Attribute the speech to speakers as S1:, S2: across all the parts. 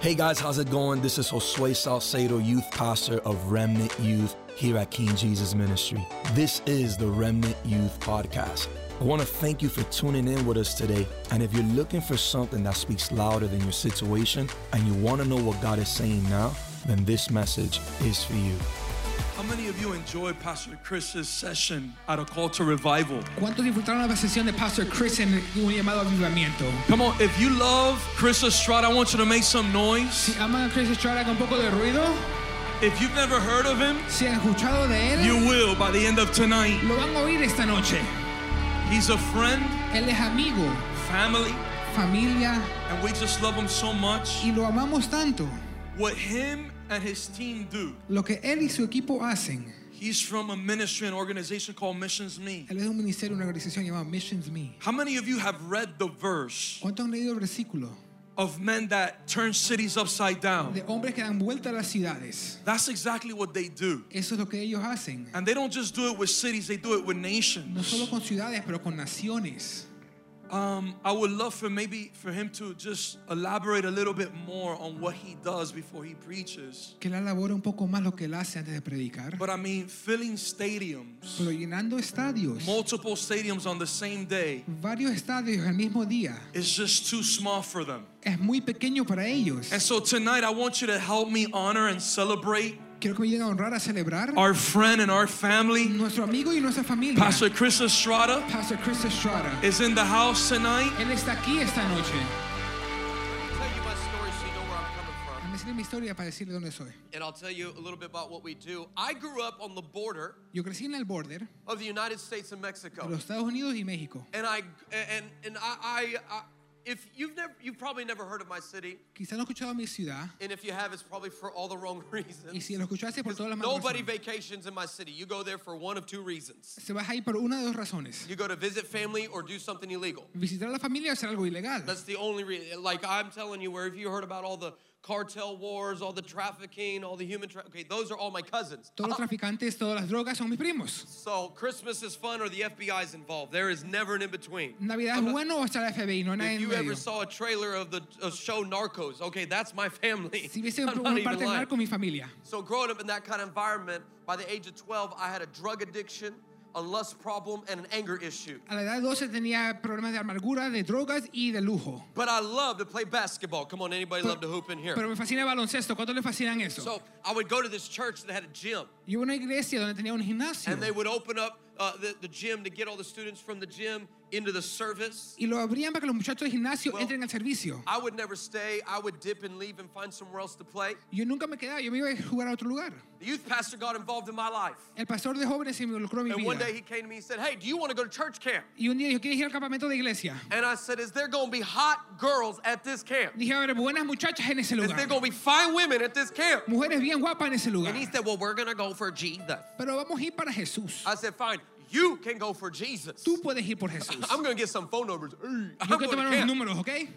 S1: Hey guys, how's it going? This is Josue Salcedo, youth pastor of Remnant Youth here at King Jesus Ministry. This is the Remnant Youth Podcast. I want to thank you for tuning in with us today. And if you're looking for something that speaks louder than your situation and you want to know what God is saying now, then this message is for you.
S2: How many of you enjoyed Pastor Chris's session at a call to revival?
S3: ¿Cuántos disfrutaron la sesión de Pastor Chris en un llamado avivamiento?
S2: Come on, if you love Chris Estrada, I want you to make some noise.
S3: Si aman a Chris Estrada con un poco de ruido,
S2: If you've never heard of him,
S3: si han escuchado de él,
S2: you will by the end of tonight.
S3: lo van a oír esta noche.
S2: He's a friend,
S3: Él es amigo,
S2: family,
S3: familia
S2: and we just love him so much.
S3: y lo amamos tanto.
S2: What him and his team do,
S3: Lo que él y su equipo hacen,
S2: he's from a ministry and organization called Missions Me.
S3: él es de un ministerio, una organización llamada Missions Me.
S2: How many of you have read the verse
S3: ¿Cuántos han leído el versículo?
S2: of men that turn cities upside down?
S3: De hombres que dan vuelta a las ciudades.
S2: That's exactly what they do.
S3: Eso es lo que ellos hacen.
S2: And they don't just do it with cities, they do it with
S3: No
S2: nations.
S3: solo con ciudades, pero con naciones.
S2: Um, I would love for maybe for him to just elaborate a little bit more on what he does before he preaches.
S3: Que él elabora un poco más lo que él hace antes de predicar.
S2: But I mean, filling stadiums,
S3: Pero llenando estadios.
S2: multiple stadiums on the same day,
S3: varios estadios al mismo día
S2: is just too small for them.
S3: es muy pequeño para ellos.
S2: And so tonight, I want you to help me honor and celebrate
S3: Quiero que me lleguen a honrar a celebrar
S2: our friend and our family.
S3: nuestro amigo y nuestra familia.
S2: Pastor Chris Estrada
S3: Pastor Chris Estrada.
S2: is in the house tonight.
S3: Él está aquí esta noche.
S4: tell you my story so you know where I'm coming from.
S3: Déjame decirle mi historia para decirle dónde soy.
S4: And I'll tell you a little bit about what we do. I grew up on the border
S3: Yo crecí en el border de
S4: of the United States and Mexico.
S3: los Estados Unidos y México.
S4: And I and and I, I, I if you've never you've probably never heard of my city,
S3: Quizás no he escuchado mi ciudad
S4: and if you have, it's probably for all the wrong
S3: y
S4: reasons.
S3: si lo escuchaste por todas las malas
S4: Nobody
S3: razones.
S4: vacations in my city. You go there for one of two reasons.
S3: Se vas ahí por una de dos razones.
S4: You go to visit family or do something illegal.
S3: Visitar a la familia o hacer algo ilegal.
S4: That's the only reason. Like I'm telling you, where have you heard about all the cartel wars, all the trafficking, all the human tra- Okay, those are all my cousins.
S3: Todos los traficantes, todas las drogas son mis primos.
S4: So Christmas is fun or the FBI's involved. There is never an in between.
S3: Navidad es bueno o está la FBI, no hay nadie en
S4: If you ever
S3: medio.
S4: saw a trailer of the uh, show Narcos, okay, that's my family.
S3: Si hubiese
S4: I'm not
S3: una
S4: even
S3: parte del
S4: lying.
S3: narco, mi familia.
S4: So growing up in that kind of environment, by the age of 12, I had a drug addiction, a lust problem, and an anger issue.
S3: A la edad de 12 tenía problemas de amargura, de drogas y de lujo.
S4: But I love to play basketball. Come on, anybody love to hoop in here?
S3: Pero me fascina el baloncesto. ¿Cuántos le fascinan eso?
S4: So I would go to this church that had a gym,
S3: Yo iba a una iglesia donde tenía un gimnasio
S4: and they would open up uh, the, the gym to get all the students from the gym into the service.
S3: y lo abrían para que los muchachos de gimnasio
S4: Well-
S3: entren al servicio.
S4: I would never stay. I would dip and leave and find somewhere else to play.
S3: Yo nunca me quedaba, yo me iba a jugar a otro lugar.
S4: The youth pastor got involved in my life.
S3: El pastor de jóvenes se involucró en mi
S4: And one
S3: vida.
S4: day he came to me and said, Hey, do you want to go to church camp?
S3: Y un día dijo, ¿quieres ir al campamento de iglesia?
S4: And I said, Is there going to be hot girls at this camp?
S3: Dije, a ver, buenas muchachas en ese
S4: Is there
S3: lugar.
S4: going to be fine women at this camp?
S3: Mujeres bien guapas en ese lugar.
S4: And he said, Well, we're going to go for Jesus.
S3: Pero vamos a ir para Jesús.
S4: I said, Fine, you can go for Jesus.
S3: Tú puedes ir por Jesús.
S4: I'm going to get some phone numbers. Ooh, I'm
S3: Yo quiero
S4: going to
S3: tomar unos
S4: camp.
S3: números, ¿ok?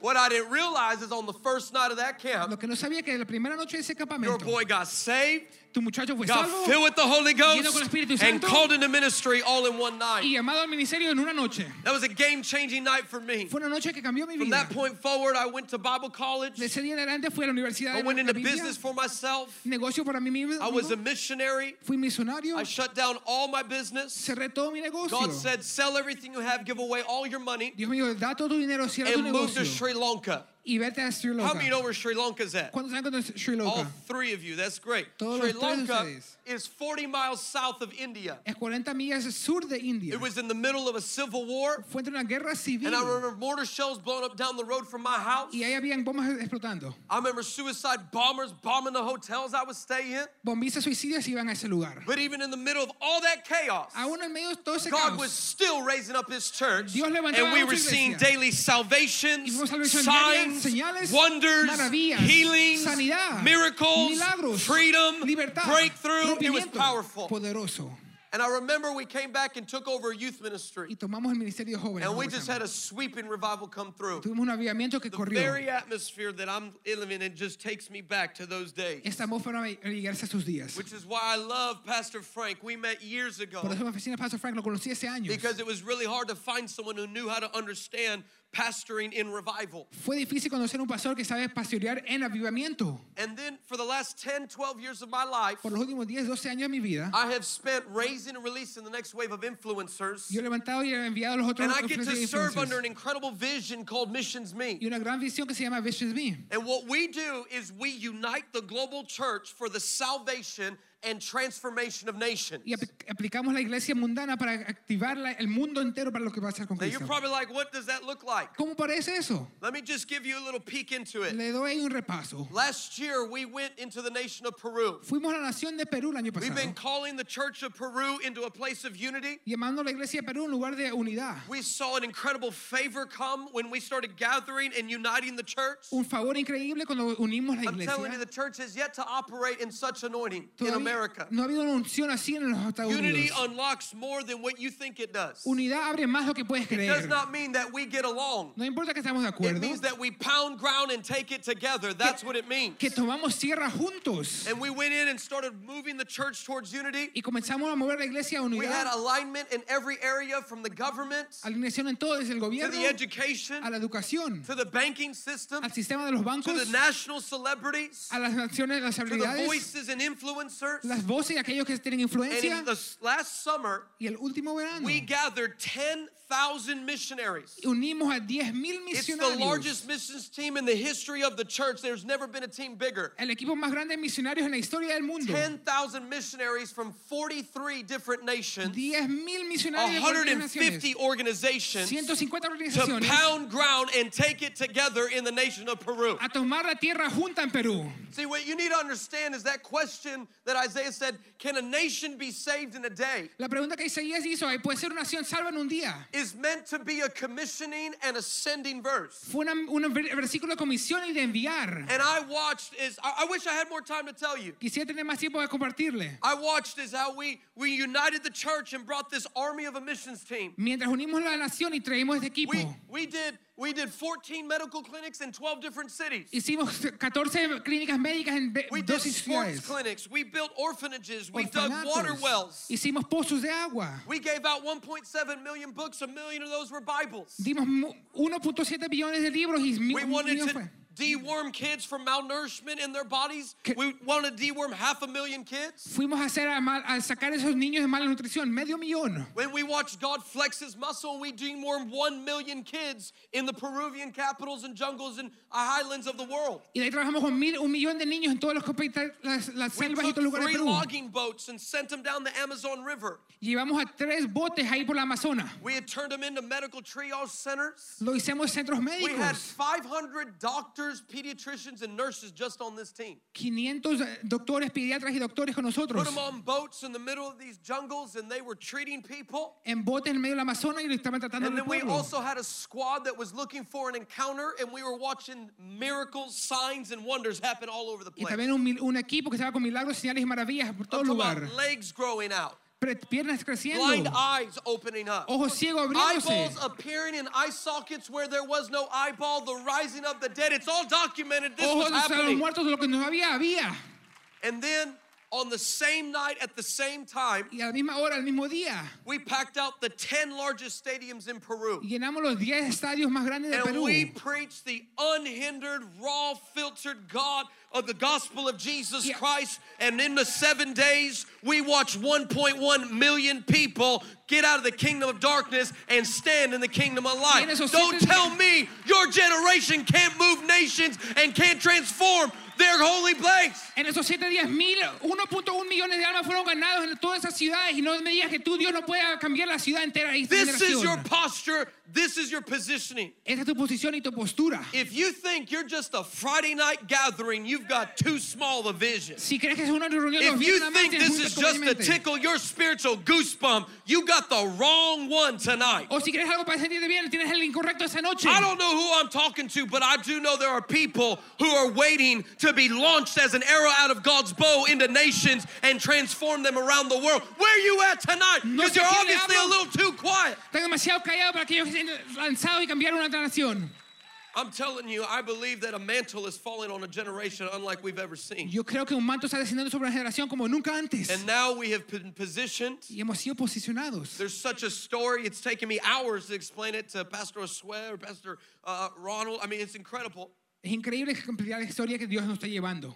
S4: What I didn't realize is on the first night of that
S3: Lo
S4: camp,
S3: que no sabía que la primera noche de ese
S4: your
S3: campamento,
S4: boy got saved,
S3: tu muchacho fue
S4: got
S3: salvo
S4: filled with the Holy
S3: lleno con el Espíritu
S4: Ghost, and
S3: Santo.
S4: called into ministry all in one night.
S3: y llamado al ministerio en una noche.
S4: That was a game changing night for me.
S3: Fue una noche que cambió mi
S4: From
S3: vida.
S4: that point forward, I went to Bible
S3: De
S4: college.
S3: ese día en adelante fui a la universidad.
S4: I
S3: de
S4: went
S3: la
S4: into
S3: Biblia,
S4: business for myself.
S3: negocio para mí mismo.
S4: I was a missionary.
S3: Fui misionario.
S4: I shut down all my business.
S3: Cerré todo mi negocio.
S4: God said, sell everything you have, give away all your money,
S3: Dios mío, da todo tu dinero, cierra tu
S4: and move
S3: negocio
S4: to Sri Lanka.
S3: y vete a Sri Lanka.
S4: How many know where Sri Lanka's at?
S3: ¿Cuántos saben cuándo es Sri
S4: All
S3: Lanka?
S4: three of you. That's great.
S3: Todos
S4: Sri
S3: los tres de
S4: Lanka
S3: ustedes.
S4: is 40 miles south of India.
S3: Es 40 millas sur de India.
S4: It was in the middle of a civil war,
S3: Fue entre una guerra civil
S4: and I remember mortar shells blowing up down the road from my house.
S3: y ahí habían bombas explotando.
S4: I remember suicide bombers bombing the hotels I would stay in.
S3: Bombistas suicidas iban a ese lugar.
S4: But even in the middle of all that chaos,
S3: Aún en medio de todo ese
S4: God
S3: caos,
S4: was still raising up His church,
S3: Dios levantaba
S4: and we
S3: a su
S4: were seeing
S3: iglesia.
S4: daily
S3: Y
S4: salvations,
S3: vemos salvación diaria,
S4: signs,
S3: señales,
S4: wonders,
S3: maravillas,
S4: healings,
S3: sanidad,
S4: miracles,
S3: milagros,
S4: freedom,
S3: libertad,
S4: breakthrough. It was
S3: rompimiento,
S4: powerful.
S3: poderoso.
S4: And I remember we came back and took over a youth ministry,
S3: Y tomamos el ministerio de jóvenes.
S4: and we
S3: como
S4: just
S3: se
S4: had
S3: llama.
S4: a sweeping revival come through.
S3: Tuvimos un avivamiento que
S4: The
S3: corrió.
S4: very atmosphere that I'm living in just takes me back to those days,
S3: Esta atmósfera va a llegarse a sus días.
S4: which is why I love Pastor Frank. We met years ago.
S3: Por eso me fascina Pastor Frank, lo conocí ese año.
S4: Because it was really hard to find someone who knew how to understand pastoring in revival.
S3: Fue difícil conocer un pastor que sabe pastorear en avivamiento.
S4: And then for the last 10, 12 years of my life,
S3: Por los últimos 10, 12 años de mi vida,
S4: I have spent raising and releasing the next wave of influencers.
S3: yo he levantado y he enviado a los otros
S4: And I get to
S3: influencers y
S4: serve under
S3: influencers.
S4: an incredible vision called Missions
S3: y
S4: Me.
S3: una gran visión que se llama Visions Me.
S4: And what we do is we unite the global church for the salvation and transformation of nations.
S3: Y apl- aplicamos la iglesia mundana para activar la- el mundo entero para lo que va a hacer con
S4: Now you're
S3: Cristo.
S4: probably like, what does that look like?
S3: ¿Cómo parece eso?
S4: Let me just give you a little peek into it.
S3: Le doy un repaso.
S4: Last year, we went into the nation of Peru.
S3: Fuimos a la nación de Perú el año
S4: We've
S3: pasado,
S4: been calling the church of Peru into a place of unity.
S3: llamando a la iglesia de Perú un lugar de unidad.
S4: We saw an incredible favor come when we started gathering and uniting the church.
S3: Un favor increíble cuando unimos la
S4: I'm telling you, the
S3: iglesia.
S4: church has yet to operate in such anointing in
S3: Todavía
S4: America.
S3: no ha habido una unción así en los Estados
S4: Unity
S3: Unidos.
S4: unlocks more than what you think it does.
S3: Unidad abre más lo que puedes
S4: It does
S3: creer.
S4: not mean that we get along.
S3: No importa que estamos de
S4: It
S3: acuerdo,
S4: means that we pound ground and take it together. That's what it means.
S3: que tomamos tierra juntos
S4: And we went in and started moving the church towards unity.
S3: y comenzamos a mover la iglesia a
S4: We had
S3: unidad,
S4: alignment in every area from the government
S3: alineación en todo, desde el
S4: to
S3: gobierno
S4: the education
S3: a la educación,
S4: to the banking system
S3: al sistema de los
S4: to the
S3: bancos,
S4: national celebrities
S3: a las naciones, las
S4: to the
S3: habilidades,
S4: voices and influencers.
S3: las voces de aquellos que tienen
S4: And
S3: influencia.
S4: in the s- last summer,
S3: Y el último verano
S4: we gathered 10,000 missionaries.
S3: unimos a 10.000
S4: It's the
S3: misionarios.
S4: largest missions team in the history of the church. There's never been a team bigger.
S3: El equipo más grande de misionarios en la historia del mundo.
S4: 10,000 missionaries from 43 different nations,
S3: 10.000 misionarios de cualquier naciones.
S4: 150 organizations
S3: 150
S4: to
S3: organizaciones
S4: pound ground and take it together in the nation of Peru.
S3: a tomar la tierra junta en Perú.
S4: See, what you need to understand is that question that Isaiah said, Can a nation be saved in a day?
S3: La pregunta que Isaías hizo, ahí, ¿puede ser una nación salva en un día?
S4: is meant to be a commissioning and ascending verse.
S3: Fue una- un ver- versículo de comisión y de enviar.
S4: And I watched as I, I wish I had more time to tell you.
S3: Quisiera tener más tiempo de compartirle.
S4: I watched as how we we united the church and brought this army of a missions team.
S3: Mientras unimos la nación y traímos este equipo,
S4: We we did we did 14 medical clinics in 12 different cities.
S3: hicimos 14 clínicas médicas en ve-
S4: We did
S3: 12
S4: sports
S3: ciudades.
S4: clinics. We built orphanages. We dug water
S3: Orfanatos.
S4: wells.
S3: Hicimos pozos de agua.
S4: We gave out 1.7 million books. A million of those were Bibles.
S3: Dimos mu- 1.7 billones de libros y mi-
S4: We
S3: un
S4: wanted
S3: millón
S4: to
S3: fue.
S4: deworm kids from malnourishment in their bodies.
S3: Que-
S4: We wanted to deworm half a million kids.
S3: Fuimos a, hacer a, mal- a sacar a esos niños de mala nutrición, medio millón.
S4: When we watched God flex his muscle and we dewormed one million kids in the Peruvian capitals and jungles and highlands of the world.
S3: Y de ahí trabajamos con mil, un millón de niños en todos los hospitales, las, las
S4: We
S3: selvas y
S4: took
S3: todos los lugares de
S4: three
S3: Perú.
S4: logging boats and sent them down the Amazon River.
S3: Llevamos a tres botes ahí por la Amazonas.
S4: We had turned them into medical triage centers.
S3: Lo hicimos centros
S4: We had
S3: médicos.
S4: 500 doctors, pediatricians, and nurses just on this team.
S3: 500 doctores, pediatras y doctores con
S4: Put 'em
S3: nosotros.
S4: them on boats in the middle of these jungles and they were treating people.
S3: En botes en medio de la Amazonas y lo estaban tratando
S4: And
S3: en el
S4: then we
S3: pueblo.
S4: also had a squad that was looking for an encounter, and we were watching miracles, signs, and wonders happen all over the
S3: Y
S4: place.
S3: también un, mil- un equipo que estaba con milagros, señales y maravillas por todo
S4: I'm
S3: lugar.
S4: talking about legs growing out,
S3: Pre- Piernas
S4: blind
S3: creciendo,
S4: eyes opening up,
S3: ojos ciegos abriéndose.
S4: eyeballs appearing in eye sockets where there was no eyeball, the rising of the dead. It's all documented. This
S3: ojos
S4: was
S3: de los
S4: happening.
S3: muertos, lo que no había, había.
S4: And then on the same night, at the same time,
S3: Y a la misma hora, al mismo día,
S4: we packed out the 10 largest stadiums in Peru.
S3: llenamos los 10 estadios más grandes de
S4: And
S3: Perú.
S4: we preach the unhindered, raw, filtered God of the gospel of Jesus
S3: Yeah.
S4: Christ. And in the seven days, we watch 1.1 million people get out of the kingdom of darkness and stand in the kingdom of light.
S3: Y en esos
S4: Don't
S3: siete
S4: tell
S3: días-
S4: me your generation can't move nations and can't transform their holy place.
S3: En esos 7 días, mil- 1.1 millones de almas fueron ganados en todas esas ciudades. Y no me digas que tú, Dios, no pueda cambiar la ciudad entera. y esta
S4: This is your
S3: generación.
S4: posture, this is your positioning.
S3: Esa es tu posición y tu postura.
S4: If you think you're just a Friday night gathering, you've got too small a vision.
S3: Si crees que es una reunión los
S4: If you
S3: viernes nada más,
S4: think
S3: tienes
S4: this
S3: muy
S4: is just to
S3: pequeñamente.
S4: tickle your spiritual goosebump, you got the wrong one tonight.
S3: O si crees algo para sentirte bien, tienes el incorrecto esa noche.
S4: I don't know who I'm talking to, but I do know there are people who are waiting to be launched as an arrow out of God's bow into nations and transform them around the world. Where you at tonight?
S3: No
S4: Because
S3: sé
S4: you're
S3: quién le
S4: obviously a
S3: hablo.
S4: little too quiet.
S3: Están demasiado callados para que ellos sean lanzados y cambiar una otra nación.
S4: I'm telling you, I believe that a mantle is falling on a generation unlike we've ever seen.
S3: Yo creo que un manto está descendiendo sobre una generación como nunca antes.
S4: And now we have been positioned.
S3: y hemos sido posicionados.
S4: There's such a story. It's taken me hours to explain it to Pastor Osue or Pastor uh, Ronald. I mean, it's incredible.
S3: Es increíble la historia que Dios nos está llevando.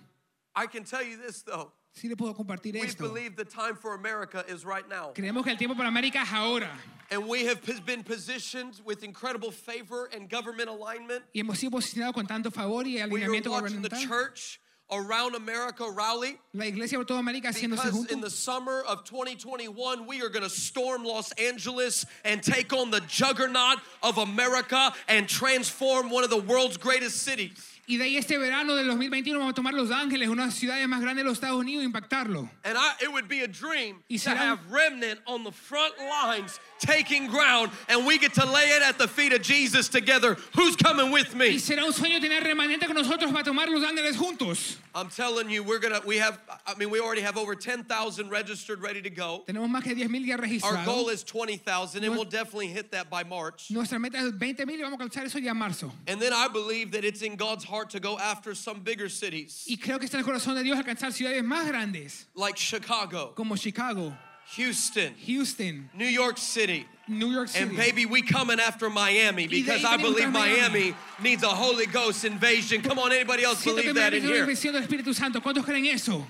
S4: I can tell you this, though.
S3: Sí le puedo compartir
S4: We
S3: esto.
S4: believe the time for America is right now.
S3: Creemos que el tiempo para América es ahora.
S4: And we have pos- been positioned with incredible favor and government alignment.
S3: Y hemos sido posicionados con tanto favor y
S4: We are
S3: alineamiento
S4: watching the
S3: gubernamental.
S4: church around America rally
S3: La iglesia por toda América haciéndose
S4: because in the
S3: juntos.
S4: summer of 2021 we are going to storm Los Angeles and take on the juggernaut of America and transform one of the world's greatest cities.
S3: Y de ahí este verano del 2021 vamos a tomar Los Ángeles, una de las ciudades más grandes de los Estados Unidos, e impactarlo.
S4: And I, it would be a dream
S3: Y
S4: to
S3: será-
S4: have remnant on the front lines taking ground, and we get to lay it at the feet of Jesus together. Who's coming with
S3: Y
S4: me?
S3: será un sueño tener remanente con nosotros para tomar Los Ángeles juntos.
S4: I'm telling you, we're gonna. We have. I mean, we already have over 10,000 registered, ready to go.
S3: Tenemos más que 10.000 ya
S4: Our goal
S3: registrados.
S4: is 20,000, and we'll definitely hit that by March.
S3: Nuestra meta es 20.000 y vamos a alcanzar eso ya en marzo.
S4: And then I believe that it's in God's heart to go after some bigger cities
S3: Y creo que está en el corazón de Dios alcanzar ciudades más grandes,
S4: like Chicago,
S3: como Chicago,
S4: Houston,
S3: Houston,
S4: New York City.
S3: New York
S4: And
S3: City.
S4: baby, we coming after Miami because I believe Miami needs a Holy Ghost invasion. Come on, anybody else
S3: Siento que
S4: believe
S3: me
S4: that in
S3: merece una
S4: here?
S3: invención del Espíritu Santo. ¿Cuántos creen eso?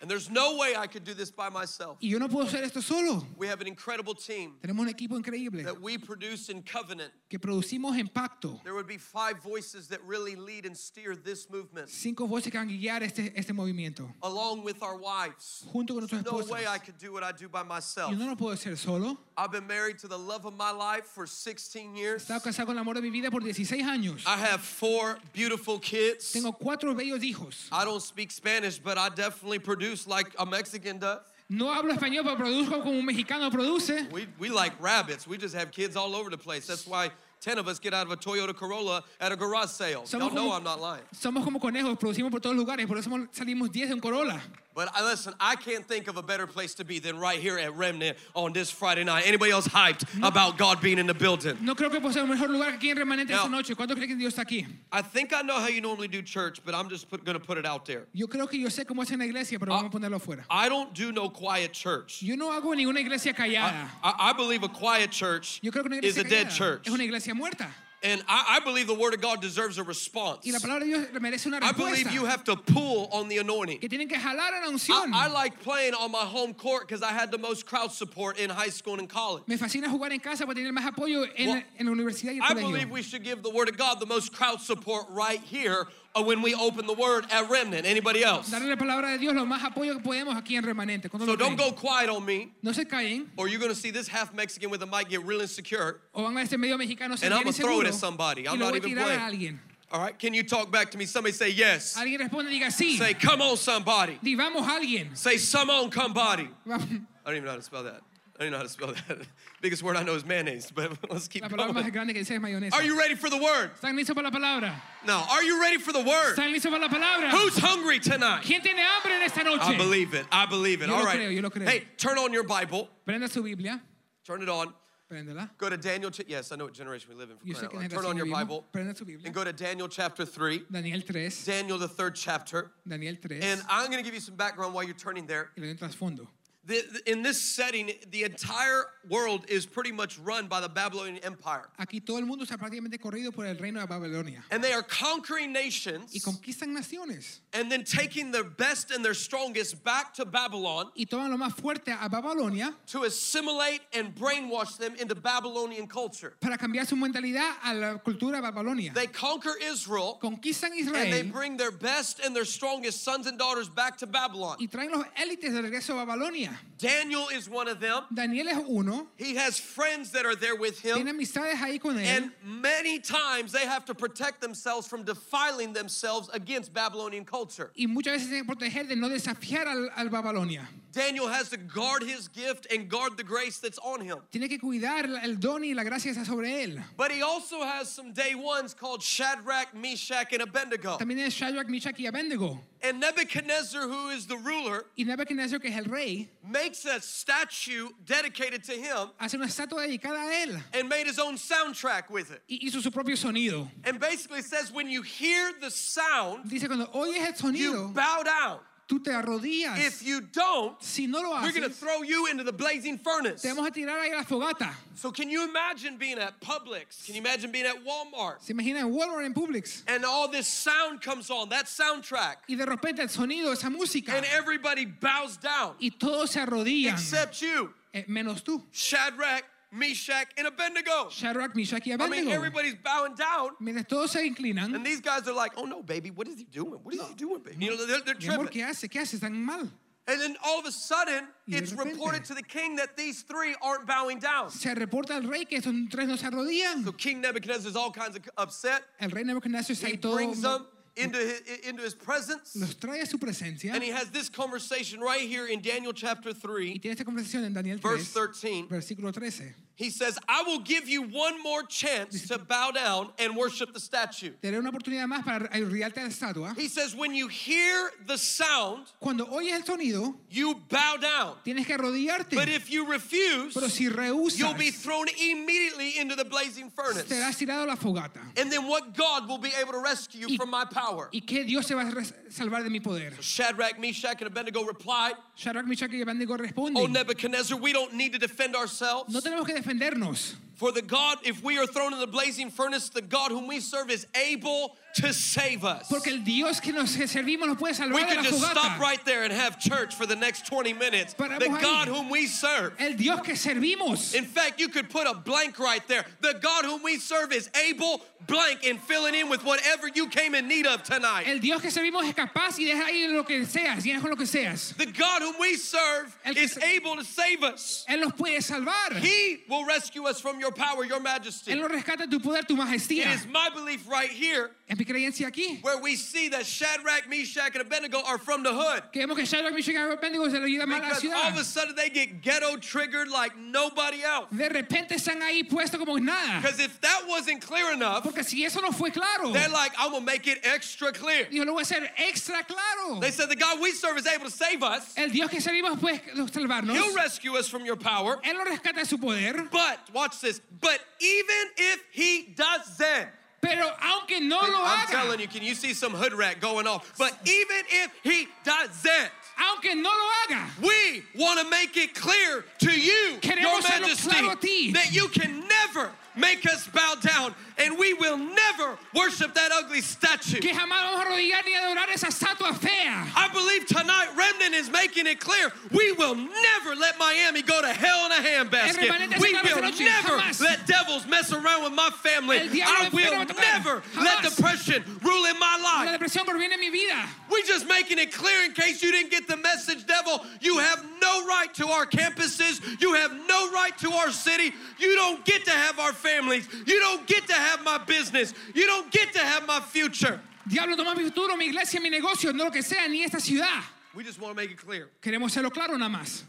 S4: And there's no way I could do this by myself.
S3: Y yo no puedo hacer esto solo.
S4: We have an incredible team
S3: Tenemos un equipo increíble
S4: that we produce in covenant.
S3: que producimos en pacto.
S4: There would be five voices that really lead and steer this movement,
S3: Cinco voces que van a guiar este, este movimiento.
S4: along with our wives.
S3: Junto con nuestros
S4: There's no
S3: esposos.
S4: way I could do what I do by myself.
S3: Yo no lo puedo hacer solo.
S4: I've been married to the love of my life for 16 years.
S3: Estaba casado con el amor de mi vida por 16 años.
S4: I have four beautiful kids.
S3: Tengo cuatro bellos hijos.
S4: I don't speak Spanish, but I definitely produce like a Mexican does.
S3: No hablo español, pero produzco como un mexicano produce.
S4: We, we like rabbits. We just have kids all over the place. That's why 10 of us get out of a Toyota Corolla at a garage sale.
S3: Somos
S4: Y'all know
S3: como-
S4: I'm not lying.
S3: Somos como conejos, producimos por todos lugares, por eso somos- salimos 10 en Corolla.
S4: But I, listen, I can't think of a better place to be than right here at Remnant on this Friday night. Anybody else hyped about God being in the building?
S3: No creo que pueda ser un mejor lugar que aquí en Remanente esta
S4: No.
S3: noche. ¿Cuántos creen que Dios está aquí?
S4: I think I know how you normally do church, but I'm just put, gonna put it out there.
S3: Yo creo que yo sé cómo hacen la iglesia,
S4: Ah.
S3: pero vamos a ponerlo afuera.
S4: I don't do no quiet church.
S3: Yo no hago ninguna iglesia
S4: I,
S3: callada.
S4: I- I believe a quiet church
S3: Yo creo que una
S4: is
S3: iglesia
S4: Ah. a dead
S3: callada
S4: church.
S3: es una iglesia muerta.
S4: And I, I believe the Word of God deserves a response.
S3: Y la palabra de Dios merece una
S4: I
S3: respuesta.
S4: believe you have to pull on the anointing.
S3: que tienen que jalar a la
S4: I,
S3: unción.
S4: I like playing on my home court because I had the most crowd support in high school and in college.
S3: Me fascina jugar en casa para tener más apoyo en,
S4: Well,
S3: en la universidad y el
S4: I believe
S3: colegio.
S4: we should give the Word of God the most crowd support right here uh, when we open the Word at Remnant. Anybody else?
S3: Darle la palabra de Dios lo más apoyo que podemos aquí en Remanente. ¿Cuántos
S4: So
S3: lo
S4: don't
S3: creen?
S4: go quiet on me,
S3: No se caen
S4: or you're going to see this half Mexican with a mic get real insecure.
S3: o van a este medio mexicano se
S4: And I'ma
S3: viene
S4: throw it
S3: seguro,
S4: at somebody.
S3: y
S4: I'm
S3: lo
S4: not
S3: voy a
S4: even
S3: tirar
S4: playing.
S3: a alguien.
S4: All right? Can you talk back to me? Somebody say yes.
S3: Alguien responde y diga sí.
S4: Say, come on, somebody.
S3: Di, vamos alguien.
S4: Say, some on, somebody.
S3: Vamos.
S4: I don't even know how to spell that. I don't even know how to spell that. Biggest word I know is mayonnaise, but let's keep
S3: La palabra más
S4: going.
S3: grande que dice es mayonesa.
S4: Are you ready for the Word?
S3: ¿Están listos para la palabra?
S4: No. Are you ready for the Word?
S3: ¿Están listos para la palabra?
S4: Who's hungry tonight?
S3: ¿Quién tiene hambre en esta noche?
S4: I believe it. I believe it.
S3: Yo lo
S4: All right.
S3: creo, yo lo creo.
S4: Hey, turn on your Bible.
S3: Prenda su Biblia.
S4: Turn it on.
S3: Préndela.
S4: Go to Daniel. Ch- yes, I know what generation we live in. For
S3: Yo sé
S4: crying
S3: que en
S4: out loud. Turn on your Bible
S3: Prenda su Biblia.
S4: and go to Daniel chapter 3.
S3: Daniel 3.
S4: Daniel, the third chapter.
S3: Daniel 3.
S4: And I'm going to give you some background while you're turning there.
S3: y le doy un trasfondo.
S4: The- the- in this setting, the entire world is pretty much run by the Babylonian Empire.
S3: Aquí todo el mundo está prácticamente corrido por el reino de Babilonia.
S4: And they are conquering nations
S3: Y conquistan naciones.
S4: and then taking their best and their strongest back to Babylon
S3: Y toman lo más fuerte a Babilonia
S4: to assimilate and brainwash them into Babylonian culture.
S3: para cambiar su mentalidad a la cultura de Babilonia.
S4: They conquer Israel
S3: Conquistan
S4: and they
S3: Israel
S4: bring their best and their strongest sons and daughters back to Babylon.
S3: y traen los élites de regreso a Babilonia.
S4: Daniel is one of them.
S3: Daniel es uno,
S4: He has friends that are there with
S3: tiene
S4: him.
S3: amistades ahí con
S4: And
S3: él.
S4: many times they have to protect themselves from defiling themselves against Babylonian culture.
S3: Y muchas veces tiene que proteger de no desafiar al, al Babilonia.
S4: Daniel has to guard his gift and guard the grace that's on him.
S3: Tiene que cuidar la- el don y la gracia está sobre él.
S4: But he also has some day ones called Shadrach, Meshach, and Abednego.
S3: También es Shadrach, Meshach y Abednego.
S4: And Nebuchadnezzar, who is the ruler,
S3: Y Nebuchadnezzar, que es el rey,
S4: makes a statue dedicated to him
S3: hace una estatua dedicada a él
S4: and made his own soundtrack with it.
S3: y hizo su propio sonido.
S4: And basically says, when you hear the sound,
S3: Dice, cuando oyes el
S4: you
S3: sonido,
S4: bow down.
S3: tú te arrodillas.
S4: If you don't,
S3: si no lo
S4: we're going to
S3: haces,
S4: throw you into the blazing furnace.
S3: te vamos a tirar ahí a la fogata.
S4: So can you imagine being at Publix? Can you imagine being at Walmart?
S3: Se imagina en Walmart, en Publix.
S4: And all this sound comes on, that soundtrack.
S3: Y de repente el sonido, esa música.
S4: And everybody bows down
S3: y todos se arrodillan.
S4: except you,
S3: eh, menos tú.
S4: Shadrach, Meshach, and Abednego.
S3: Shadrach, Meshach y
S4: I mean,
S3: Abednego.
S4: everybody's bowing down.
S3: Mientras todos se inclinan.
S4: And these guys are like, oh no, baby, what is he doing? What is he doing, baby? You know, they're, they're
S3: Mi amor,
S4: tripping.
S3: ¿qué hace? ¿Qué hace? Están mal.
S4: And then all of a sudden,
S3: Y de
S4: it's
S3: repente-
S4: reported to the king that these three aren't bowing down.
S3: Se reporta al rey que estos tres no se arrodillan.
S4: So King Nebuchadnezzar's all kinds of upset.
S3: El rey Nebuchadnezzar está
S4: He
S3: ahí todo.
S4: brings them into his, into his presence.
S3: Los trae a su presencia.
S4: And he has this conversation right here in Daniel chapter
S3: Y
S4: 3,
S3: tiene esta conversación en Daniel 3,
S4: verse 13.
S3: versículo 13.
S4: He says, I will give you one more chance to bow down and worship the statue.
S3: Te daré una oportunidad más para arrodillarte a la estatua.
S4: He says, when you hear the sound,
S3: Cuando oyes el sonido,
S4: you bow down.
S3: tienes que
S4: But
S3: arrodillarte.
S4: if you refuse,
S3: Pero si
S4: you'll
S3: rehusas,
S4: be thrown immediately into the blazing furnace.
S3: serás tirado a la fogata.
S4: And then what God will be able to rescue you
S3: Y-
S4: from my power?
S3: ¿Y que Dios se va a res- salvar de mi poder?
S4: Shadrach, Meshach, and Abednego replied,
S3: Shadrach, Meshach y Abednego
S4: O
S3: responden.
S4: Nebuchadnezzar, we don't need to defend ourselves.
S3: No tenemos que defendernos.
S4: For the God, if we are thrown in the blazing furnace, the God whom we serve is able to save us.
S3: Porque el Dios que nos servimos nos puede
S4: We
S3: salvar de
S4: could
S3: la
S4: just stop
S3: fogata.
S4: right there and have church for the next 20 minutes.
S3: Paramos
S4: The
S3: ahí.
S4: God whom we serve.
S3: El Dios que servimos.
S4: In fact, you could put a blank right there. The God whom we serve is able, blank, and fill it in with whatever you came in need of tonight.
S3: El Dios que servimos es capaz y deja ahí lo que seas, llenas con lo que seas.
S4: The God whom we serve
S3: El que
S4: is
S3: se-
S4: able to save us.
S3: Él nos puede salvar.
S4: He will rescue us from your power, your majesty.
S3: Él nos rescata de tu poder, tu
S4: It
S3: majestad.
S4: is my belief right here
S3: Es mi creencia aquí.
S4: where we see that Shadrach, Meshach, and Abednego are from the hood.
S3: Que vemos que Shadrach, Meshach y Abednego se le ayuda más a la
S4: Because all
S3: ciudad.
S4: of a sudden they get ghetto triggered like nobody else.
S3: De repente están ahí puestos como nada.
S4: Because if that wasn't clear enough,
S3: Porque si eso no fue claro,
S4: They're like, I'm gonna make it extra clear.
S3: yo lo voy a hacer extra claro.
S4: They said the God we serve is able to save us.
S3: El Dios que servimos puede salvarnos.
S4: He'll rescue us from your power.
S3: Él nos rescata de su poder.
S4: But watch this. But even if he doesn't,
S3: Pero aunque no lo
S4: I'm
S3: haga,
S4: telling you, can you see some hood rat going off? But even if he doesn't,
S3: aunque no lo haga,
S4: we want to make it clear to you, Your
S3: Queremos hacerlo
S4: Majesty,
S3: claro a ti.
S4: that you can never make us bow down, and we will never worship that ugly statue.
S3: que jamás vamos a arrodillar ni adorar esa estatua fea.
S4: I believe tonight Remnant is making it clear we will never let Miami go to hell in a
S3: El remanente
S4: handbasket.
S3: se
S4: We
S3: acaba
S4: will
S3: esta noche,
S4: never
S3: jamás.
S4: let devils mess around with my family.
S3: El diablo
S4: I
S3: enfermo va
S4: will
S3: a tocar,
S4: never
S3: jamás.
S4: let depression rule in my
S3: La
S4: life.
S3: depresión proviene de mi vida.
S4: We're just making it clear in case you didn't get the message, devil. You have no right to our campuses. You have no right to our city. You don't get to have our families. You don't get to have my business. You don't get to have my future.
S3: Diablo toma mi futuro, mi iglesia, mi negocio, no lo que sea, ni esta ciudad.
S4: We just want to make it clear.
S3: Queremos hacerlo claro nada más.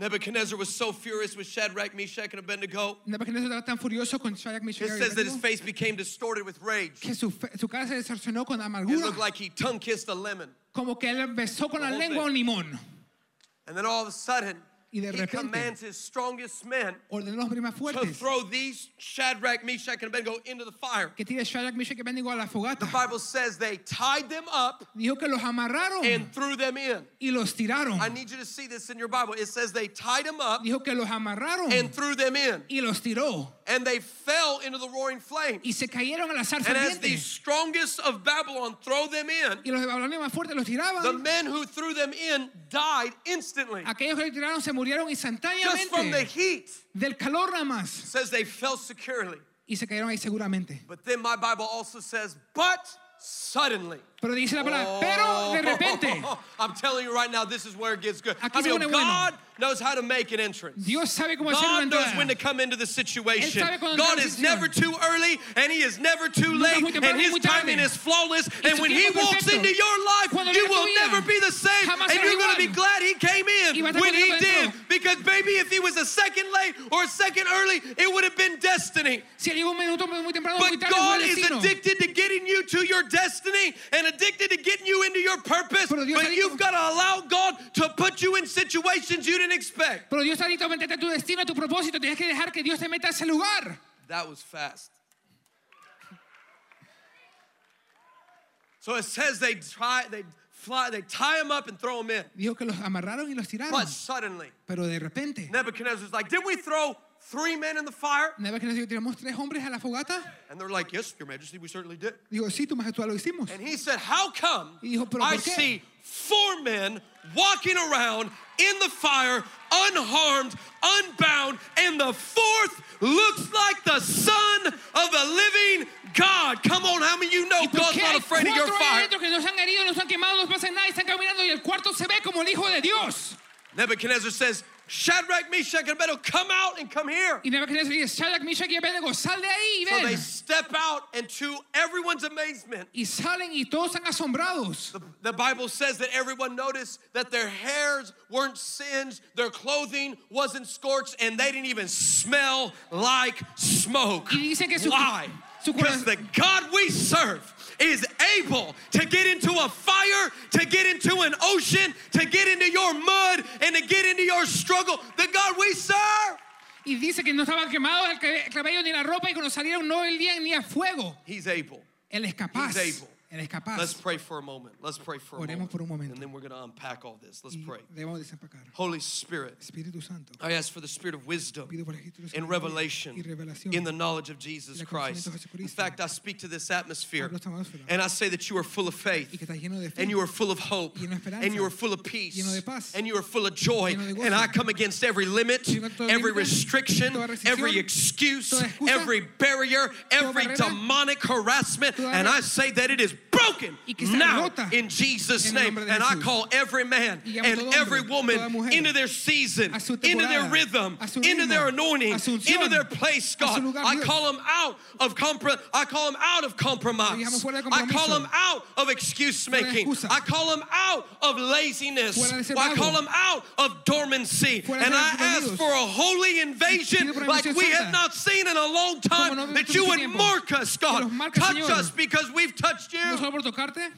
S4: Nebuchadnezzar was so furious with Shadrach, Meshach, and Abednego.
S3: Nebuchadnezzar estaba tan furioso con Shadrach, Meshach
S4: It
S3: y
S4: says that his
S3: Abednego
S4: face became distorted with rage.
S3: que su, fe- su cara se distorsionó con
S4: It
S3: amargura,
S4: looked like he tongue kissed a lemon.
S3: como que él besó con la
S4: The whole
S3: lengua
S4: thing.
S3: un limón.
S4: And then all of a sudden,
S3: Y
S4: he
S3: de repente-
S4: commands his strongest men
S3: Ordenó a los hombres más
S4: to
S3: fuertes
S4: throw these Shadrach, Meshach, and Abednego into the fire.
S3: que tire Shadrach, Meshach y Abednego a la
S4: The
S3: fogata.
S4: Bible says they tied them up
S3: Dijo que los amarraron
S4: and threw them in.
S3: y los tiraron.
S4: I need you to see this in your Bible. It says they tied them up
S3: Dijo que los amarraron
S4: and threw them in.
S3: y los tiró.
S4: And they fell into the roaring flame.
S3: y se cayeron a la zarza
S4: And as the
S3: ardiente.
S4: strongest of Babylon throw them in,
S3: Y los de Babilonia más fuertes los tiraban.
S4: The men who threw them in died instantly.
S3: Aquellos que los tiraron se murieron
S4: Just from the
S3: instantáneamente
S4: heat.
S3: del calor nada más.
S4: Says they fell securely.
S3: Y se cayeron ahí seguramente.
S4: But then my Bible also says, but suddenly. Oh.
S3: Pero dice la palabra, pero de repente
S4: I'm telling you right now, this is where it gets good.
S3: Aquí
S4: I
S3: se
S4: mean,
S3: pone bueno.
S4: God knows how to make an entrance.
S3: Dios sabe cómo hacer una
S4: God knows when
S3: entrada.
S4: to come into the situation.
S3: Él sabe cuándo entrar en
S4: God
S3: la
S4: is
S3: situación.
S4: never too early and He is never too
S3: Nunca es
S4: late
S3: muy temprano
S4: and
S3: ni
S4: His
S3: muy tarde.
S4: timing is flawless.
S3: Y
S4: And
S3: su
S4: when He
S3: tiempo
S4: walks
S3: perfecto.
S4: into your life,
S3: Cuando
S4: you
S3: venga tu
S4: will
S3: vida,
S4: never be the same.
S3: jamás
S4: And
S3: será
S4: you're going to
S3: igual.
S4: be glad He came
S3: Y
S4: in
S3: vas a
S4: when
S3: estar
S4: He
S3: contento.
S4: did because maybe if He was a second late or a second early, it would have been destiny.
S3: si llegó un minuto muy temprano, muy tarde,
S4: But God
S3: fue
S4: is
S3: destino.
S4: addicted to getting you to your destiny and addicted to getting you into your purpose.
S3: Pero Dios ha
S4: But
S3: dicho-
S4: you've got to allow God to put you in situations you didn't expect.
S3: Pero Dios está listo a meterte a tu destino, a tu propósito. Tienes que dejar que Dios te meta a ese lugar.
S4: That was fast. So it says they try, they fly, they tie him up and throw him in.
S3: Dijo que los amarraron y los tiraron.
S4: But suddenly,
S3: Pero de repente,
S4: Nebuchadnezzar's like, d"Did we throw three men in the fire?"
S3: Nabucodonosor, ¿tiramos tres hombres a la fogata?
S4: And they're like, "Yes, Your Majesty, we certainly did."
S3: Digo, sí, tu majestad, lo hicimos.
S4: And he said, How come
S3: Y dijo, "¿Pero
S4: I
S3: por qué?"
S4: see four men walking around in the fire, unharmed, unbound, and the fourth looks like the Son of the Living God? Come on, how many of you know
S3: ¿Y por
S4: God's
S3: qué
S4: not
S3: hay
S4: afraid of your
S3: cuatro ahí
S4: fire?
S3: adentro que no se han herido, no se han quemado, no pasa nada, y están caminando y el cuarto se ve como el hijo de Dios.
S4: Nebuchadnezzar says, Shadrach, Meshach, and Abednego, come out and come here.
S3: Y Nabucodonosor dice, Shadrach, Meshach y Abednego, sal de ahí y
S4: So they
S3: ven.
S4: step out, and to everyone's amazement,
S3: y salen y todos están asombrados.
S4: the, the Bible says that everyone noticed that their hairs weren't singed, their clothing wasn't scorched, and they didn't even smell like smoke.
S3: Y dice que su-
S4: Why?
S3: su cora-
S4: Because the God we serve is able to get into a fire, to get into an ocean, to get into your mud, and to get into your struggle. The God we serve,
S3: Y dice que no estaban quemados el cabe- cabello ni la ropa y cuando salieron no olían ni a fuego.
S4: He's able.
S3: Él es capaz.
S4: He's able.
S3: Él es
S4: Let's
S3: capaz.
S4: pray for a moment. Let's pray for a
S3: Oremos
S4: moment.
S3: por un momento.
S4: And then we're going to unpack all this. Let's
S3: Y
S4: pray.
S3: debemos desempacar.
S4: Holy Spirit.
S3: Espíritu Santo.
S4: I ask for the spirit of wisdom
S3: Pido por el Espíritu Santo
S4: and
S3: de-
S4: revelation
S3: y revelación
S4: in the knowledge of Jesus
S3: del conocimiento
S4: Christ.
S3: de Jesucristo.
S4: In fact, I speak to this atmosphere
S3: Hablo esta atmósfera.
S4: and I say that you are full of
S3: Y que
S4: faith
S3: estás lleno de fe.
S4: and you are full of hope
S3: Lleno de esperanza.
S4: and you are full of
S3: Lleno de
S4: peace
S3: paz.
S4: and you are full of joy.
S3: Lleno de gozo.
S4: And I come against every limit,
S3: Lleno de todo
S4: every
S3: límite,
S4: restriction,
S3: toda restricción,
S4: every excuse,
S3: toda excusa,
S4: every barrier, every
S3: barrera,
S4: demonic harassment.
S3: toda
S4: And
S3: barrera.
S4: I say that it is broken
S3: Y que se
S4: now
S3: rota
S4: in Jesus'
S3: en el
S4: name.
S3: nombre de
S4: And I
S3: Jesús.
S4: call every man
S3: Y llamo
S4: and
S3: todo hombre,
S4: every
S3: toda
S4: woman
S3: mujer,
S4: into their season,
S3: a su
S4: into their
S3: temporada,
S4: rhythm,
S3: a su
S4: into
S3: ritmo,
S4: their anointing,
S3: a su unción,
S4: into their place,
S3: a su
S4: God.
S3: lugar,
S4: I
S3: Dios.
S4: call them out of compro- I call them out of
S3: Lo
S4: compromise.
S3: llamo fuera de
S4: I
S3: compromiso.
S4: call them out of excuse making.
S3: excusa.
S4: I call them out of laziness.
S3: Fuera de ser
S4: I
S3: vago.
S4: call them out of dormancy.
S3: Fuera de
S4: and
S3: ser
S4: I ask
S3: dormidos.
S4: for a holy invasion
S3: Pido por la
S4: like
S3: invasión
S4: we have
S3: santa.
S4: not seen in a long time
S3: no vemos
S4: that you
S3: mucho
S4: would
S3: tiempo.
S4: mark us,
S3: Que
S4: God.
S3: los marques,
S4: Touch
S3: Señor.
S4: us because we've touched
S3: No
S4: you.
S3: solo por tocarte,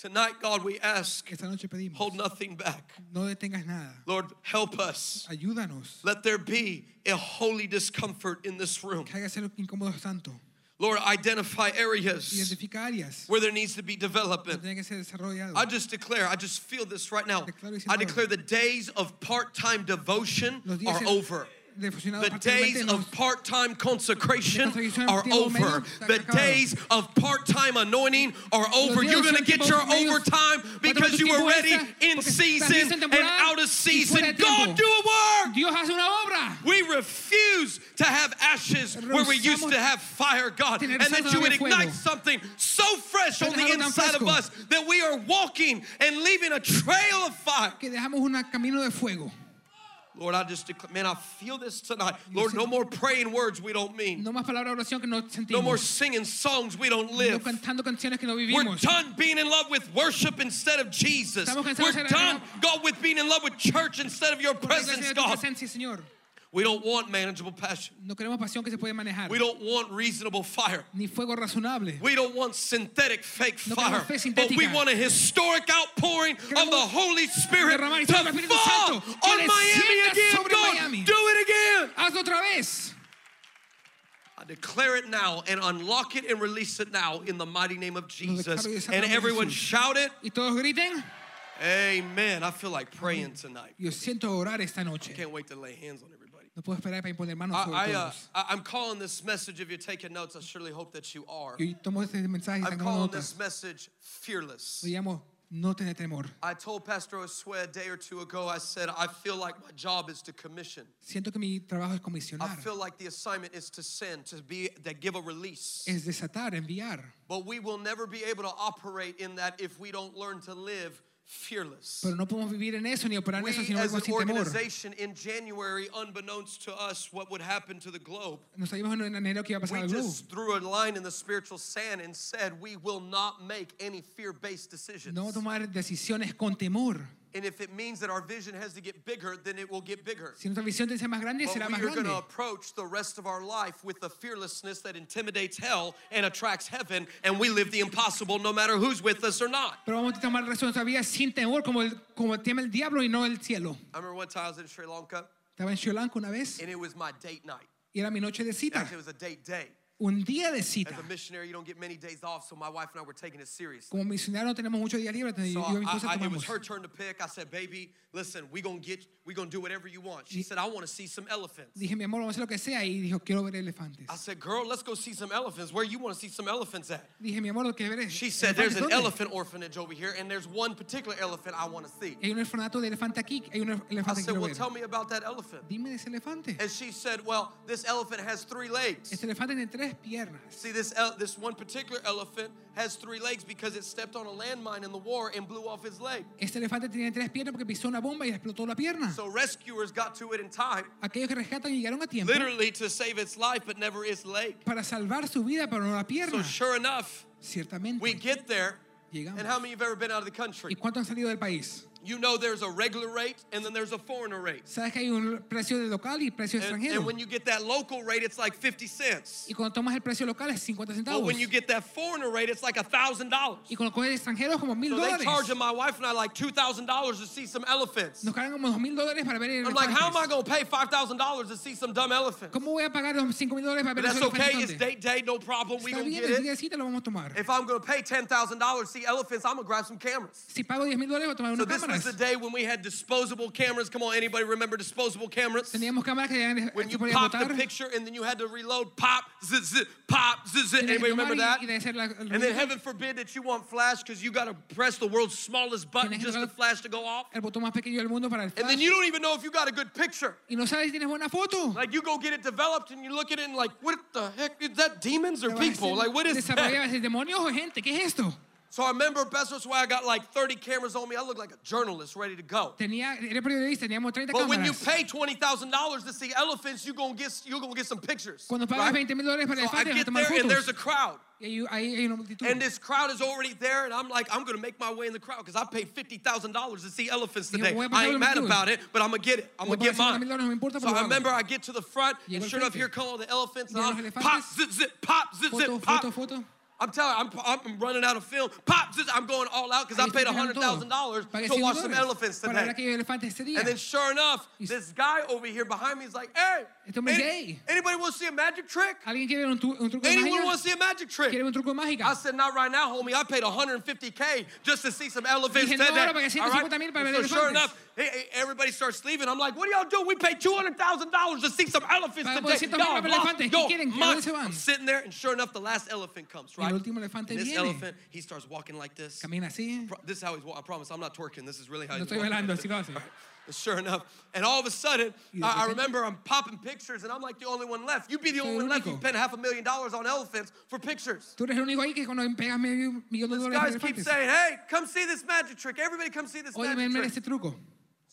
S4: Tonight, God, we ask,
S3: esta noche pedimos,
S4: hold nothing back.
S3: no detengas nada.
S4: Lord, help us.
S3: Ayúdanos.
S4: Let there be a holy discomfort in this room.
S3: Que hagas lo incómodo santo.
S4: Lord, identify areas
S3: Identifica áreas
S4: where there needs to be
S3: que
S4: development.
S3: tienen que ser desarrolladas.
S4: I just declare, I just feel this right now.
S3: Declaro y siento
S4: I
S3: ahora.
S4: declare the days of part time devotion
S3: Los días
S4: are
S3: en-
S4: over.
S3: de fusionado
S4: The days
S3: particularmente
S4: of
S3: nos-
S4: part time consecration
S3: De consagración
S4: are
S3: tiempo medio
S4: over.
S3: se han
S4: The
S3: acabado.
S4: days of part time anointing are over.
S3: días
S4: You're going to
S3: son
S4: get
S3: tiempos
S4: your
S3: medios,
S4: overtime
S3: cuando
S4: because
S3: tu
S4: you were
S3: tiempo
S4: ready
S3: extra,
S4: in
S3: porque estás
S4: season
S3: listo en
S4: and
S3: temporada
S4: out
S3: y fuera de
S4: of season.
S3: tiempo.
S4: God, do a work.
S3: Dios hace una obra.
S4: We refuse to have ashes where we used to have fire, God, and
S3: tener
S4: that
S3: saldo
S4: you would
S3: de fuego.
S4: ignite something so fresh on the
S3: Dejarlo tan
S4: inside of
S3: fresco.
S4: us that we are walking and leaving a trail of fire.
S3: Que dejamos un camino de fuego.
S4: Lord, I just declare, man, I feel this tonight. Lord, no more praying words we don't mean,
S3: No más palabras de oración que no sentimos.
S4: no more singing songs we don't
S3: no
S4: live.
S3: cantando canciones que no
S4: We're
S3: vivimos.
S4: done being in love with worship instead of Jesus.
S3: Estamos cansados
S4: We're
S3: de ser-
S4: done, God, with being in love with church instead of your
S3: Con la iglesia
S4: presence,
S3: de tu
S4: God.
S3: presencia, Señor.
S4: We don't want manageable passion.
S3: No queremos pasión que se puede manejar.
S4: We don't want reasonable fire.
S3: Ni fuego razonable.
S4: We don't want synthetic fake
S3: No
S4: fire,
S3: queremos fe
S4: but we
S3: sintética.
S4: want a historic outpouring of the
S3: Queremos
S4: Holy Spirit
S3: derramar
S4: to
S3: el
S4: fall
S3: Espíritu Santo, que
S4: on Miami
S3: descienda
S4: again.
S3: sobre
S4: God,
S3: Miami.
S4: do it again.
S3: Hazlo otra vez.
S4: I declare it now and unlock it and release it now in the mighty name of Jesus.
S3: declaro y desatamos
S4: And
S3: en
S4: everyone
S3: Jesús.
S4: shout it.
S3: Y todos griten.
S4: Amen. I feel like praying tonight.
S3: Yo siento orar esta noche.
S4: Can't wait to lay hands on everybody.
S3: No puedo esperar para imponer manos sobre
S4: I, I, uh,
S3: todos.
S4: I- I'm calling this message, if you're taking notes, I surely hope that you are.
S3: Yo tomo este mensaje y
S4: I'm
S3: sacamos
S4: calling
S3: nota.
S4: this message fearless.
S3: Lo llamo no tener temor.
S4: I told Pastor Osue a day or two ago, I said, I feel like my job is to commission.
S3: Siento que mi trabajo es
S4: I
S3: comisionar,
S4: feel like the assignment is to send, to be, to give a release.
S3: es desatar, enviar.
S4: But we will never be able to operate in that if we don't learn to live fearless.
S3: Pero no podemos vivir en eso ni operar en
S4: We,
S3: eso sino
S4: as
S3: algo
S4: an
S3: sin temor.
S4: organization, in January, unbeknownst to us, what would happen to the globe,
S3: Nos sabíamos en enero que iba a pasar
S4: we
S3: algo.
S4: just threw a line in the spiritual sand and said, We will not make any fear based decisions.
S3: No tomar decisiones con temor.
S4: And if it means that our vision has to get bigger, then it will get bigger.
S3: Si nuestra visión tiene que ser más grande, será
S4: But we
S3: más
S4: are going
S3: grande.
S4: to approach the rest of our life with the fearlessness that intimidates hell and attracts heaven, and we live the impossible no matter who's with us or not.
S3: Pero vamos a tomar el resto de nuestra vida sin temor, como el, como el tema del diablo y no el cielo.
S4: I remember one time I was in Sri Lanka,
S3: Estaba en Sri Lanka una vez
S4: and it was my date night.
S3: y era mi noche de cita.
S4: Actually, it was a date day.
S3: Un día de
S4: As
S3: cita.
S4: a missionary, you don't get many days off, so my wife and I were taking it serious.
S3: Como misionero no tenemos muchos días libres, entonces
S4: So
S3: yo y mi
S4: I,
S3: esposa
S4: I- it was
S3: tomamos.
S4: her turn to pick. I said, "Baby, listen, we gonna get, we gonna do whatever you want." She said, "I want to see some elephants."
S3: Dije, mi amor, vamos a hacer lo que sea. Y dijo, quiero ver elefantes.
S4: I said, "Girl, let's go see some elephants. Where you want to see some elephants at?"
S3: Dije, mi amor, lo que ver es.
S4: She said, "There's an
S3: ¿Elefantes dónde?"
S4: elephant orphanage over here, and there's one particular elephant I want to see."
S3: Hay un orfanato de elefante aquí. Hay un
S4: I
S3: elefante que
S4: said,
S3: quiero
S4: "Well,
S3: ver.
S4: tell me about that elephant."
S3: Dime de ese elefante.
S4: And she said, "Well, this elephant has three legs."
S3: Este elefante tiene tres piernas.
S4: See, this el- this one particular elephant has three legs because it stepped on a landmine in the war and blew off his leg.
S3: Este elefante tiene tres piernas porque pisó una bomba y explotó la pierna.
S4: So rescuers got to it in time,
S3: Aquellos que rescatan llegaron a tiempo
S4: literally to save its life, but never its leg.
S3: para salvar su vida, pero no la
S4: So
S3: pierna.
S4: sure enough, we
S3: Ciertamente.
S4: get there.
S3: Llegamos.
S4: And how many of you have ever been out of the
S3: ¿Y
S4: country?
S3: cuánto han salido del país?
S4: You know there's a regular rate and then there's a foreigner rate.
S3: Sabes que hay un precio de local y precio
S4: And, and
S3: extranjero.
S4: when you get that local rate, it's like 50 cents.
S3: Y cuando tomas el precio local es 50
S4: But
S3: centavos.
S4: when you get that foreigner rate, it's like $1,000.
S3: Y cuando coges extranjeros como mil
S4: So they 'em
S3: dólares.
S4: charging my wife and I like $2,000 to see some elephants.
S3: Nos cargan como dos mil dólares para ver el
S4: I'm like, how am I
S3: elefantes.
S4: going to pay $5,000 to see some dumb elephants?
S3: ¿Cómo voy a pagar los cinco mil dólares para
S4: But
S3: ver
S4: that's
S3: esos
S4: okay.
S3: elefantes?
S4: It's date day, no problem. we
S3: Está
S4: going to
S3: bien,
S4: get
S3: el día de
S4: it.
S3: cita lo vamos a tomar.
S4: If I'm going to pay $10,000 to see elephants, I'm going to grab some cameras.
S3: Si pago diez mil dólares voy a tomar
S4: So
S3: unas
S4: this was
S3: cámaras.
S4: the day when we had disposable cameras. Come on, anybody remember disposable cameras?
S3: Teníamos cámaras que ya
S4: When
S3: se
S4: you
S3: podían
S4: popped the
S3: botar.
S4: picture and then you had to reload, pop, zit, zit, pop, zit, zit.
S3: Tenías que
S4: Anybody remember
S3: tomar
S4: that?
S3: y- y de hacer la- el
S4: And then
S3: ruido.
S4: heaven forbid that you want flash because you got to press the world's smallest button
S3: Tienes que
S4: just for
S3: tocar-
S4: flash to go off.
S3: el botón más pequeño del mundo para el
S4: And
S3: flash.
S4: then you don't even know if you got a good picture.
S3: y no sabes si tienes buena foto.
S4: Like you go get it developed and you look at it and like, what the heck? Is that demons or
S3: Te vas a
S4: people?
S3: hacer-
S4: Like what is that?
S3: desarrollas el demonio o gente? ¿Qué es esto?
S4: So I remember Bessos why I got like 30 cameras on me. I look like a journalist ready to go.
S3: Tenía, era periodista, teníamos 30
S4: But when you
S3: cámaras.
S4: pay twenty thousand dollars to see elephants, you gonna get you gonna get some pictures.
S3: Cuando pagas 20 mil dólares para
S4: So I
S3: elefantes, vas a
S4: get
S3: tomar
S4: there and there's
S3: fotos.
S4: a crowd,
S3: Y ahí ahí hay una multitud.
S4: and this crowd is already there, and I'm like, I'm gonna make my way in the crowd because I paid fifty thousand dollars to see elephants
S3: Yo
S4: today.
S3: voy a pasar
S4: I ain't
S3: la
S4: mad
S3: multitud.
S4: about it, but I'm gonna get it. I'm
S3: Voy
S4: gonna
S3: a pagar
S4: get
S3: 50
S4: mine.
S3: mil dólares, no me importa,
S4: So
S3: pero lo
S4: I remember
S3: hago.
S4: I get to the front,
S3: Llego
S4: and
S3: al
S4: sure enough,
S3: frente.
S4: here come all the elephants, and
S3: Llegan
S4: I'm
S3: los
S4: pop,
S3: elefantes.
S4: zip, zip, pop, zip,
S3: Foto,
S4: zip, pop.
S3: foto, foto.
S4: I'm telling you, I'm, I'm running out of film. Pop, zip, I'm going all out because
S3: Ahí
S4: I
S3: está
S4: paid
S3: entregando todo.
S4: $100,000
S3: Pagué
S4: to
S3: 100
S4: watch some
S3: dólares
S4: elephants
S3: Para ver
S4: today.
S3: aquellos elefantes ese día.
S4: And then, sure enough,
S3: He's-
S4: this guy over here behind me is like, "Hey,
S3: Este hombre es
S4: any-
S3: gay.
S4: anybody want to see a magic trick?
S3: ¿Alguien quiere ver un, tu- un truco de
S4: Anyone
S3: magia?
S4: want to see a magic
S3: ¿Quiere
S4: trick?"
S3: ver un truco de
S4: I
S3: mágica?
S4: said, "Not right now, homie. I paid 150k just to see some elephants
S3: Dije,
S4: today."
S3: "No, ahora para que
S4: All
S3: 150,000 para
S4: And
S3: ver
S4: So sure
S3: elefantes.
S4: enough, hey, hey, everybody starts leaving. I'm like, "What are y'all doing? We paid 200,000 dollars to see some elephants
S3: Vamos,
S4: today.
S3: 200,000
S4: Y'all
S3: para ver
S4: lost
S3: elefantes. ¿Qué
S4: your
S3: quieren? ¿A dónde
S4: mind."
S3: se van?
S4: I'm sitting there, and sure enough, the last elephant comes. Right,
S3: último elefante
S4: And this
S3: viene.
S4: elephant, he starts walking like this.
S3: Camina así.
S4: Pro- This is how he's. wa- I promise, I'm not twerking. This is really how
S3: No
S4: he's.
S3: estoy
S4: walking.
S3: bailando, así lo hace.
S4: And sure enough, and all of a sudden,
S3: de
S4: I, I
S3: repente-
S4: remember I'm popping pictures, and I'm like the only one left. You'd be the
S3: Soy
S4: only
S3: el
S4: one left.
S3: único.
S4: You spent half a million dollars on elephants for pictures.
S3: Tú eres el único ahí que cuando pegas medio millón de dólares a
S4: Guys keep
S3: elefantes.
S4: saying, "Hey, come see this magic trick! Everybody, come see this
S3: Oye, ven,
S4: magic
S3: ven
S4: trick!"
S3: este truco.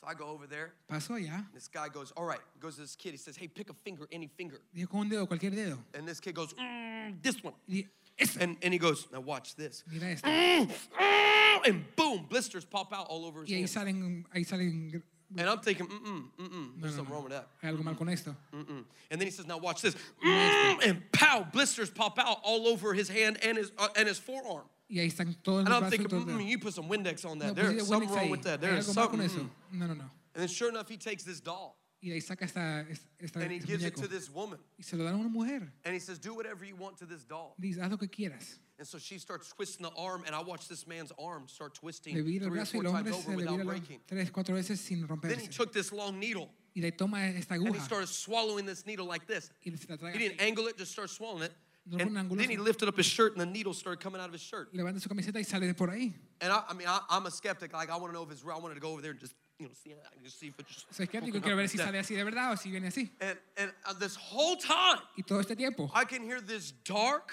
S4: So I go over there.
S3: Pasó ya.
S4: This guy goes, "All right." Goes to this kid. He says, "Hey, pick a finger, any finger."
S3: Dijo con un dedo, cualquier dedo.
S4: And this kid goes, mm, "This one."
S3: Y es-
S4: And and he goes, "Now watch this." Mm,
S3: mira este. esto.
S4: And boom, blisters pop out all over his
S3: Y ahí
S4: hand.
S3: salen, ahí salen.
S4: And I'm thinking, mm mm mm mm. There's something wrong with that.
S3: Hay algo mal con esto.
S4: Mm. And then he says, "Now watch this." Mm, and pow, blisters pop out all over his hand and his uh, and his forearm.
S3: Y ahí están todos
S4: And
S3: los
S4: I'm
S3: brazos.
S4: thinking,
S3: todos los
S4: mm,
S3: dedos.
S4: you put some Windex on that.
S3: No, pues
S4: There's
S3: pusiste
S4: something
S3: Windex
S4: wrong
S3: ahí.
S4: with that.
S3: Hay
S4: There's
S3: algo mal
S4: something.
S3: con
S4: mm.
S3: eso. No, no, no.
S4: And then sure enough, he takes this doll
S3: Y de ahí saca esta, esta, esta
S4: and he
S3: ese
S4: gives it
S3: muñeco.
S4: to this woman.
S3: y se lo dan a una mujer.
S4: And he says, "Do whatever you want to this doll."
S3: Dice, haz lo que quieras.
S4: And so she starts twisting the arm, and I watch this man's arm start twisting
S3: Le vira el
S4: three or
S3: brazo y
S4: four
S3: el
S4: times
S3: hombre se
S4: over
S3: le vira
S4: without
S3: la-
S4: breaking.
S3: tres, cuatro veces sin
S4: Then he
S3: romperse.
S4: took this long needle
S3: Y le toma esta
S4: and he
S3: aguja
S4: started swallowing this needle like this.
S3: y se la traga.
S4: He didn't
S3: así.
S4: angle it, just started swallowing it.
S3: de algún
S4: And
S3: ángulo.
S4: then he lifted up his shirt and the needles started coming out of his shirt.
S3: Levanta su camiseta y sale de por ahí.
S4: And I, I mean, I, I'm a skeptic. Like, I want to know if it's real. I wanted to go over there and just, you know, see, I can just see if it's just.
S3: Soy escéptico y quiero ver si sale así de verdad o si viene así.
S4: And, and uh, this whole time,
S3: Y todo este tiempo
S4: I can hear this dark,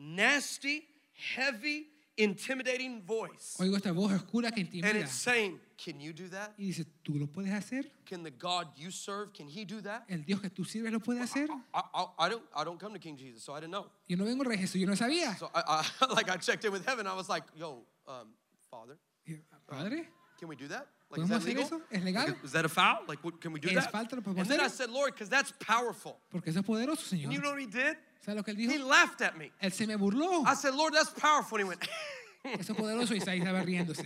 S4: nasty, heavy, intimidating voice.
S3: oigo esta voz oscura que
S4: And
S3: intimida
S4: it's saying, Can you do that?
S3: y dice, ¿tú lo puedes hacer?
S4: Can the God you serve, can he do that?
S3: ¿El Dios que tú sirves lo puede hacer?
S4: I, I, I don't I don't come to King Jesus, so I didn't know.
S3: Yo no vengo al Rey Jesús, yo no sabía.
S4: So I, I like I checked in with heaven. I was like, Yo, um, Father,
S3: Y, "Ah, Padre,
S4: can we do that? Like,
S3: ¿Podemos
S4: is that
S3: hacer
S4: legal?
S3: eso? ¿Es legal?
S4: Like, is that a foul? Like, what, can we do
S3: ¿Es
S4: that?
S3: falta? ¿Lo podemos
S4: And then I
S3: hacer?
S4: said, Lord, because that's powerful.
S3: porque eso es poderoso,
S4: And you
S3: Señor.
S4: know what he did?
S3: ¿Sabes lo que él
S4: He
S3: dijo?
S4: laughed at me.
S3: Él se me burló.
S4: I said, Lord, that's powerful. And he went,
S3: Eso es poderoso y ahí estaba riéndose.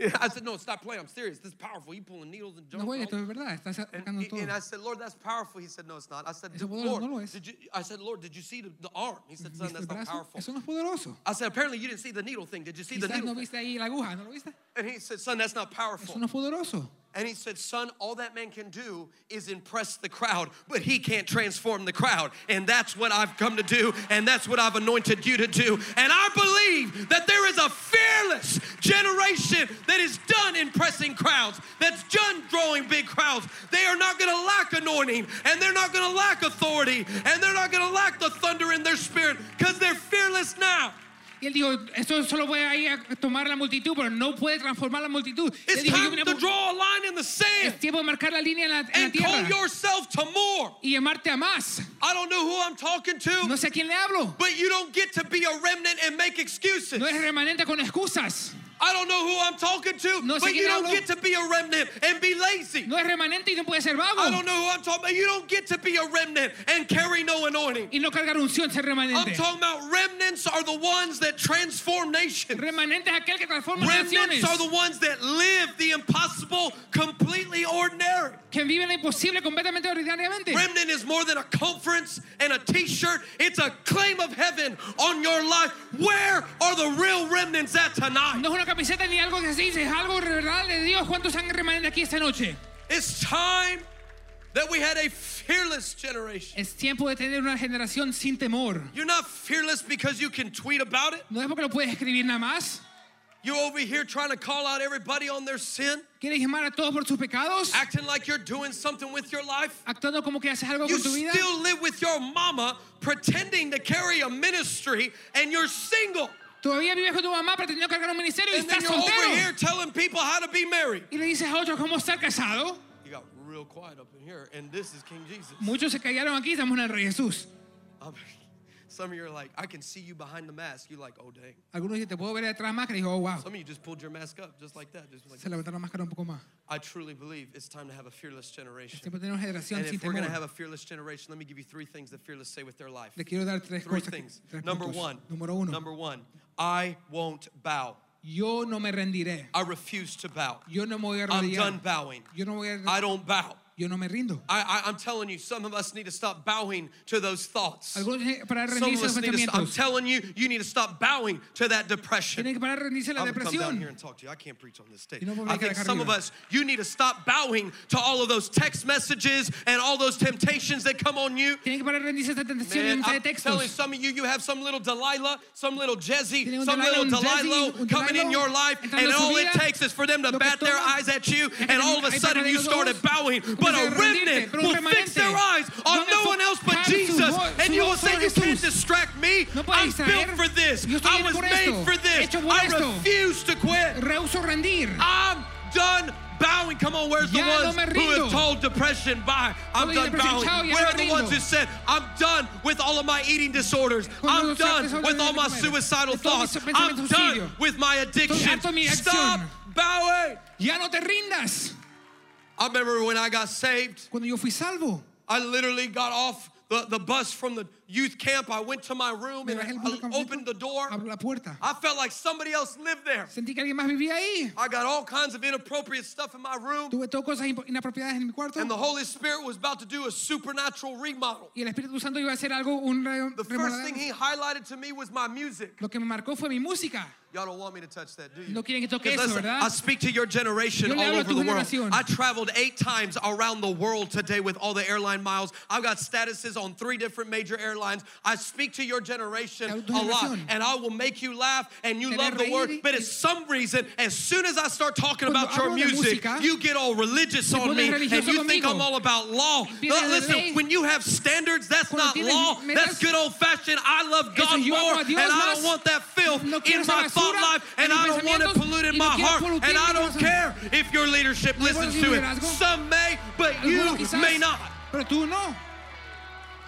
S4: Yeah, I said, no, stop playing. I'm serious. This is powerful. You pulling needles and
S3: No,
S4: junk.
S3: güey,
S4: all-
S3: esto es verdad, estás
S4: And,
S3: atacando
S4: he-
S3: todo.
S4: and I said, Lord, that's powerful. He said, no, it's not. I said,
S3: Eso poderoso
S4: Lord,
S3: no lo es.
S4: did you, I said, Lord, did you see the, the arm? He said, son,
S3: ¿Viste el
S4: that's not
S3: brazo?
S4: powerful. Ah,
S3: Eso no es poderoso.
S4: I said, apparently you didn't see the needle thing. Did you see the
S3: Quizás
S4: needle
S3: no
S4: thing?
S3: viste ahí la aguja, ¿no lo viste?
S4: And he said, son, that's not
S3: Eso
S4: powerful.
S3: no es poderoso.
S4: And he said, son, all that man can do is impress the crowd, but he can't transform the crowd. And that's what I've come to do, and that's what I've anointed you to do. And I believe that there is a fearless generation that is done impressing crowds, that's done drawing big crowds. They are not going to lack anointing, and they're not going to lack authority, and they're not going to lack the thunder in their spirit because they're fearless now.
S3: Y él dijo, eso solo puede ahí a tomar la multitud, pero no puede transformar la multitud. Él
S4: It's
S3: dijo, yo
S4: time
S3: vine a
S4: to
S3: bu-
S4: draw a line in the
S3: es
S4: sand
S3: tiempo de marcar la línea en la, en la
S4: and call
S3: tierra
S4: yourself to more.
S3: y llamarte a más.
S4: I don't know who I'm talking to.
S3: No sé a quién le hablo.
S4: But you don't get to be a remnant and make excuses.
S3: No eres remanente con excusas.
S4: I don't know who I'm talking to,
S3: No sé
S4: but you
S3: quién
S4: don't
S3: hablo.
S4: get to be a remnant and be lazy.
S3: No es remanente y no puede ser
S4: I
S3: vago.
S4: don't know who I'm talking about. You don't get to be a remnant and carry no anointing.
S3: Y no cargar unción, ser
S4: I'm
S3: remanente.
S4: talking about remnants are the ones that transform nations.
S3: Remanente es aquel que transforma naciones.
S4: Remnants are the ones that live the impossible completely ordinary.
S3: Que vive lo imposible completamente ordinariamente.
S4: Remnant is more than a conference and a t shirt, it's a claim of heaven on your life. Where are the real remnants at tonight?
S3: No es una camiseta ni algo que se dice, es algo de verdad de Dios. ¿Cuántos han remanente aquí esta noche?
S4: It's time that we had a fearless generation.
S3: Es tiempo de tener una generación sin temor.
S4: You're not fearless because you can tweet about it.
S3: No es porque lo puedes escribir nada más.
S4: You're over here trying to call out everybody on their sin,
S3: ¿Quieres llamar a todos por sus pecados?
S4: acting like you're doing something with your life.
S3: Actuando como que haces algo
S4: You
S3: con tu vida.
S4: still live with your mama pretending to carry a ministry and you're single.
S3: Todavía vives con tu mamá pretendiendo cargar un ministerio y
S4: And then
S3: estás
S4: you're over here
S3: soltero.
S4: telling people how to be married.
S3: Y le dices a otros cómo estar casado.
S4: You got real quiet up in here, and this is King Jesus.
S3: Muchos se callaron aquí, estamos en el Rey Jesús.
S4: I'm- Some of you are like, I can see you behind the mask. You're like, oh dang.
S3: Algunos dicen, te puedo ver detrás más, que dijo, oh, wow.
S4: Some of you just pulled your mask up just like that. Just like
S3: Se levantaron la máscara un poco más.
S4: I truly believe it's time to have a fearless generation.
S3: Siempre tenemos generación
S4: And
S3: sin
S4: if we're going to have
S3: temor.
S4: a fearless generation, let me give you three things that fearless say with their life.
S3: Le quiero dar tres
S4: Three
S3: cosas. que-
S4: things.
S3: tres
S4: Number
S3: puntos.
S4: one.
S3: Número uno.
S4: Number one. I won't bow.
S3: Yo no me rendiré.
S4: I refuse to bow.
S3: Yo no me voy a
S4: I'm done
S3: arrodillar.
S4: bowing.
S3: Yo no voy
S4: I
S3: a.
S4: don't bow.
S3: Yo no me rindo.
S4: I, I, I'm telling you, some of us need to stop bowing to those thoughts.
S3: Algunos tienen- para
S4: Some of
S3: rendirse a los
S4: us need to. St- I'm
S3: pensamientos.
S4: telling you, you need to stop bowing to that depression.
S3: Tienen que parar de rendirse a la
S4: I'm gonna come down here
S3: depresión.
S4: and talk to you. I can't preach on this stage.
S3: Y no puedo
S4: I
S3: predicar
S4: think
S3: acá
S4: some of
S3: arriba.
S4: us, you need to stop bowing to all of those text messages and all those temptations that come on you.
S3: Tienen que parar de rendirse a esta tentación y
S4: Man,
S3: mensaje
S4: I'm
S3: de
S4: telling
S3: textos.
S4: some of you, you have some little Delilah, some little
S3: Tiene
S4: Jezzy,
S3: un
S4: some
S3: Delilah,
S4: little
S3: un
S4: Delilah
S3: Jezzy, un
S4: coming in
S3: Delilah
S4: your life,
S3: entrando
S4: and
S3: en su
S4: all it
S3: vida.
S4: takes is for them to
S3: Lo que
S4: bat their
S3: toma
S4: eyes at you,
S3: es que
S4: and all of a
S3: ahí está
S4: sudden you
S3: cayendo dos.
S4: started bowing.
S3: Empiezan
S4: But
S3: a
S4: a
S3: rendirte,
S4: remnant
S3: pero un
S4: will fix
S3: remanente.
S4: their eyes on
S3: Van a
S4: no one else but
S3: enfocar su
S4: Jesus,
S3: voz-
S4: and
S3: su
S4: you will
S3: voz
S4: say,
S3: sobre
S4: You can't
S3: Jesús.
S4: distract me.
S3: No puedes
S4: I'm built
S3: distraer.
S4: for this.
S3: Yo estoy
S4: I
S3: hecho
S4: was
S3: por
S4: made
S3: esto.
S4: for this.
S3: Hecho por
S4: I
S3: esto."
S4: refuse to quit.
S3: Rehuso rendir.
S4: I'm done bowing. Come on, where's the
S3: Ya no
S4: ones
S3: me
S4: who have
S3: rindo.
S4: told depression bye? I'm
S3: Oye,
S4: done
S3: depresión,
S4: bowing.
S3: chao, ya
S4: Where
S3: no
S4: are the
S3: rindo.
S4: ones who said, I'm done with all of my eating disorders.
S3: Con
S4: I'm
S3: los
S4: done
S3: desórdenes
S4: with all
S3: de
S4: my
S3: comer.
S4: suicidal
S3: De todos mis
S4: thoughts. I'm
S3: pensamientos
S4: done
S3: suicidio.
S4: with my addiction.
S3: harto de mi
S4: Stop
S3: adicción.
S4: bowing.
S3: Ya no te rindas.
S4: I remember when I got saved,
S3: Cuando yo fui salvo,
S4: I literally got off the, the bus from the youth camp. I went to my room
S3: me
S4: and
S3: bajé el
S4: I
S3: campamento,
S4: opened the door.
S3: abro la puerta.
S4: I felt like somebody else lived there.
S3: Sentí que alguien más vivía ahí.
S4: I got all kinds of inappropriate stuff in my room.
S3: Tuve todas cosas impo- inapropiadas en mi cuarto.
S4: And the Holy Spirit was about to do a supernatural remodel.
S3: Y el Espíritu Santo iba a hacer algo, un re-
S4: The first
S3: remodelar.
S4: thing he highlighted to me was my music.
S3: Lo que me marcó fue mi música.
S4: Y'all don't want me to touch that, do you?
S3: No quieren que toque
S4: 'Cause
S3: eso,
S4: listen,
S3: ¿verdad?
S4: I speak to your generation
S3: Yo le
S4: all
S3: hablo a
S4: over
S3: tu
S4: the world.
S3: generación.
S4: I traveled eight times around the world today with all the airline miles. I've got statuses on three different major airlines. I speak to your generation
S3: A tu
S4: a lot,
S3: generación.
S4: and I will make you laugh and you
S3: Te
S4: love the
S3: haré
S4: word.
S3: reír y-
S4: But at some reason, as soon as I start talking
S3: Cuando
S4: about your
S3: hablo de
S4: music,
S3: música,
S4: you get all religious
S3: te
S4: on
S3: pones
S4: me, and
S3: religioso
S4: you think
S3: conmigo.
S4: I'm all about law.
S3: Empiezas
S4: No,
S3: a
S4: listen,
S3: ley.
S4: when you have standards, that's
S3: Cuando
S4: not
S3: tienes
S4: law.
S3: metas-
S4: That's good old fashioned. I love
S3: Eso
S4: God
S3: yo
S4: more,
S3: amo a
S4: and
S3: Dios
S4: I don't
S3: más.
S4: want that filth
S3: No quiero
S4: in
S3: esa
S4: my thought
S3: basura
S4: life,
S3: en
S4: and
S3: mis
S4: I don't want it
S3: pensamientos,
S4: polluted
S3: y
S4: my
S3: no quiero
S4: heart,
S3: polutir
S4: and
S3: mi
S4: I don't
S3: corazón.
S4: care if your leadership
S3: igual
S4: listens
S3: si
S4: to it.
S3: liderazgo,
S4: Some may, but
S3: Algunos
S4: you
S3: quizás,
S4: may not.
S3: Pero tú no.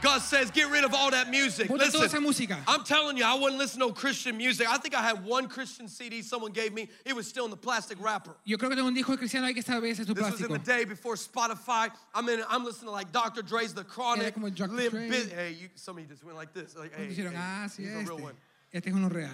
S4: God says, get rid of all that music.
S3: Bota toda esa
S4: Listen,
S3: música.
S4: I'm telling you, I wouldn't listen to no Christian music. I think I had one Christian CD someone gave me. It was still in the plastic wrapper.
S3: Yo creo que tengo un disco de cristiano hay que saber ese es tu
S4: This was in
S3: plástico.
S4: the day before Spotify. I'm in. I'm listening to like Dr. Dre's The Chronic.
S3: como Dr.
S4: Limp
S3: Dre.
S4: Biz- hey, you, some of you just went like this. Like, hey,
S3: Dijeron,
S4: hey,
S3: ah, sí,
S4: he's a
S3: este.
S4: real one.
S3: Este es uno real.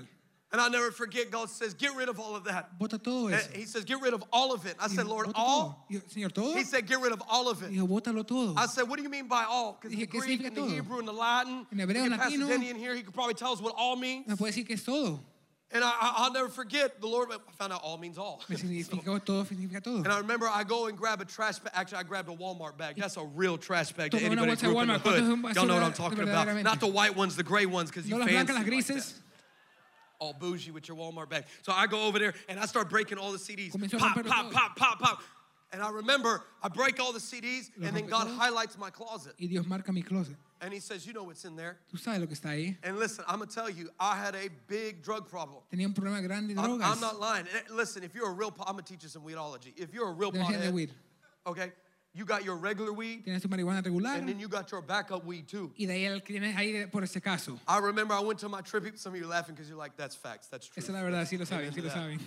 S4: And I'll never forget. God says, get rid of all of that.
S3: Bota todo
S4: And
S3: eso.
S4: Eh, he says, get rid of all of it. I
S3: Y
S4: said, Lord,
S3: bota
S4: all.
S3: todo. Y yo, Señor, todo.
S4: He said, get rid of all of it.
S3: Dijo, bótalo todo.
S4: I said, what do you mean by all? Because the
S3: Dije, ¿qué
S4: Greek
S3: significa
S4: and the
S3: todo?
S4: Hebrew and the Latin.
S3: En hebreo,
S4: and Pastor
S3: latino.
S4: Denny in here, he could probably tell us what all means.
S3: Me puede decir que es todo.
S4: And I, I, I'll never forget, the Lord I found out all means all.
S3: Me significó todo, Pues, significa todo.
S4: And I remember I go and grab a trash bag. Actually, I grabbed a Walmart bag. That's a real trash bag to
S3: Toma una
S4: anybody
S3: bolsa de
S4: who grew up in the
S3: Walmart. ¿Cuántos son
S4: hood. Y'all know what I'm
S3: basura
S4: talking about.
S3: verdaderamente?
S4: Not the white ones, the gray ones, because you
S3: No las
S4: fancy
S3: blancas, las
S4: like that.
S3: grises.
S4: all bougie with your Walmart bag. So I go over there and I start breaking all the CDs.
S3: Comenzó a
S4: Pop,
S3: romperlo
S4: pop,
S3: todo.
S4: pop, pop, pop. And I remember I break all the CDs,
S3: Lo
S4: and then
S3: rompe
S4: God
S3: todo.
S4: highlights my closet.
S3: Y Dios marca mi closet.
S4: And He says, You know what's in there.
S3: Tú sabes lo que está ahí.
S4: And listen, I'm going to tell you, I had a big drug problem.
S3: Tenía un problema grande de
S4: I'm,
S3: drogas.
S4: I'm not lying. Eh, Listen, if you're a real, I'm gonna teach you some weedology. If you're a real
S3: Deberían de
S4: pothead,
S3: huir.
S4: okay, you got your regular weed,
S3: Tienes tu marihuana regular.
S4: and then you got your backup weed too.
S3: Y de ahí el que tienes ahí de- por ese caso.
S4: I remember I went to my trip. Some of you laughing because you're like, "That's facts. That's true."
S3: Esa es la verdad, sí lo saben, sí lo saben.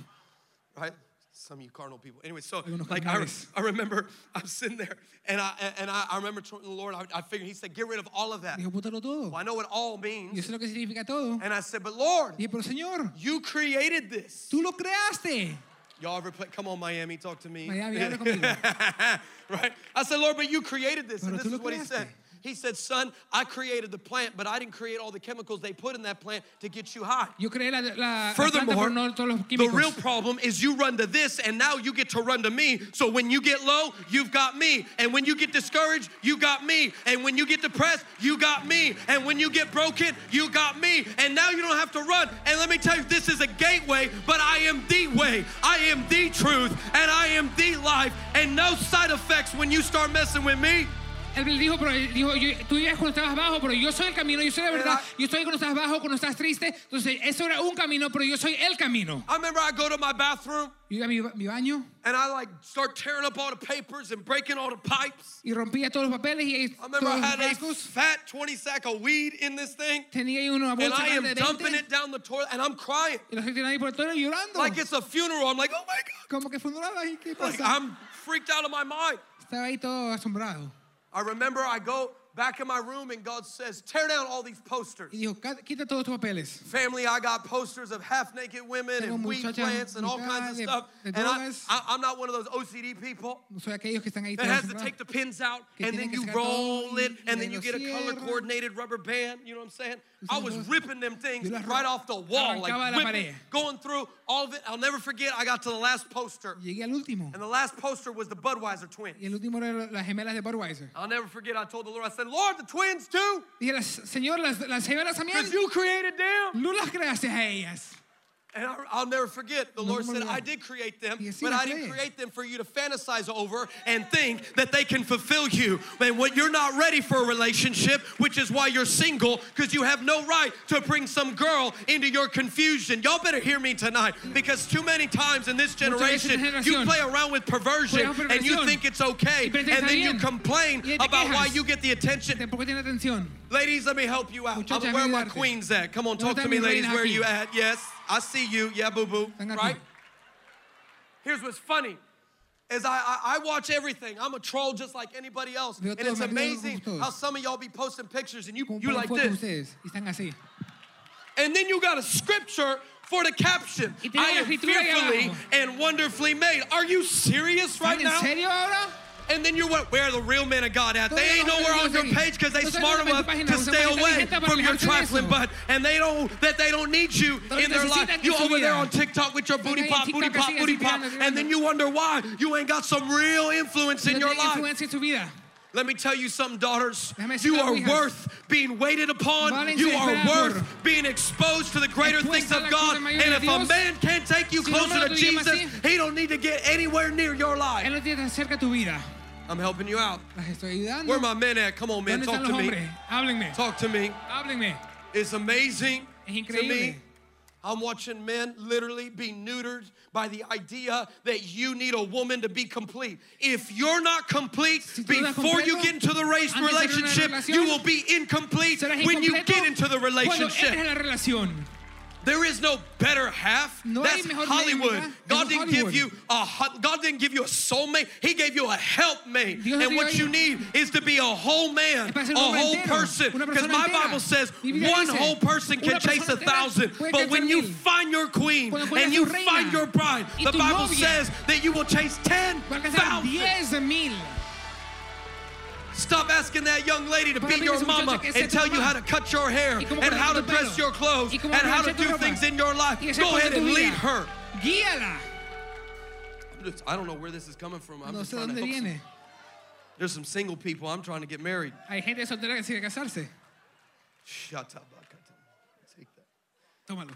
S4: right? Some of you carnal people. Anyway, so
S3: Algunos
S4: like I, re-
S3: carnales.
S4: I remember I'm sitting there, and I and I, I remember talking to the Lord. I, I figured He said, "Get rid of all of that."
S3: Dijo, bótalo todo.
S4: Well, I know what all
S3: Yo
S4: means,
S3: sé lo que significa todo.
S4: and I said, "But Lord,
S3: Dije, pero Señor,
S4: you created this."
S3: tú lo creaste.
S4: Y'all ever play? Come on, Miami, talk to me.
S3: Miami, habla conmigo.
S4: right? I said, Lord, but you created this.
S3: Pero
S4: And
S3: tú
S4: this is
S3: lo
S4: what he
S3: creaste.
S4: said. He said, Son, I created the plant, but I didn't create all the chemicals they put in that plant to get you high.
S3: Yo creé la, la, la planta
S4: Furthermore,
S3: por no todos los
S4: the real
S3: químicos.
S4: problem is you run to this, and now you get to run to me. So when you get low, you've got me. And when you get discouraged, you got me. And when you get depressed, you got me. And when you get broken, you got me. And now you don't have to run. And let me tell you, this is a gateway, but I am the way, I am the truth, and I am the life. And no side effects when you start messing with me.
S3: Él dijo, pero él dijo yo- tú ibas cuando estabas bajo, pero yo soy el camino, yo soy la verdad.
S4: Era-
S3: Yo estoy cuando estás bajo, cuando estás triste. Entonces, eso era un camino, pero yo soy el camino.
S4: I remember I go to my bathroom
S3: Yo iba a mi, ba- mi baño
S4: and I like start tearing up all the papers and breaking all the pipes.
S3: y rompía todos los papeles y ahí
S4: I remember I
S3: todos los
S4: had a
S3: frascos.
S4: fat 20 sack of weed in this thing,
S3: Tenía ahí una
S4: and
S3: bolsa
S4: I am
S3: grande de
S4: dumping
S3: 20
S4: it down the toilet, and I'm crying
S3: y los que tenían ahí por todo llorando.
S4: like it's a funeral. I'm like, oh my
S3: Como que fundaba y qué
S4: god, like
S3: pasa.
S4: I'm freaked out of my mind.
S3: Estaba ahí todo asombrado.
S4: I remember I go back in my room, and God says, tear down all these posters.
S3: Y dijo, "Ca- quita todos tus papeles.
S4: Family, I got posters of half-naked women
S3: Tengo
S4: and weed
S3: muchachas
S4: plants and all
S3: mitad
S4: kinds of
S3: de-
S4: stuff.
S3: de
S4: And I,
S3: drogas.
S4: I, I'm not one of those OCD people.
S3: No soy aquellos que están ahí
S4: that
S3: todos
S4: has to
S3: asombrados.
S4: take the pins out
S3: Que
S4: and
S3: tiene
S4: then
S3: que
S4: you
S3: sacar todo
S4: roll
S3: y-
S4: it
S3: y
S4: and
S3: ahí
S4: then you
S3: lo
S4: get a color
S3: cierra.
S4: coordinated rubber band. You know what I'm saying?
S3: Yo
S4: I
S3: soy
S4: was
S3: dos.
S4: ripping them things
S3: Yo las
S4: right
S3: arran-
S4: off the wall,
S3: arrancaba
S4: like
S3: la
S4: whipping,
S3: pared.
S4: going through all of it. I'll never forget. I got to the last poster,
S3: Llegué al último.
S4: and the last poster was the Budweiser twin.
S3: Y el último era las gemelas de Budweiser.
S4: I'll never forget. I told the Lord, I said, Lord, the twins too,
S3: Dije, "Las- señor, las, las gemelas también.
S4: because you created them.
S3: Tú las creaste a ellas.
S4: And I, I'll never forget. The
S3: No
S4: Lord
S3: me
S4: said,
S3: olvidar.
S4: I did create them,
S3: Y así
S4: but
S3: las
S4: I didn't
S3: creé.
S4: create them for you to fantasize over and think that they can fulfill you. And what you're not ready for a relationship, which is why you're single, because you have no right to bring some girl into your confusion. Y'all better hear me tonight, because too many times in this
S3: veces en
S4: generation,
S3: esta
S4: you
S3: generación.
S4: play around with perversion
S3: Juegas con
S4: and you
S3: perversión.
S4: think it's okay,
S3: Y piensas
S4: and
S3: que está
S4: then you
S3: bien.
S4: complain
S3: Y te
S4: about why
S3: quejas.
S4: you get the attention.
S3: Tampoco tiene atención.
S4: Ladies, let me help you out.
S3: Muchachas,
S4: I'm, where are my
S3: ayúdate.
S4: queens at? Come on,
S3: ¿Dónde
S4: talk to
S3: están
S4: me,
S3: mis
S4: ladies.
S3: reinas
S4: Where are
S3: aquí?
S4: you at? Yes, I see you. Yeah, boo boo.
S3: Están aquí.
S4: Right? Here's what's funny. Is I, I I watch everything. I'm a troll just like anybody else,
S3: Veo
S4: and
S3: todo,
S4: it's
S3: me río de
S4: amazing
S3: todos.
S4: how some of y'all be posting pictures and you
S3: Como
S4: you
S3: ponen
S4: like
S3: fotos
S4: this,
S3: ustedes. Y están así.
S4: and then you got a scripture for the caption.
S3: Y tiene la
S4: I am
S3: escritura ahí
S4: fearfully
S3: abajo.
S4: and wonderfully made. Are you serious right
S3: ¿Están ¿En
S4: now?
S3: serio ahora?
S4: And then you're what? Where are the real men of God at? They ain't
S3: Todos los
S4: nowhere on
S3: hombres
S4: your
S3: de-
S4: page because they
S3: todos los
S4: smart
S3: hombres
S4: enough
S3: de
S4: to
S3: tu página usan
S4: stay
S3: buena
S4: away
S3: tarjeta para
S4: from your
S3: alejarse de
S4: trifling
S3: eso.
S4: butt. And they don't that they don't need you
S3: No
S4: in their
S3: necesitan
S4: life.
S3: en
S4: You
S3: su
S4: over there
S3: vida.
S4: on TikTok with your
S3: Están
S4: booty
S3: ahí en
S4: pop, booty
S3: TikTok
S4: pop,
S3: así,
S4: booty
S3: así,
S4: pop.
S3: mirando,
S4: And then you wonder why you ain't got some real influence in
S3: no
S4: your
S3: tiene
S4: life.
S3: influencia en su vida.
S4: Let me tell you something, daughters.
S3: Déjame decirte
S4: You
S3: algo,
S4: are
S3: hijas.
S4: worth being waited upon.
S3: Válense
S4: You
S3: por
S4: are
S3: amor.
S4: worth being exposed to the greater
S3: Expuesta
S4: things
S3: a
S4: of
S3: las
S4: God.
S3: cosas mayores
S4: And
S3: de
S4: if a
S3: Dios.
S4: man can't take you
S3: Si no
S4: closer
S3: lo
S4: to
S3: tuvimos
S4: Jesus,
S3: así.
S4: he don't need to get anywhere near your
S3: Él
S4: life.
S3: no tiene tan cerca tu vida.
S4: I'm helping you out.
S3: Las estoy ayudando.
S4: Where my men at? Come on, man,
S3: ¿Dónde
S4: talk
S3: están
S4: to
S3: los
S4: me.
S3: hombres? Háblenme.
S4: Talk to me.
S3: Háblenme.
S4: It's amazing
S3: Es
S4: to me.
S3: increíble.
S4: I'm watching men literally be neutered by the idea that you need a woman to be complete. If you're not complete
S3: tú no eres
S4: before you
S3: completo,
S4: get into the
S3: antes
S4: race
S3: de tener una
S4: relationship,
S3: relación,
S4: you will be incomplete
S3: Serás
S4: when you
S3: incompleto
S4: get into the
S3: Cuando entres a
S4: relationship.
S3: la relación.
S4: There is no better half.
S3: No hay
S4: That's
S3: mejor
S4: Hollywood.
S3: media, mejor
S4: God didn't give
S3: Hollywood.
S4: you a hu- God didn't give you a soulmate. He gave you a helpmate.
S3: Dios
S4: and
S3: te
S4: what
S3: dio-
S4: you need is to be a whole
S3: Es
S4: man, a
S3: para ser un hombre
S4: whole
S3: entero,
S4: person.
S3: una
S4: Because
S3: persona
S4: my
S3: entera.
S4: Bible says
S3: Mi Biblia
S4: one
S3: dice,
S4: whole person can
S3: una persona
S4: chase a
S3: entera
S4: thousand.
S3: puede
S4: But when
S3: alcanzar
S4: you
S3: mil.
S4: find your queen
S3: Cuando encuentras
S4: and you
S3: tu reina
S4: find your bride,
S3: y
S4: the
S3: tu
S4: Bible
S3: novia,
S4: says that you will chase ten
S3: Va a alcanzar
S4: thousand.
S3: 10 de mil.
S4: Stop asking that young lady to
S3: Por
S4: be
S3: eso
S4: your
S3: esa muchacha
S4: mama
S3: que sea
S4: and
S3: tu
S4: tell you
S3: mamá.
S4: how to cut your hair
S3: Y cómo
S4: and how to
S3: cortarte tu
S4: dress
S3: pelo.
S4: your clothes
S3: Y
S4: and
S3: cómo
S4: how to
S3: planchar tu
S4: do
S3: ropa.
S4: things in your life.
S3: Y esa
S4: Go
S3: es
S4: ahead
S3: tu
S4: and
S3: vida.
S4: lead her.
S3: Guíala.
S4: Just- I don't know where this is coming from. I'm
S3: No
S4: just
S3: sé
S4: trying to
S3: dónde
S4: help some-
S3: viene.
S4: There's some single people. I'm trying to get married.
S3: Hay gente soltera que decide casarse.
S4: Shut up. I got to Take that.
S3: Tómalo.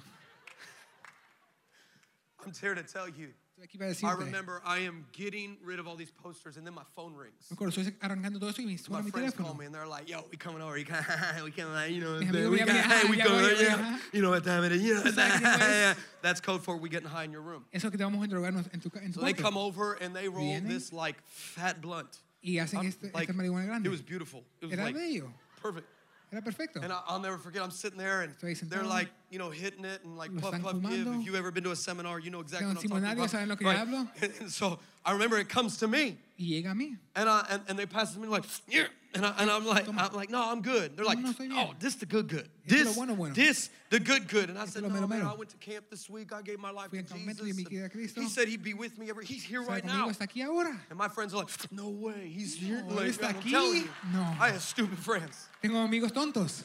S4: I'm here to tell you.
S3: Estoy aquí para
S4: I
S3: decirte. Me
S4: remember I am getting rid of all these posters, and then my phone rings.
S3: acuerdo, estoy arrancando todo eso y me suena
S4: My
S3: mi
S4: friends call
S3: teléfono.
S4: me and they're like, "Yo, we coming over? You can, we can, uh, you know,
S3: Mis
S4: we
S3: amigos me
S4: got,
S3: llaman,
S4: hey,
S3: "Ajá,
S4: we
S3: ya
S4: go,
S3: voy, ya voy,
S4: yeah,
S3: ajá."
S4: you know what time it is. You know,
S3: Tú sabes que no es.
S4: that's code for we getting high in your room."
S3: Eso que te vamos a drogarnos en tu, ca- en tu
S4: So they
S3: cuarto.
S4: come over and they roll
S3: Vienen.
S4: this like fat blunt.
S3: y hacen
S4: I'm-
S3: este,
S4: like,
S3: esta marihuana grande.
S4: it was beautiful. It was
S3: Era
S4: like
S3: bello.
S4: perfect.
S3: Era perfecto.
S4: And I, I'll never forget. I'm sitting there and
S3: Estoy
S4: they're
S3: sentado.
S4: like, you know, hitting it and like
S3: Lo
S4: puff
S3: están
S4: puff give.
S3: fumando.
S4: If you've ever been to a seminar, you know exactly
S3: Quedan
S4: what I'm
S3: sin
S4: talking
S3: nadie,
S4: about.
S3: saben lo que yo hablo.
S4: And so I remember it comes to me.
S3: y llega a mí.
S4: And, I, and, and they pass it to me like, yeah. and, I, and I'm like,
S3: Toma.
S4: I'm like, no, I'm good. They're like,
S3: no, estoy bien.
S4: oh, this the good good.
S3: Esto es lo
S4: This,
S3: bueno, bueno."
S4: this the good good. And I said,
S3: lo
S4: no,
S3: mero,
S4: man,
S3: mero."
S4: I went to camp this week. I gave my life
S3: Fui
S4: to
S3: al campamento y
S4: Jesus.
S3: me quedé a
S4: And
S3: Cristo.
S4: He said he'd be with me every. He's here
S3: Está
S4: right
S3: conmigo,
S4: now.
S3: está aquí ahora.
S4: And my friends are like, no way, he's here.
S3: No,
S4: like,
S3: él está
S4: I'm
S3: aquí.
S4: telling you,
S3: No.
S4: I have stupid friends.
S3: Tengo amigos tontos.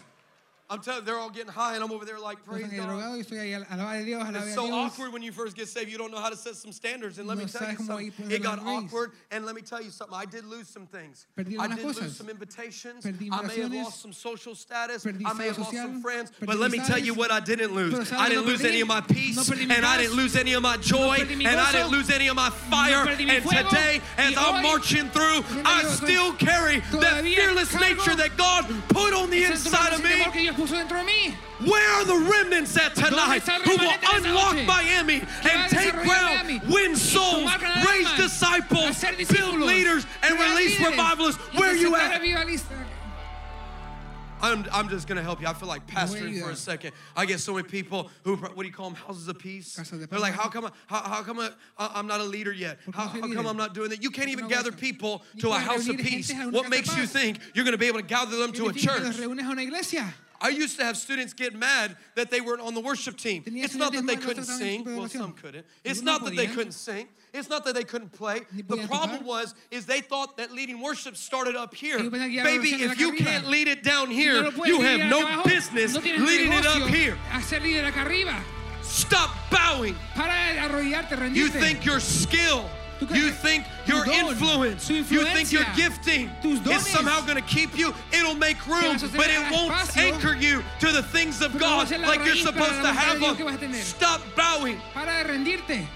S4: I'm telling they're all getting high, and I'm over there like,
S3: Yo
S4: praise
S3: estoy
S4: God.
S3: drogado y estoy ahí. al- Alaba de Dios, alaba de
S4: It's so
S3: Dios.
S4: awkward when you first get saved. You don't know how to set some standards. And let
S3: No
S4: me tell you
S3: sabes cómo ahí
S4: something.
S3: poner
S4: It
S3: las
S4: got
S3: leyes.
S4: awkward. And let me tell you something. I did lose some things.
S3: Perdí
S4: I
S3: algunas
S4: did
S3: cosas.
S4: lose some invitations.
S3: Perdí
S4: I may have
S3: invitaciones.
S4: lost some social status.
S3: Perdí
S4: I may have
S3: estado
S4: lost some
S3: social.
S4: friends.
S3: Perdí
S4: But let me tell you
S3: amistades.
S4: what I didn't lose.
S3: Pero ¿sabes
S4: I
S3: lo
S4: didn't
S3: que
S4: lose any
S3: perdí?
S4: of my
S3: No
S4: peace.
S3: perdí mi
S4: and I
S3: paz.
S4: didn't lose any of my joy.
S3: perdí mi
S4: and I
S3: gozo.
S4: didn't lose any of my fire.
S3: perdí mi
S4: and
S3: fuego.
S4: today, as
S3: Y
S4: I'm
S3: hoy,
S4: marching through,
S3: yo
S4: I
S3: soy-
S4: still carry that
S3: todavía
S4: fearless
S3: cargo
S4: nature that God put on the
S3: Ese es el
S4: inside of
S3: ese
S4: me.
S3: amor que Dios puso dentro de mí.
S4: Where are the remnants at tonight
S3: está el
S4: who will
S3: remanente de esa
S4: unlock
S3: noche?
S4: Miami
S3: Que va a
S4: and take
S3: desarrollar Miami.
S4: ground, win souls,
S3: tomar las
S4: Oh, raise
S3: almas,
S4: disciples,
S3: hacer
S4: build
S3: discípulos,
S4: leaders, and
S3: crear
S4: release
S3: líderes,
S4: revivalists?
S3: y
S4: Where are you
S3: presentar
S4: at?
S3: revivalista.
S4: I'm, I'm just going to help you. I feel like pastoring
S3: you
S4: for a
S3: at?
S4: second. I get so many people who, pro- what do you call them, houses of peace?
S3: Casa de
S4: They're like,
S3: paz.
S4: how come, I, how, how come I, I- I'm not a leader yet?
S3: ¿Por qué
S4: How,
S3: no soy
S4: how come
S3: líder?
S4: I'm not doing that? You can't
S3: qué
S4: even
S3: no
S4: gather
S3: hago?
S4: people
S3: Ni
S4: to a
S3: puedes
S4: house of
S3: reunir gente
S4: peace.
S3: a una casa
S4: What
S3: de
S4: makes you
S3: paz.
S4: think you're going to be able to gather them to a
S3: Significa que los
S4: church?
S3: reúnes a una iglesia.
S4: I used to have students get mad that they weren't on the worship team.
S3: Tenía
S4: It's not that
S3: estudiantes
S4: they
S3: malos
S4: couldn't
S3: tratando en
S4: sing.
S3: su
S4: Well,
S3: programación.
S4: some couldn't. It's
S3: Algunos
S4: not that they
S3: podían.
S4: couldn't sing. It's not that they couldn't play.
S3: Ni
S4: The
S3: podían
S4: problem
S3: tocar.
S4: was is they thought that leading worship started up here.
S3: Ellos pensaban que ya la
S4: Baby,
S3: adoración era
S4: if
S3: acá
S4: you
S3: arriba.
S4: can't lead it down
S3: No
S4: here,
S3: lo puedes
S4: you
S3: liderar
S4: have
S3: acá
S4: no
S3: abajo.
S4: business
S3: No tienes
S4: leading it
S3: negocio
S4: up here.
S3: a ser líder acá arriba.
S4: Stop bowing.
S3: Para de arrodillarte,
S4: You
S3: rendirte.
S4: think your skill,
S3: Tú crees
S4: you
S3: que
S4: think
S3: tu
S4: your
S3: don,
S4: influence,
S3: tu
S4: you think your
S3: influencia,
S4: gifting
S3: tus
S4: is
S3: dones
S4: somehow going to keep you. It'll make room,
S3: vas a hacer
S4: but it
S3: ganar
S4: won't
S3: espacio,
S4: anchor you to the things of
S3: pero no va a
S4: God
S3: ser la
S4: like you're
S3: raíz para
S4: supposed to
S3: la
S4: have
S3: montaña de Dios que vas a
S4: them.
S3: tener.
S4: Stop bowing.
S3: Para de rendirte.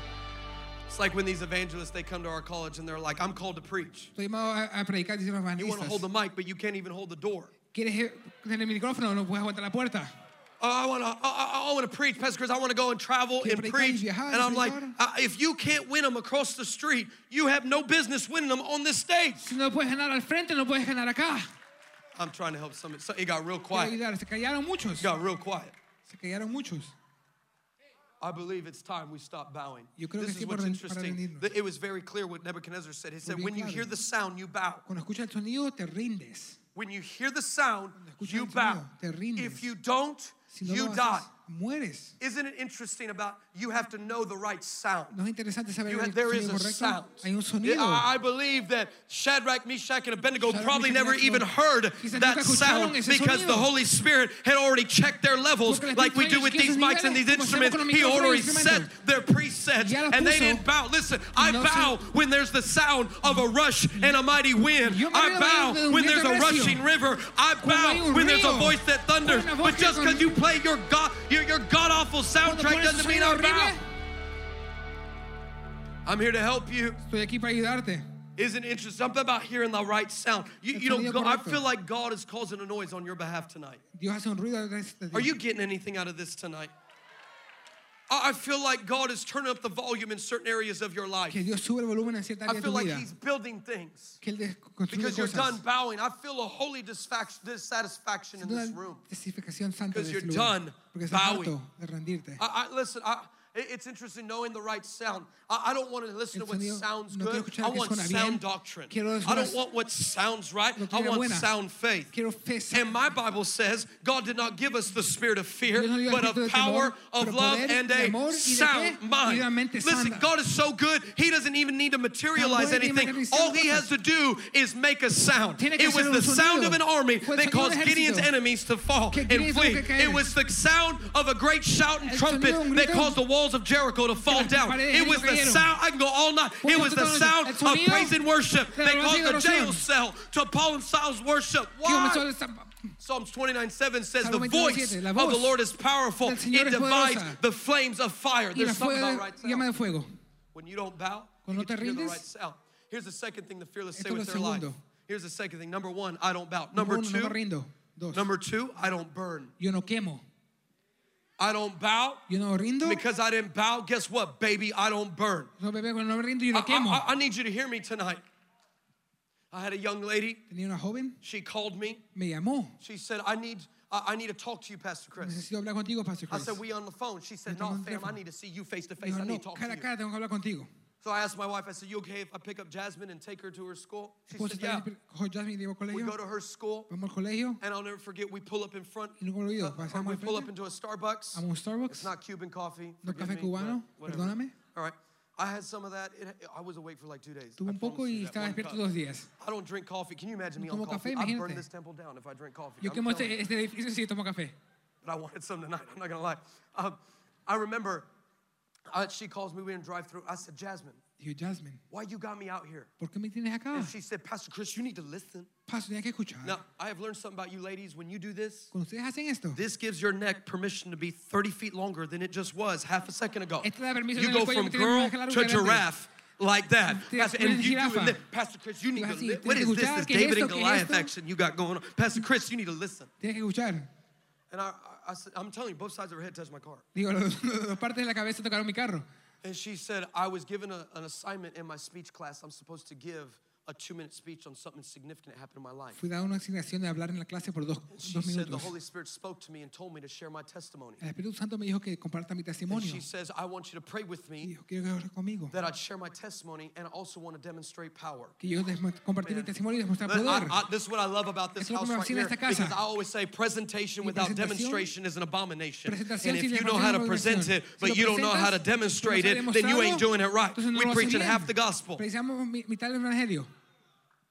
S4: It's like when these evangelists they come to our college and they're like, "I'm called to preach."
S3: Estoy llamado a, a predicar, dicen los
S4: You want to hold the
S3: evangelistas.
S4: mic, but you can't even hold the door.
S3: ¿Quieres eh, tener el micrófono? No puedes aguantar la puerta.
S4: Oh, I want to. I, I want to preach, Pastor Chris. I want to go and travel
S3: Quiero
S4: and
S3: predicar y
S4: preach.
S3: viajar,
S4: And I'm like,
S3: predicar.
S4: uh, if you can't win them across the street, you have no business winning them on this stage.
S3: Si no puedes ganar al frente, no puedes ganar acá.
S4: I'm trying to help somebody. So it got real
S3: Quiero
S4: quiet.
S3: ayudar. Se callaron muchos.
S4: It got real quiet.
S3: Se callaron muchos.
S4: I believe it's time we stop bowing.
S3: Yo creo que
S4: this is
S3: es tiempo
S4: what's
S3: de-
S4: interesting.
S3: para rendirnos.
S4: Th- It was very clear what Nebuchadnezzar said. He said,
S3: bien
S4: "When you
S3: claro.
S4: hear the sound, you bow.
S3: Cuando escuchas el sonido, te rindes.
S4: When you hear the sound,
S3: escuchas
S4: you
S3: el
S4: bow.
S3: sonido, te rindes.
S4: If you don't,
S3: Si no
S4: you
S3: lo
S4: die.
S3: haces, mueres.
S4: Isn't it interesting about you have to know the right sound?
S3: No es interesante saber
S4: You
S3: el
S4: have- there is
S3: sonido
S4: a
S3: correcto.
S4: sound.
S3: Hay un
S4: Yeah,
S3: sonido.
S4: I I believe that Shadrach, Meshach, and Abednego
S3: Shadrach,
S4: probably
S3: Meshach,
S4: never
S3: Abednego.
S4: even heard
S3: Quizás
S4: that
S3: nunca escucharon
S4: sound
S3: ese
S4: because the
S3: sonido.
S4: Holy Spirit had already checked their levels,
S3: Porque les
S4: like we
S3: dijo
S4: do
S3: ellos
S4: with
S3: que
S4: these
S3: esos
S4: mics
S3: niveles,
S4: and these
S3: como hacemos
S4: instruments.
S3: con los
S4: He
S3: micrófonos y
S4: already
S3: los
S4: set
S3: instrumentos.
S4: their presets,
S3: Ya los
S4: and they
S3: puso.
S4: didn't bow. Listen, I
S3: No se-
S4: bow when there's the sound of a rush and a mighty wind.
S3: Yo me
S4: I
S3: alegro de
S4: bow
S3: un
S4: when
S3: viento
S4: there's a
S3: recio.
S4: rushing river. I
S3: hay
S4: bow
S3: un
S4: when there's a
S3: río,
S4: voz that
S3: con
S4: thunders.
S3: una voz
S4: But
S3: que
S4: just
S3: con-
S4: because you play your god your, your god awful
S3: Cuando
S4: soundtrack
S3: pones un
S4: doesn't mean
S3: sonido
S4: I
S3: horrible,
S4: bow. I'm here to help you.
S3: estoy aquí para ayudarte.
S4: Isn't it interesting? Something about hearing the right sound. You,
S3: El
S4: you know,
S3: sonido
S4: God, I
S3: correcto.
S4: feel like God is causing a noise on your behalf tonight.
S3: Dios hace un ruido a través de ti.
S4: Are you getting anything out of this tonight? I I feel like God is turning up the volume in certain areas of your life.
S3: que Dios sube el volumen en cierta área
S4: I
S3: de
S4: feel
S3: tu
S4: like
S3: vida.
S4: He's building things
S3: que él desconstruye
S4: because you're done
S3: cosas.
S4: bowing. I feel a holy disfac- dissatisfaction in
S3: Una
S4: this room.
S3: testificación santa de
S4: Because
S3: este
S4: you're
S3: lugar,
S4: done
S3: porque estás
S4: bowing.
S3: harto de rendirte.
S4: I, I listen. I, it- it's interesting knowing the right sound. I, I don't want to listen
S3: El
S4: to what
S3: sonido-
S4: sounds
S3: no
S4: good.
S3: quiero escuchar
S4: I
S3: lo que
S4: want
S3: suena
S4: sound
S3: bien.
S4: doctrine.
S3: Quiero es
S4: I don't
S3: una-
S4: want what sounds right.
S3: lo que
S4: I
S3: era
S4: want
S3: buena.
S4: sound faith.
S3: Quiero fe santa.
S4: And my Bible says God did not give us the spirit of fear,
S3: Dios nos dio
S4: but
S3: espíritu
S4: of
S3: de
S4: power,
S3: temor,
S4: of
S3: pero
S4: love,
S3: poder,
S4: and
S3: de
S4: a
S3: amor, ¿y de qué?
S4: sound
S3: Y de
S4: mind.
S3: una mente
S4: Listen,
S3: sana.
S4: God is so good, He doesn't even need to materialize
S3: Tan bueno y tiene
S4: anything.
S3: materializar
S4: All He has
S3: cosas.
S4: to do is make a sound.
S3: Tiene que
S4: It was
S3: hacer
S4: the
S3: un
S4: sound
S3: sonido.
S4: of an army
S3: Fue el
S4: that
S3: sonido del
S4: caused Gideon's
S3: ejército.
S4: enemies to fall
S3: Que
S4: and
S3: Gideon tuvo
S4: flee.
S3: que caer.
S4: It was the sound of a great shout and
S3: El
S4: trumpet
S3: sonido de un
S4: that
S3: grito.
S4: caused the walls of Jericho to fall
S3: las
S4: down.
S3: paredes de
S4: It was the
S3: Jericho cayeron.
S4: sound, I can go all night,
S3: Porque
S4: it was the
S3: nosotros-
S4: sound
S3: el
S4: of
S3: sonido
S4: praise and worship
S3: de
S4: that
S3: la
S4: caused the
S3: oración.
S4: jail cell to Paul and Saul's worship.
S3: Que
S4: Why?
S3: comenzó esta-
S4: Psalms 29 7 says, The
S3: Salmo
S4: voice
S3: 29:7, la
S4: of
S3: voz
S4: the Lord is powerful,
S3: del Señor
S4: it
S3: es
S4: divides
S3: poderosa.
S4: the flames of
S3: y
S4: fire.
S3: la
S4: There's something
S3: fuego-
S4: about right
S3: llama de
S4: sound.
S3: fuego.
S4: When you don't bow, you
S3: Cuando
S4: get to
S3: te
S4: hear the
S3: rindes,
S4: right sound. Here's the second thing the fearless say
S3: esto
S4: with
S3: es
S4: their
S3: lo
S4: life.
S3: segundo.
S4: Here's the second thing. Number one, I don't bow.
S3: Número
S4: Number
S3: uno, no me
S4: two,
S3: rindo. Dos,
S4: number two, I don't burn.
S3: yo no quemo.
S4: I don't bow
S3: Yo no rindo.
S4: because I didn't bow. Guess what, baby? I don't burn.
S3: No, bebé, cuando no me rindo, yo
S4: I,
S3: no quemo.
S4: I- I- I need you to hear me tonight. I had a young lady.
S3: Tenía una joven,
S4: She called me.
S3: me llamó.
S4: She said, "I need, I I need to talk to you, Pastor Chris."
S3: Necesito hablar contigo, Pastor
S4: I
S3: Chris.
S4: said, we on the phone. She said,
S3: Me
S4: no,
S3: tomo un
S4: fam, I
S3: teléfono.
S4: need to see you face to face.
S3: Dijo,
S4: I need to
S3: no,
S4: talk to
S3: cara a
S4: you.
S3: cara tengo que hablar contigo.
S4: So I asked my wife, I said, you okay if I pick up Jasmine and take her to her school? She
S3: Esposa,
S4: said, yeah.
S3: ¿estás- cojo Jasmine, llevo al
S4: We go
S3: colegio.
S4: to her school,
S3: Vamos al colegio.
S4: and I'll never forget, we pull up in front.
S3: Y nunca lo olvido.
S4: uh, or
S3: Pasamos
S4: we
S3: al
S4: pull up
S3: frente.
S4: into a
S3: Vamos
S4: Starbucks.
S3: a un
S4: It's
S3: Starbucks.
S4: not Cuban coffee.
S3: No
S4: forgive
S3: café
S4: me, but
S3: cubano,
S4: whatever.
S3: perdóname.
S4: All right. I had some of that. It, I was awake for like two days.
S3: Tuve
S4: I
S3: un poco
S4: promise you
S3: y
S4: that
S3: estaba
S4: one
S3: despierto
S4: cup.
S3: dos días.
S4: I don't drink coffee. Can you imagine me
S3: No
S4: on
S3: tomo
S4: coffee?
S3: café,
S4: I'd burn
S3: imagínate.
S4: this temple down if I drink coffee.
S3: Yo
S4: I'm
S3: quemo
S4: telling you.
S3: este, este edificio si tomo café.
S4: but I wanted some tonight. I'm not gonna lie. Um, I remember uh, she calls me. We didn't drive through. I said, Jasmine,
S3: Dijo, Jasmine,
S4: why you got me out here?
S3: ¿por qué me tienes acá?
S4: And she said, Pastor Chris, you need to listen.
S3: Paso, tenía que escuchar.
S4: Now I have learned something about you, ladies. When you do this,
S3: Cuando ustedes hacen esto,
S4: this gives your neck permission to be 30 feet longer than it just was half a second ago.
S3: Esto da permiso
S4: You
S3: en el
S4: go
S3: cuello
S4: from
S3: que tiene
S4: girl
S3: más largo
S4: to
S3: que grande.
S4: giraffe. Like that,
S3: Te-
S4: Pastor, and
S3: eres
S4: you
S3: jirafa.
S4: doing this. Pastor Chris, you need
S3: Te
S4: to
S3: vas y
S4: listen.
S3: tienes
S4: What
S3: que
S4: is this?
S3: escuchar
S4: This
S3: que
S4: David
S3: esto,
S4: and
S3: que
S4: Goliath
S3: esto.
S4: action you got going on. Pastor Chris, you need to listen.
S3: tienes que escuchar.
S4: And I, I, I said, I'm telling you, both sides of her head touched my car.
S3: Digo, los- los- las partes de la cabeza tocaron mi carro.
S4: And she said, I was given a, an assignment in my speech class. I'm supposed to give a two minute speech on something significant that happened in my life.
S3: Fui dado una asignación de hablar en la clase por dos,
S4: She
S3: dos
S4: said, The
S3: minutos.
S4: Holy Spirit spoke to me and told me to share my testimony.
S3: El Espíritu Santo me dijo que comparta mi
S4: And
S3: testimonio.
S4: she says, I want you to pray with
S3: Y
S4: me
S3: dijo, quiero que ores conmigo.
S4: that I'd share my testimony and I also want to demonstrate power.
S3: Que yo desmo- compartir mi testimonio y demostrar
S4: But I-
S3: poder.
S4: I- this is what I love about this
S3: Eso es lo que
S4: house
S3: me fascina
S4: right here
S3: esta casa.
S4: because I always say presentation
S3: Mi
S4: without
S3: presentación-
S4: demonstration is an abomination.
S3: presentación
S4: And if
S3: sin
S4: you know how to
S3: demostración es
S4: present
S3: abominación.
S4: it,
S3: Si
S4: but
S3: lo
S4: you don't know how to
S3: presentas, si
S4: demonstrate
S3: no
S4: it,
S3: sabes
S4: then you ain't
S3: demostrarlo,
S4: doing it right.
S3: entonces no lo
S4: We
S3: haces
S4: preaching
S3: bien.
S4: half the gospel.
S3: Precisamos mi- mitad del evangelio.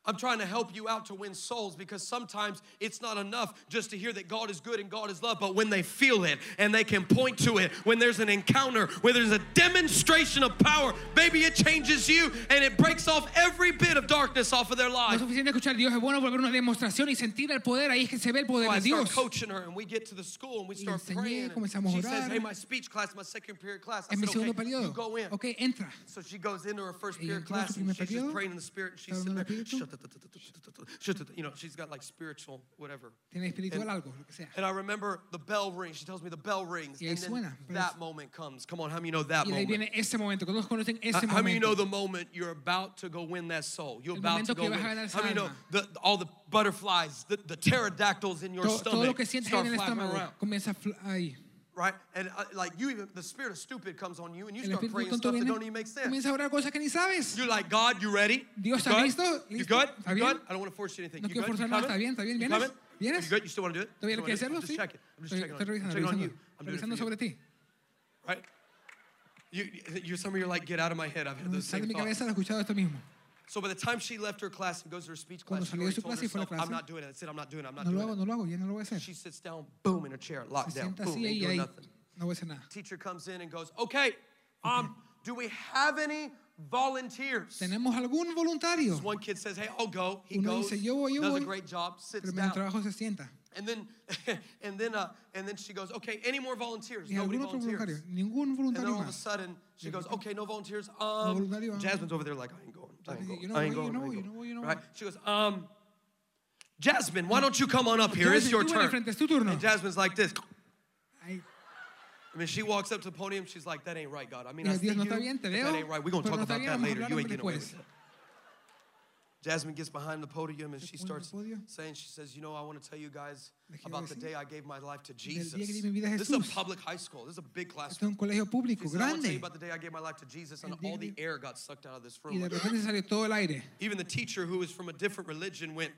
S4: I'm trying to help you out to win souls because sometimes it's not enough just to hear that God is good and God is love, but when they feel it and they can point to it, when there's an encounter, when there's a demonstration of power, baby, it changes you and it breaks off every bit of darkness off of their
S3: No es
S4: life.
S3: suficiente escuchar Dios, es bueno volver una demostración y sentir el poder. Ahí es que se ve el poder
S4: So I
S3: de
S4: start
S3: Dios.
S4: coaching her, and we get to the school and we
S3: Y
S4: start
S3: enseñé,
S4: praying. and
S3: comenzamos a
S4: she says,
S3: orar.
S4: "Hey, my speech class, my second period class." I
S3: En mi
S4: said,
S3: segundo
S4: "Okay, you
S3: periodo.
S4: go in."
S3: Ok, entra.
S4: So she goes into her first
S3: Ella entró a
S4: period
S3: su
S4: class and
S3: primer
S4: she's just
S3: periodo,
S4: praying in the spirit. And she's
S3: estaba
S4: sitting there,
S3: hablando en espíritu.
S4: "Shut-tut-tut-tut-tut-tut-tut-tut-tut." you know, she's got like spiritual whatever.
S3: Tiene espiritual algo, lo que sea.
S4: And I remember the bell rings. She tells me the bell rings.
S3: Y ahí
S4: And then
S3: suena, pero
S4: that
S3: es-
S4: moment comes. Come on, how many of you know that
S3: Y de ahí
S4: moment?
S3: viene ese momento. Todos conocen
S4: How-
S3: ese
S4: How many of you know
S3: momento.
S4: the moment you're about to go win that soul? You're
S3: El
S4: about
S3: momento
S4: to go
S3: que vas
S4: win.
S3: a
S4: it.
S3: ganar esa
S4: How many of you know
S3: alma.
S4: the, all the butterflies, the, the pterodactyls in your
S3: Todo, todo lo
S4: stomach
S3: que sientes ahí
S4: start
S3: en el
S4: flapping around,
S3: estómago comienza a fl- ahí.
S4: right? And uh, like you, even the spirit of stupid comes on you, and you
S3: El
S4: start
S3: espíritu
S4: praying
S3: tonto
S4: stuff that
S3: viene,
S4: don't even make sense.
S3: comienza a orar cosas que ni sabes.
S4: You're like, God, you ready?
S3: Dios,
S4: you
S3: ¿está
S4: good?
S3: listo?
S4: You
S3: ¿Listo?
S4: good?
S3: ¿Está
S4: You
S3: bien?
S4: good? I don't want to force you anything.
S3: No
S4: you
S3: quiero
S4: good? You
S3: forzar nada, ¿está bien?
S4: coming?
S3: ¿Está bien?
S4: You
S3: ¿Vienes?
S4: coming? You
S3: ¿Vienes?
S4: good? You still want to do it?
S3: ¿Todavía
S4: Still
S3: lo quieres
S4: wanna
S3: hacerlo?
S4: do
S3: Sí.
S4: it? I'm just checking. I'm just checking.
S3: Estoy
S4: on you. I'm
S3: revisando, revisando,
S4: checking on you. I'm doing it for
S3: revisando
S4: you.
S3: sobre ti.
S4: Right? You, you, some of you are like, get out of my head. I've had those
S3: Sal de
S4: same
S3: mi
S4: thoughts.
S3: cabeza, lo he escuchado esto mismo.
S4: So by the time she left her class and goes to her speech
S3: Cuando
S4: class, she
S3: salió de
S4: already
S3: su
S4: told
S3: clase y fue a la
S4: herself, I'm
S3: clase,
S4: not doing it. That's it. I'm not doing it. I'm not
S3: No lo
S4: doing
S3: hago,
S4: it.
S3: no lo hago, ya no lo voy a hacer.
S4: She sits down, boom, in her chair, locked
S3: Se
S4: down,
S3: sienta
S4: boom,
S3: así
S4: ain't
S3: y
S4: doing
S3: ahí
S4: nothing.
S3: no voy a hacer nada.
S4: Teacher comes in and goes, okay, um, do we have any volunteers?
S3: ¿Tenemos algún voluntario?
S4: One kid says, hey, I'll go. He
S3: Uno
S4: goes,
S3: dice, "Yo voy, yo
S4: does
S3: voy."
S4: a great job, sits
S3: Pero mientras
S4: down.
S3: trabajo se sienta.
S4: And then, and then, uh, and then she goes, okay, any more volunteers?
S3: Y
S4: Nobody
S3: algún otro
S4: volunteers.
S3: voluntario. Ningún
S4: And then
S3: voluntario
S4: all of a
S3: más.
S4: sudden, she goes, "Okay, no volunteers." Um,
S3: voluntario, ah.
S4: Jasmine's over there like, "I ain't going. I ain't
S3: Jasmine,
S4: going.
S3: you know
S4: I ain't
S3: what, you
S4: going. I
S3: know what,
S4: ain't
S3: you
S4: going."
S3: know what, you know
S4: right?
S3: what.
S4: She goes, "Um, Jasmine, why don't you come on up here? It's
S3: Jasmine,
S4: your
S3: tú ven al
S4: turn."
S3: frente, es tu turno.
S4: And Jasmine's like this.
S3: Ay,
S4: I mean, she walks up to the podium. She's like, "That ain't right, God. I mean,
S3: Mira,
S4: I see
S3: Dios, no
S4: you.
S3: está bien, te
S4: but that
S3: veo,
S4: ain't right. We're gonna
S3: pero
S4: talk
S3: no está
S4: about
S3: bien,
S4: that
S3: vamos a
S4: later.
S3: hablar
S4: You ain't getting away
S3: después.
S4: with that." Jasmine gets behind the podium and
S3: pone
S4: she
S3: en el
S4: starts
S3: podio.
S4: saying, "She says, you know, I want to tell you guys
S3: Le quiero
S4: about the
S3: decir
S4: day I gave my life to
S3: día
S4: Jesus.
S3: que di mi vida a
S4: This is a
S3: Jesús.
S4: public high school. This is a big
S3: Esto es
S4: classroom."
S3: un colegio
S4: She
S3: público
S4: said, I want to tell you
S3: grande.
S4: about the day I gave my life to Jesus, and
S3: El día
S4: all the
S3: que-
S4: air got sucked out of this
S3: Y
S4: room.
S3: de repente salió todo el aire.
S4: Even the teacher who was from a different religion went,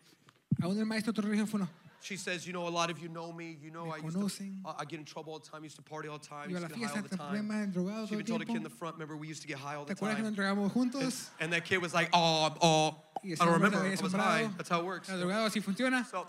S3: Aún el maestro de otra religión fue no.
S4: she says, you know, a lot of you know me. You know,
S3: Me
S4: I used to,
S3: conocen.
S4: I I get in trouble all the time. I used to party all the time. I
S3: Iba a
S4: used
S3: la
S4: to get
S3: fiesta,
S4: high all the
S3: problemas,
S4: time.
S3: drogado todo
S4: She even
S3: el
S4: told a kid in the
S3: tiempo.
S4: front, remember, we used to get high all
S3: ¿Te
S4: the
S3: acuerdas que nos
S4: time.
S3: entregamos juntos?
S4: And that kid was like, oh, oh,
S3: Y
S4: I
S3: ese
S4: don't
S3: hombre
S4: remember.
S3: estaba
S4: I was high.
S3: asombrado.
S4: That's how it works.
S3: Está drogado, así funciona.
S4: So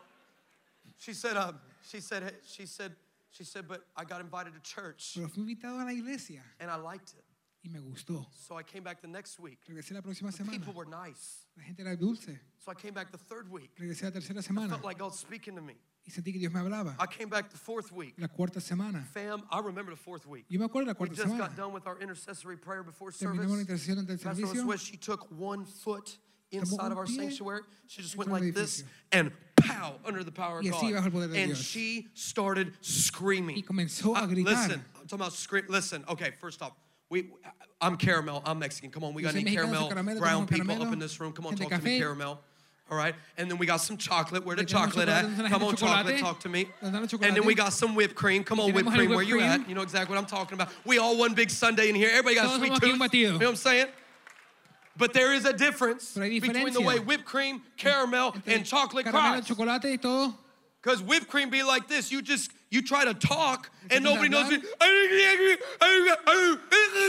S4: she said, um, she said, hey, she said, she said, but I got invited to church
S3: Pero fui invitado a la iglesia
S4: and I liked it.
S3: y me gustó.
S4: So I came back the next week.
S3: Regresé la próxima semana.
S4: People were nice.
S3: La gente era dulce.
S4: So I came back the third week.
S3: Regresé la tercera
S4: I
S3: semana
S4: felt like God's speaking to me.
S3: y sentí que Dios me hablaba.
S4: I came back the fourth week.
S3: La cuarta semana.
S4: Fam, I remember the fourth week.
S3: Yo me acuerdo de la
S4: We
S3: cuarta
S4: just got
S3: semana.
S4: done with our intercessory prayer before service.
S3: Terminamos la intercesión ante el
S4: Pastor
S3: servicio.
S4: Suez, she took one foot inside
S3: un
S4: of our
S3: pie
S4: sanctuary. She just went
S3: dentro del
S4: like this
S3: edificio.
S4: and pow under the power of
S3: Y así bajo el poder
S4: God.
S3: de
S4: And
S3: Dios.
S4: she started screaming.
S3: Y comenzó a
S4: Uh,
S3: gritar.
S4: listen, I'm talking about scream. Listen, okay, first off, we, I'm caramel. I'm Mexican. Come on, we
S3: Yo
S4: got
S3: soy
S4: any
S3: mexicano, soy
S4: caramel,
S3: caramelo,
S4: brown
S3: tenemos
S4: people up
S3: caramelo,
S4: in this room. Come on,
S3: gente
S4: talk to
S3: café.
S4: me, caramel. All right, and then we got some chocolate. Where the
S3: Tenemos
S4: chocolate at?
S3: chocolate, tenemos la
S4: Come
S3: gente
S4: on, chocolate,
S3: chocolate.
S4: talk to me.
S3: Nos dan el
S4: And then we
S3: chocolate.
S4: got some whipped cream. Come on,
S3: Tenemos
S4: whipped
S3: el
S4: cream. Where
S3: whipped
S4: you
S3: cream.
S4: at? You know exactly what I'm talking about. We all one big Sunday in here. Everybody got a
S3: Todos
S4: sweet
S3: somos
S4: tooth.
S3: aquí un
S4: You know
S3: batido.
S4: what I'm saying? But there is a difference
S3: Pero hay
S4: between the
S3: diferencia.
S4: way whipped cream, caramel, and chocolate
S3: caramelo,
S4: cries.
S3: chocolate y todo.
S4: Because whipped cream be like this. You just you try to talk and
S3: Empiezas a
S4: nobody knows.
S3: hablar.
S4: Y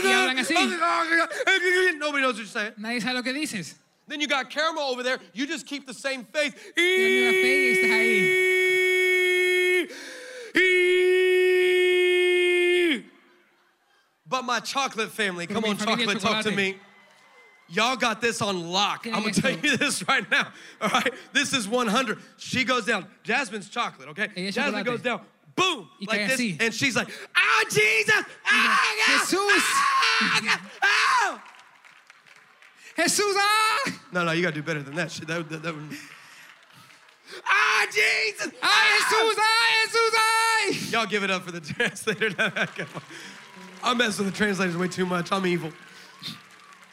S3: hablan
S4: Nobody knows what you're saying.
S3: Nadie sabe lo que dices.
S4: Then you got caramel over there. You just keep the same face.
S3: la misma fe y estás
S4: But my chocolate family,
S3: Pero
S4: come
S3: mi
S4: on,
S3: familia
S4: chocolate, talk to
S3: chocolate.
S4: me. Y'all got this on lock.
S3: Tienen
S4: I'm gonna
S3: esto.
S4: tell you this right now. All right, this is 100. She goes down. Jasmine's chocolate. Okay,
S3: Ella es
S4: Jasmine
S3: chocolate.
S4: goes down. Boom,
S3: Y
S4: like
S3: cae
S4: this,
S3: así.
S4: and she's like, "Oh Jesus, ah, God,
S3: Jesús.
S4: ah, God, ah."
S3: Jesús, ¡ah!
S4: No, no, you gotta do better than that. Shit, that, that, that would- Ah, Jesus!
S3: ¡Ay, Jesús! ¡Ay, Jesús! ¡Ay!
S4: Y'all give it up for the translator. I mess with the translators way too much. I'm evil.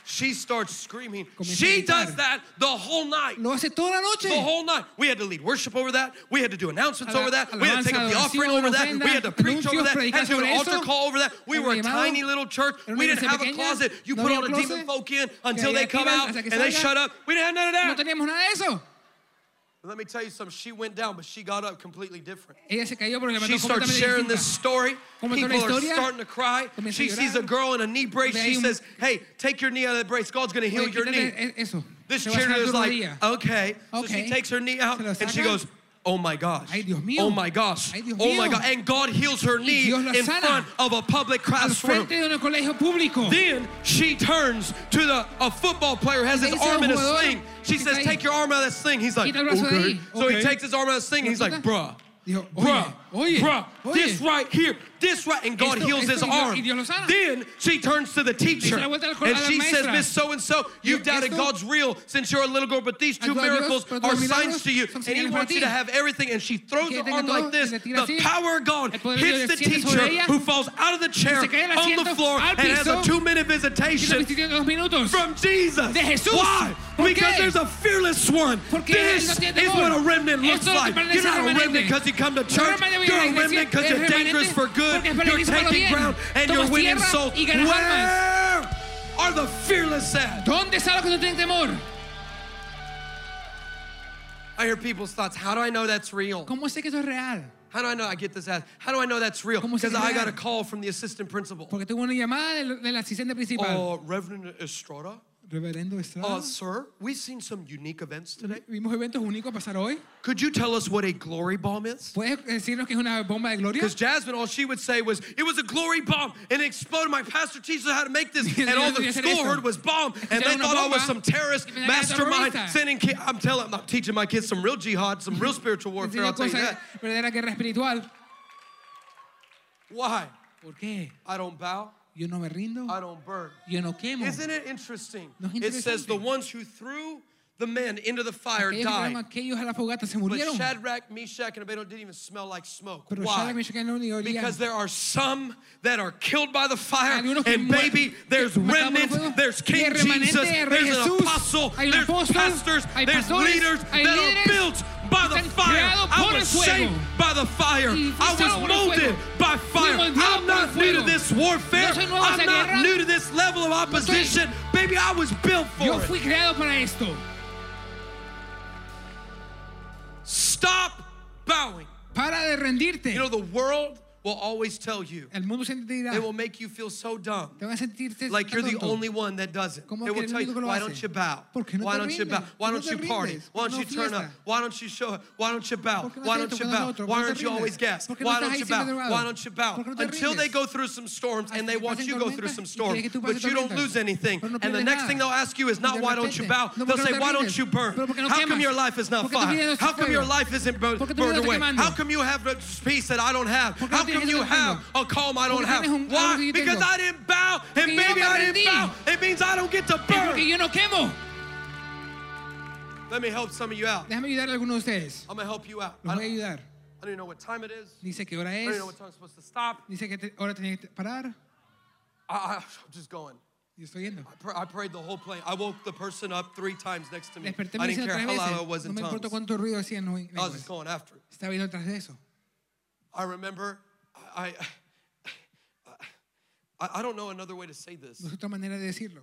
S4: She starts screaming.
S3: Comienza a
S4: She
S3: gritar.
S4: does that the whole night.
S3: Lo hace toda la noche.
S4: The whole night. We had to lead worship over that. We had to do announcements
S3: Ala-
S4: over that. We had to take up the
S3: alabanza,
S4: offering
S3: adoración,
S4: over that. We had to preach
S3: anuncios,
S4: over that. Had
S3: predicar
S4: to do an
S3: sobre
S4: altar
S3: eso.
S4: call over that. We
S3: Era
S4: were a
S3: llamado.
S4: tiny little church.
S3: Era una
S4: We didn't
S3: iglesia
S4: have a
S3: pequeña.
S4: closet. You
S3: No
S4: put
S3: había
S4: all the
S3: closet.
S4: demon folk in
S3: Que
S4: until
S3: ahí
S4: they come
S3: activan
S4: out
S3: hasta
S4: and
S3: que
S4: they
S3: salgan.
S4: shut up. We didn't have none of
S3: No
S4: that.
S3: teníamos nada de eso.
S4: Let me tell you something. She went down, but she got up completely different.
S3: Ella se cayó pero levantó
S4: She starts
S3: completamente
S4: sharing this
S3: distinta.
S4: story.
S3: Comenzó la
S4: People are
S3: historia.
S4: starting to cry.
S3: Comienza
S4: She
S3: a llorar.
S4: sees a girl in a knee brace.
S3: Ve ahí
S4: She
S3: un-
S4: says, "Hey, take your knee out of that brace. God's going to heal
S3: Oye,
S4: your knee."
S3: quítate e- Eso.
S4: This
S3: Te vas a
S4: cheerleader
S3: sacar
S4: is
S3: tu
S4: like,
S3: rodilla.
S4: "Okay." So she
S3: Okay.
S4: takes her knee out
S3: Se lo
S4: and she
S3: saca.
S4: goes, "Oh my gosh!
S3: Ay, Dios mío.
S4: Oh my gosh!
S3: Ay, Dios
S4: Oh my
S3: mío.
S4: God!" And God heals her knee
S3: Dios la
S4: in
S3: sana.
S4: front of a public
S3: Al
S4: classroom.
S3: frente de un colegio público.
S4: Then she turns to the a football player who has
S3: Le
S4: his
S3: dice al
S4: arm in a
S3: jugador
S4: sling. She
S3: que
S4: says,
S3: está ahí.
S4: "Take your arm out of that sling." He's like,
S3: Quita el brazo de
S4: "Okay."
S3: ahí.
S4: So he
S3: Okay.
S4: takes his arm out of the sling. He's like,
S3: quita?
S4: "Bruh."
S3: Dijo,
S4: Bruh,
S3: oye,
S4: bruh,
S3: oye,
S4: this
S3: oye.
S4: right here, this right, and God
S3: Oh, Esto-
S4: heals his
S3: esto y Dios-
S4: arm.
S3: y Dios lo sana.
S4: Then she turns to the teacher
S3: la vuelta al cor-
S4: and
S3: a la
S4: she says,
S3: maestra.
S4: Miss So and So, you've
S3: Esto-
S4: doubted God's real since you're a little girl, but these
S3: Ayuda
S4: two
S3: a Dios,
S4: miracles
S3: pero
S4: are
S3: tus
S4: signs
S3: milagros
S4: to you,
S3: son
S4: and He
S3: señales
S4: wants
S3: para
S4: you to
S3: ti.
S4: have everything. And she throws
S3: Que
S4: her
S3: tenga
S4: arm
S3: todo,
S4: like this.
S3: que le tira
S4: The
S3: así.
S4: power of God
S3: El poder de
S4: hits the
S3: Dios desciende sobre
S4: teacher,
S3: ella.
S4: who falls out of the chair
S3: se cae del
S4: on the
S3: asiento,
S4: floor
S3: al
S4: and has a
S3: piso.
S4: two-minute
S3: Y lo
S4: visitation
S3: vestiste en dos minutos.
S4: from Jesus.
S3: De Jesús.
S4: Why?
S3: ¿Por
S4: Because
S3: qué?
S4: there's a fearless one.
S3: Porque
S4: This
S3: él no tiene
S4: is
S3: temor.
S4: what a remnant looks
S3: Esto es lo que
S4: like.
S3: pertenece
S4: You're not
S3: al
S4: a remnant
S3: remanente.
S4: because you come to
S3: No
S4: church.
S3: remanente viene
S4: You're
S3: a
S4: a
S3: la iglesia,
S4: remnant because
S3: eres
S4: you're dangerous
S3: remanente
S4: for good.
S3: porque es para la
S4: You're
S3: iglesia para
S4: taking
S3: bien.
S4: ground and you're
S3: Tomas
S4: winning
S3: tierra
S4: souls.
S3: y ganas
S4: Where are the fearless at?
S3: ¿Dónde está lo que no tienen temor?
S4: I I hear people's thoughts. How do I know that's real?
S3: ¿Cómo sé que eso es real?
S4: How do I know? I get this asked. How do I know that's real?
S3: ¿Cómo sé
S4: Because
S3: que es
S4: I got a
S3: real?
S4: call from the assistant principal.
S3: Porque tuve una llamada del, del asistente principal.
S4: Uh, Reverend Estrada.
S3: Reverendo Estrada.
S4: Uh, sir, we've seen some unique events today.
S3: Vimos eventos únicos pasar hoy.
S4: Could you tell us what a glory bomb is?
S3: ¿Puedes decirnos que es una bomba de gloria?
S4: Because Jasmine, all she would say was, "It was a glory bomb, and it exploded." My pastor teaches us how to make this, and all the school heard was bomb, and they thought I was some terrorist mastermind sending kids. I'm telling, I'm teaching my kids some real jihad, some real spiritual warfare. I'll
S3: Enseña
S4: tell you
S3: cosas
S4: that.
S3: de verdadera guerra espiritual.
S4: Why?
S3: ¿Por qué?
S4: I don't bow.
S3: Yo no me rindo.
S4: I don't burn.
S3: Yo no quemo.
S4: Ah, Isn't it interesting?
S3: No es
S4: It says
S3: interesante.
S4: the ones who threw the men into the fire
S3: Aquellos que fueron
S4: died,
S3: aquellos a la fogata se
S4: but
S3: murieron.
S4: Shadrach, Meshach, and Abednego didn't even smell like smoke.
S3: Pero Shadrach,
S4: Why?
S3: Meshach y Abednego olían.
S4: Because there are some that are killed by the fire,
S3: Algunos que
S4: and
S3: muer-
S4: baby, there's
S3: que mataron por
S4: remnants,
S3: fuego.
S4: there's
S3: Y
S4: King
S3: el remanente
S4: Jesus,
S3: de
S4: there's an
S3: Jesús,
S4: apostle,
S3: hay un
S4: there's
S3: apóstol,
S4: pastors,
S3: hay
S4: there's
S3: pastores,
S4: leaders
S3: hay
S4: that
S3: líderes
S4: are built by
S3: que
S4: the
S3: están
S4: fire.
S3: creados
S4: I
S3: por
S4: was
S3: el fuego.
S4: shaped by the fire.
S3: Y
S4: I
S3: fuiste por
S4: was
S3: el fuego.
S4: molded by fire.
S3: Fui moldeado
S4: I'm
S3: por el
S4: not new
S3: fuego.
S4: to this warfare.
S3: No soy nuevo a
S4: I'm
S3: esa
S4: not
S3: guerra.
S4: new to this level of opposition. Baby, I was built
S3: Yo
S4: for
S3: fui
S4: it.
S3: creado para esto.
S4: Stop bowing.
S3: Para de rendirte.
S4: You know, the world will always tell you.
S3: El mundo se sentirá.
S4: They will make you feel so dumb.
S3: Te vas a sentirte
S4: Like you're the
S3: tonto.
S4: only one that doesn't.
S3: ¿Cómo
S4: They
S3: que
S4: will
S3: eres
S4: tell
S3: el
S4: you,
S3: único que lo
S4: why
S3: hace?
S4: don't you bow?
S3: ¿Por qué no
S4: why
S3: te
S4: don't you bow?
S3: rindes? ¿Por
S4: Why
S3: qué
S4: don't
S3: no
S4: you
S3: te
S4: party?
S3: rindes?
S4: Why
S3: ¿Por
S4: don't
S3: qué
S4: you
S3: no
S4: turn up?
S3: fiestas?
S4: Why don't you show up? Why don't you bow?
S3: ¿Por qué no
S4: Why
S3: te
S4: don't you
S3: tocas
S4: bow?
S3: otro? ¿Por qué
S4: Why
S3: no te
S4: aren't you always
S3: rindes?
S4: gas?
S3: ¿Por qué no
S4: Why
S3: estás
S4: don't
S3: ahí
S4: you
S3: siempre
S4: bow?
S3: drogado?
S4: Why don't you bow?
S3: ¿Por qué no te
S4: Until they
S3: rindes?
S4: go through some storms and
S3: Hasta
S4: they
S3: que
S4: want
S3: pasen
S4: you to go through
S3: tormentas y
S4: some storms,
S3: quieren que tú
S4: but
S3: pases
S4: you don't
S3: tormentas.
S4: lose anything.
S3: Pero no
S4: And the
S3: pierdes
S4: next
S3: nada.
S4: thing they'll ask you is
S3: De
S4: not why don't you
S3: repente,
S4: bow?
S3: no,
S4: They'll
S3: porque
S4: say
S3: no te
S4: why don't
S3: rindes?
S4: you burn?
S3: Pero porque no
S4: How come
S3: quemas?
S4: your life is not
S3: Porque tu vida no
S4: fire?
S3: es
S4: How
S3: fuego.
S4: come your life isn't bur-
S3: Porque tu vida está
S4: burned away?
S3: quemando.
S4: How come you have peace that I don't have?
S3: Porque no
S4: How
S3: tienes
S4: come
S3: eso
S4: you
S3: que
S4: have a
S3: tengo.
S4: calm I don't
S3: Porque tienes
S4: have?
S3: un-
S4: Why?
S3: algo que yo
S4: Because
S3: tengo.
S4: I didn't bow, and
S3: Porque yo
S4: baby
S3: me
S4: I didn't
S3: rendí.
S4: bow. It means I don't get to
S3: Es porque
S4: burn.
S3: yo no quemo.
S4: Let me help some of you out.
S3: Déjame ayudar a alguno de ustedes.
S4: I'm gonna help you out.
S3: Los
S4: I
S3: voy a
S4: don't, I
S3: ayudar.
S4: don't even know what time it is.
S3: Dice que hora
S4: I don't even
S3: es.
S4: know what time I'm supposed to stop.
S3: Dice que te- ahora tenía que parar.
S4: I, I, I'm just going.
S3: Yo estoy yendo.
S4: I pr- I prayed the whole plane. I woke the person up three times next to me.
S3: Desperté me
S4: I didn't
S3: hice
S4: care
S3: tres
S4: how loud I was
S3: veces. eh. No
S4: in
S3: me
S4: tongues. Oh,
S3: importa cuánto ruido hacían. No,
S4: I was just going after it.
S3: Estaba yendo atrás de eso.
S4: I remember, I, I, I don't know another way to say this,
S3: No es otra manera de decirlo.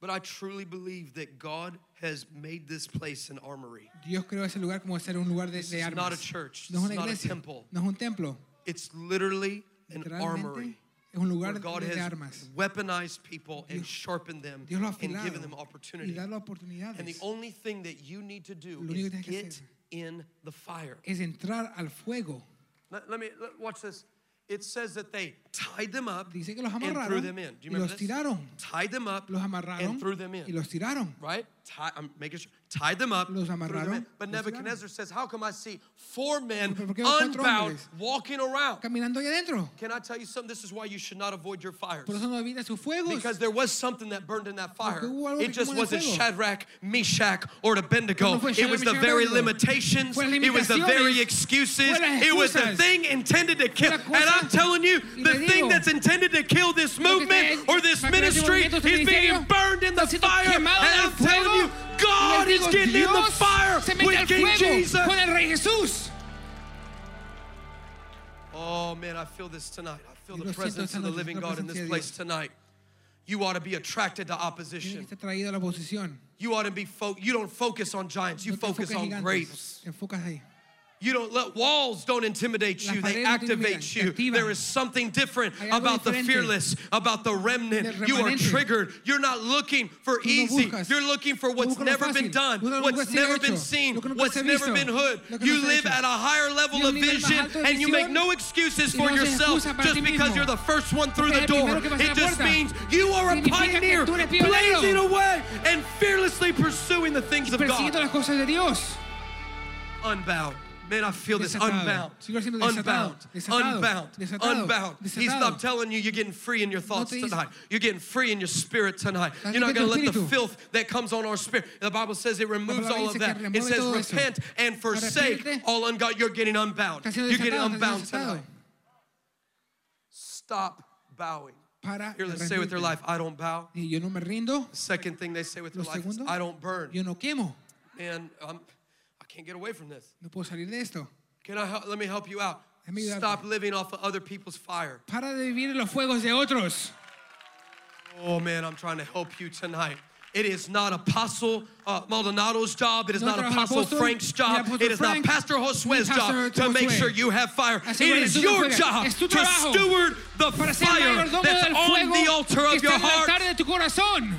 S4: but I truly believe that God has made this place an armory.
S3: Dios creó ese lugar como ser un lugar de, de
S4: is
S3: armas.
S4: not a church.
S3: No es
S4: This is
S3: una
S4: not a
S3: iglesia.
S4: temple.
S3: No es un templo.
S4: It's literally an armory
S3: Literalmente es un
S4: where
S3: lugar
S4: God
S3: de, de
S4: has
S3: armas.
S4: weaponized people and sharpened them
S3: Dios lo ha
S4: and given them
S3: afilado y
S4: opportunity.
S3: da las oportunidades.
S4: And the only thing that you need to do
S3: Lo único
S4: is
S3: que tienes que
S4: get
S3: hacer.
S4: in the fire.
S3: es entrar al fuego.
S4: Let, let me let- watch this. It says that they tied them up
S3: Dice que los
S4: and threw
S3: amarraron
S4: them in. Do
S3: y
S4: you remember
S3: los
S4: this?
S3: tiraron.
S4: Tied them up
S3: Los amarraron
S4: and threw them in.
S3: y los tiraron.
S4: right? Tie, I'm making sure. Tied them up.
S3: Los
S4: threw them
S3: amarraron,
S4: in. But
S3: los
S4: Nebuchadnezzar says, "How come I see four men
S3: Pero ¿por qué veo cuatro
S4: unbound
S3: hombres?
S4: walking around?"
S3: Caminando ahí adentro.
S4: Can I tell you something? This is why you should not avoid your fires.
S3: Por eso no evita sus fuegos.
S4: Because there was something that burned in that fire.
S3: Porque hubo algo
S4: It
S3: que
S4: just
S3: quemó en el
S4: wasn't
S3: fuego.
S4: Shadrach, Meshach, or Abednego.
S3: No fue
S4: It was the
S3: Shadrach,
S4: very
S3: Abednego.
S4: limitations.
S3: Fue las
S4: It was the very
S3: limitaciones.
S4: excuses.
S3: Fue las
S4: It was the
S3: excusas.
S4: thing intended to kill.
S3: la
S4: And
S3: cosa-
S4: I'm telling you,
S3: Y
S4: the
S3: le
S4: thing
S3: digo,
S4: that's intended to kill this
S3: que
S4: movement
S3: está-
S4: or this
S3: para que este
S4: ministry
S3: movimiento,
S4: is
S3: este
S4: being
S3: ministerio,
S4: burned in the
S3: está siendo
S4: fire. And
S3: quemado en el
S4: I'm telling
S3: fuego.
S4: you,
S3: Y
S4: God
S3: les
S4: is
S3: digo,
S4: getting in the
S3: Dios
S4: fire
S3: se mete
S4: with
S3: al
S4: King
S3: fuego
S4: Jesus.
S3: con el Rey Jesús.
S4: Oh man, I feel this tonight. I feel
S3: Yo
S4: the
S3: siento
S4: presence
S3: esta
S4: of the
S3: noche,
S4: living
S3: la
S4: God in
S3: presencia
S4: this
S3: de
S4: place
S3: Dios.
S4: tonight. You ought to be attracted to
S3: Tiene que
S4: opposition.
S3: estar Este traído a la posición.
S4: You ought to be fo- you don't focus on giants, you
S3: No te
S4: focus
S3: enfocas
S4: on
S3: gigantes,
S4: grapes.
S3: Te enfocas ahí.
S4: You don't let walls don't intimidate
S3: Las
S4: you,
S3: paredes
S4: they
S3: no te intimidan,
S4: activate
S3: te
S4: you.
S3: activan.
S4: There is something different
S3: Hay algo
S4: about the
S3: diferente.
S4: fearless, about the remnant.
S3: Del
S4: You are
S3: remanente.
S4: triggered. You're not looking for
S3: no
S4: easy.
S3: buscas.
S4: You're looking for
S3: Tú
S4: what's
S3: buscas lo
S4: never been
S3: fácil.
S4: done,
S3: Busca lo
S4: what's
S3: que no
S4: never
S3: se ha
S4: been
S3: hecho,
S4: seen,
S3: lo que no
S4: what's
S3: se ha
S4: never
S3: visto,
S4: been hood.
S3: lo que no
S4: You
S3: se ha
S4: live
S3: hecho.
S4: at a higher
S3: Y
S4: level
S3: un
S4: of
S3: nivel más
S4: vision
S3: alto de
S4: and you make
S3: visión,
S4: no excuses
S3: y no
S4: for
S3: haces
S4: yourself
S3: excusa para
S4: just
S3: ti
S4: because
S3: mismo.
S4: you're the first one through
S3: Porque eres
S4: the
S3: el primero
S4: door.
S3: que pasa
S4: It
S3: la
S4: just
S3: puerta.
S4: means you are a
S3: Significa que
S4: pioneer,
S3: tú eres pionero.
S4: blazing away and fearlessly pursuing the things of
S3: Persiguiendo
S4: God.
S3: las cosas de Dios.
S4: unbound. Man, I feel this
S3: Desatado.
S4: unbound,
S3: Sigo siendo desatado,
S4: unbound,
S3: desatado,
S4: unbound,
S3: desatado,
S4: unbound. He's,
S3: desatado.
S4: I'm telling you, you're getting free in your thoughts
S3: te dice-
S4: tonight. You're getting free in your spirit tonight.
S3: Estás
S4: You're not
S3: libre
S4: going
S3: en
S4: to
S3: tu
S4: let the
S3: espíritu.
S4: filth that comes on our spirit. The Bible says it removes
S3: palabra
S4: all of
S3: dice
S4: that.
S3: que
S4: It
S3: remueve
S4: says
S3: todo eso.
S4: repent and forsake
S3: Arrepiéntete.
S4: all ungodly. You're getting unbound.
S3: Estás
S4: You're
S3: siendo
S4: getting
S3: desatado, estás
S4: unbound
S3: desatado.
S4: tonight. Stop bowing.
S3: Para
S4: Here, let's say with their
S3: rendirte.
S4: life, I don't bow.
S3: Y yo no me rindo.
S4: Second thing they say with
S3: Lo
S4: their life is,
S3: segundo,
S4: I don't burn.
S3: yo no quemo.
S4: Man, I'm, I can't get away from this.
S3: No puedo salir de esto.
S4: Can I help, let me help you out?
S3: Let me help
S4: Stop living off of other people's fire.
S3: Para de vivir en los fuegos de otros.
S4: Oh man, I'm trying to help you tonight. It is not Apostle uh, Maldonado's job. It is not
S3: Nuestro
S4: Apostle
S3: apóstol,
S4: Frank's job.
S3: ni Apóstol
S4: It is
S3: Frank,
S4: not Pastor
S3: ni
S4: Josue's
S3: Pastor
S4: job to make
S3: Josué.
S4: sure you have fire. It
S3: Así que
S4: is
S3: tú no
S4: your
S3: juegas.
S4: job
S3: Es tu
S4: to
S3: trabajo
S4: steward the
S3: para ser el
S4: fire
S3: mayordomo
S4: that's
S3: del
S4: on
S3: fuego
S4: the altar
S3: que
S4: of
S3: está
S4: your
S3: en el
S4: heart.
S3: altar de tu corazón.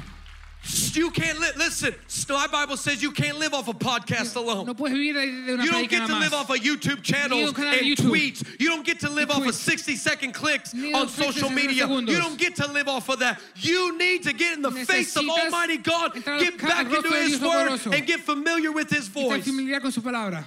S4: You can't li- listen. My Bible says you can't live off a podcast alone.
S3: No puedes vivir de de una
S4: You don't
S3: predica
S4: get to
S3: nada
S4: live
S3: más.
S4: off of YouTube channels
S3: don't get to
S4: and
S3: YouTube.
S4: tweets. You don't get to live
S3: Y
S4: off of
S3: tweets.
S4: 60 second clicks
S3: Ni
S4: on
S3: los 60
S4: social media.
S3: segundos.
S4: You don't get to live off of that. You need to get in the face of
S3: Necesitas
S4: Almighty God,
S3: entrar
S4: get
S3: al ca-
S4: back
S3: al rostro
S4: into
S3: de
S4: His
S3: Dios
S4: Word,
S3: amoroso.
S4: and get familiar with His
S3: Y ten
S4: voice.
S3: familiaridad con su palabra,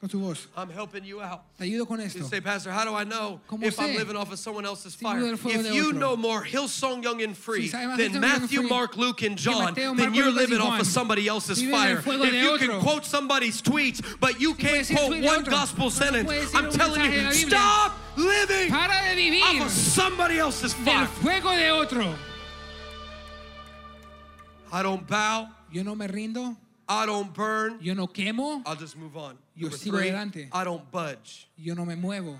S3: con su voz.
S4: I'm helping you out.
S3: Te ayudo con
S4: You
S3: esto.
S4: say, Pastor, how do I know
S3: ¿Cómo
S4: if I'm
S3: sé?
S4: living off of someone else's
S3: vivo
S4: fire?
S3: del fuego
S4: If
S3: de
S4: you
S3: otro.
S4: know more Hillsong Young and Free
S3: Si sabes más
S4: than
S3: Hillsong, Young and
S4: Matthew,
S3: Free
S4: Mark, Luke, and John,
S3: Mateo,
S4: then
S3: Marco,
S4: you're
S3: Lucas y
S4: living off
S3: Juan.
S4: of somebody else's
S3: Vives del
S4: fire.
S3: fuego
S4: If
S3: de
S4: you can
S3: otro.
S4: quote somebody's tweets, but you can't
S3: puedes decir
S4: quote
S3: tweet de
S4: one
S3: otro.
S4: gospel
S3: No
S4: sentence,
S3: puedes decir
S4: I'm
S3: un
S4: telling
S3: mensaje de
S4: you,
S3: la Biblia.
S4: stop living
S3: Para de
S4: off
S3: vivir
S4: of somebody else's
S3: del
S4: fire.
S3: fuego de otro.
S4: I don't bow,
S3: Yo no me rindo,
S4: I don't burn,
S3: yo no quemo,
S4: I'll just move on.
S3: Yo
S4: Number
S3: sigo
S4: three,
S3: adelante.
S4: I don't budge.
S3: yo no me muevo.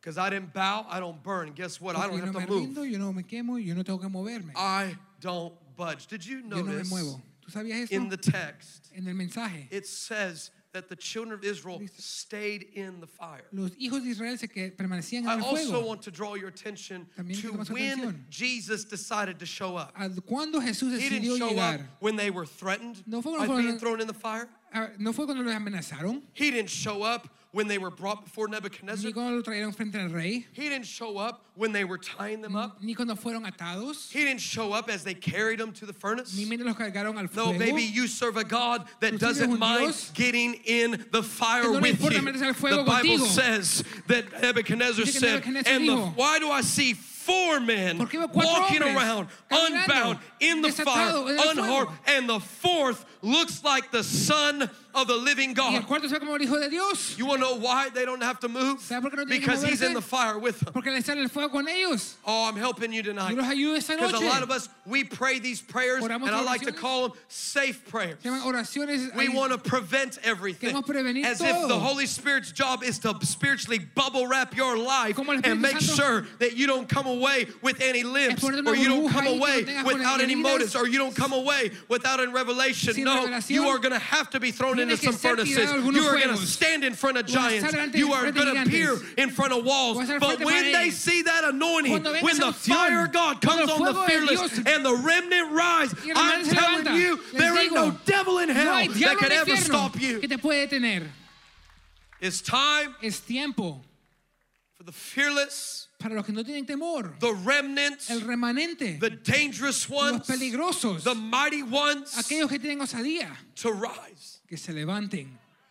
S4: Because I didn't bow, I don't burn. Guess what? I
S3: Porque
S4: don't
S3: yo no
S4: have
S3: me
S4: to move.
S3: rindo, yo no me quemo, yo no tengo que moverme.
S4: I don't budge. Did you
S3: Yo no me
S4: notice
S3: muevo. ¿Tú sabías eso?
S4: in the text?
S3: En el mensaje.
S4: It says that the children of Israel stayed in the fire.
S3: Los hijos de Israel se que permanecían en
S4: I
S3: el
S4: also
S3: fuego.
S4: want to draw your attention
S3: También
S4: to
S3: quiero más
S4: when
S3: atención.
S4: Jesus decided to show up.
S3: ¿A ¿Cuándo Jesús
S4: He didn't
S3: decidió
S4: show up
S3: llegar?
S4: when they were threatened
S3: No fue
S4: by
S3: cuando-
S4: being thrown in the fire.
S3: Ah, ¿No fue cuando los amenazaron?
S4: He didn't show up when they were brought before Nebuchadnezzar.
S3: ¿Ni cuando lo trajeron frente al rey?
S4: He didn't show up when they were tying them up.
S3: ¿Ni cuando fueron atados?
S4: He didn't show up as they carried them to the furnace.
S3: ¿Ni mientras los cargaron al
S4: No,
S3: fuego?
S4: baby, you serve a God that
S3: Tú sirves
S4: doesn't
S3: un
S4: mind
S3: Dios
S4: getting in the fire
S3: que no le
S4: with
S3: importa
S4: you.
S3: meterse al fuego
S4: The Bible
S3: contigo.
S4: says that Nebuchadnezzar
S3: Dice que
S4: said,
S3: Nebuchadnezzar
S4: and the,
S3: dijo,
S4: why do I see four men
S3: ¿Por qué veo cuatro
S4: walking
S3: hombres
S4: around,
S3: caminando,
S4: unbound, in the fire,
S3: desatado en el
S4: unharmed,
S3: fuego?"
S4: and the fourth looks like the son of the living
S3: Y el
S4: God?
S3: cuarto se ve como el hijo de Dios.
S4: You want to know why they don't have to move?
S3: ¿Sabe por qué no tienen que
S4: Because he's in
S3: moverse?
S4: the fire with them.
S3: Porque le sale el fuego con ellos.
S4: Oh, I'm helping you
S3: Yo los
S4: tonight.
S3: ayudo esta
S4: Because a
S3: noche.
S4: lot of us, we pray these prayers, and
S3: Oramos
S4: I like to
S3: oraciones.
S4: call them safe prayers.
S3: Se llaman oraciones.
S4: We
S3: ahí-
S4: want to prevent everything.
S3: Queremos prevenir
S4: As if the
S3: todo.
S4: Holy Spirit's job is to spiritually bubble wrap your life
S3: Como el Espíritu
S4: and make
S3: Santo-
S4: sure that you don't come away with any
S3: Es
S4: limbs,
S3: poner una
S4: or you don't
S3: burbuja ahí
S4: come
S3: que no
S4: away
S3: tengas
S4: without any
S3: heridas,
S4: motives, or you don't come away without any revelation.
S3: sin
S4: No,
S3: revelación.
S4: you are going to have to be thrown into
S3: Tienes que
S4: some
S3: ser tirado
S4: furnaces.
S3: a algunos
S4: You are going to
S3: fuegos.
S4: stand in front of
S3: Vas a estar
S4: giants.
S3: delante de
S4: You are
S3: frente de
S4: going to appear
S3: gigantes.
S4: in front of walls.
S3: Vas a estar
S4: But
S3: frente de
S4: when they
S3: paredes.
S4: see that anointing,
S3: Cuando venga
S4: when
S3: esa
S4: the
S3: unción,
S4: fire of God
S3: cuando
S4: comes
S3: el
S4: on the
S3: fuego de
S4: fearless
S3: Dios-
S4: and the remnant rise,
S3: Y el
S4: I'm
S3: remanente se
S4: telling
S3: levanta.
S4: you,
S3: Les
S4: there ain't
S3: digo,
S4: no devil in
S3: No
S4: hell
S3: hay
S4: that
S3: diablo
S4: can
S3: en el
S4: ever
S3: infierno
S4: stop you.
S3: que te puede detener.
S4: It's time
S3: Es tiempo
S4: for the fearless,
S3: para los que no tienen temor.
S4: the remnant,
S3: El remanente.
S4: the dangerous
S3: Los
S4: ones,
S3: peligrosos.
S4: the mighty ones
S3: Aquellos que tienen osadía.
S4: to rise.
S3: Que se levanten.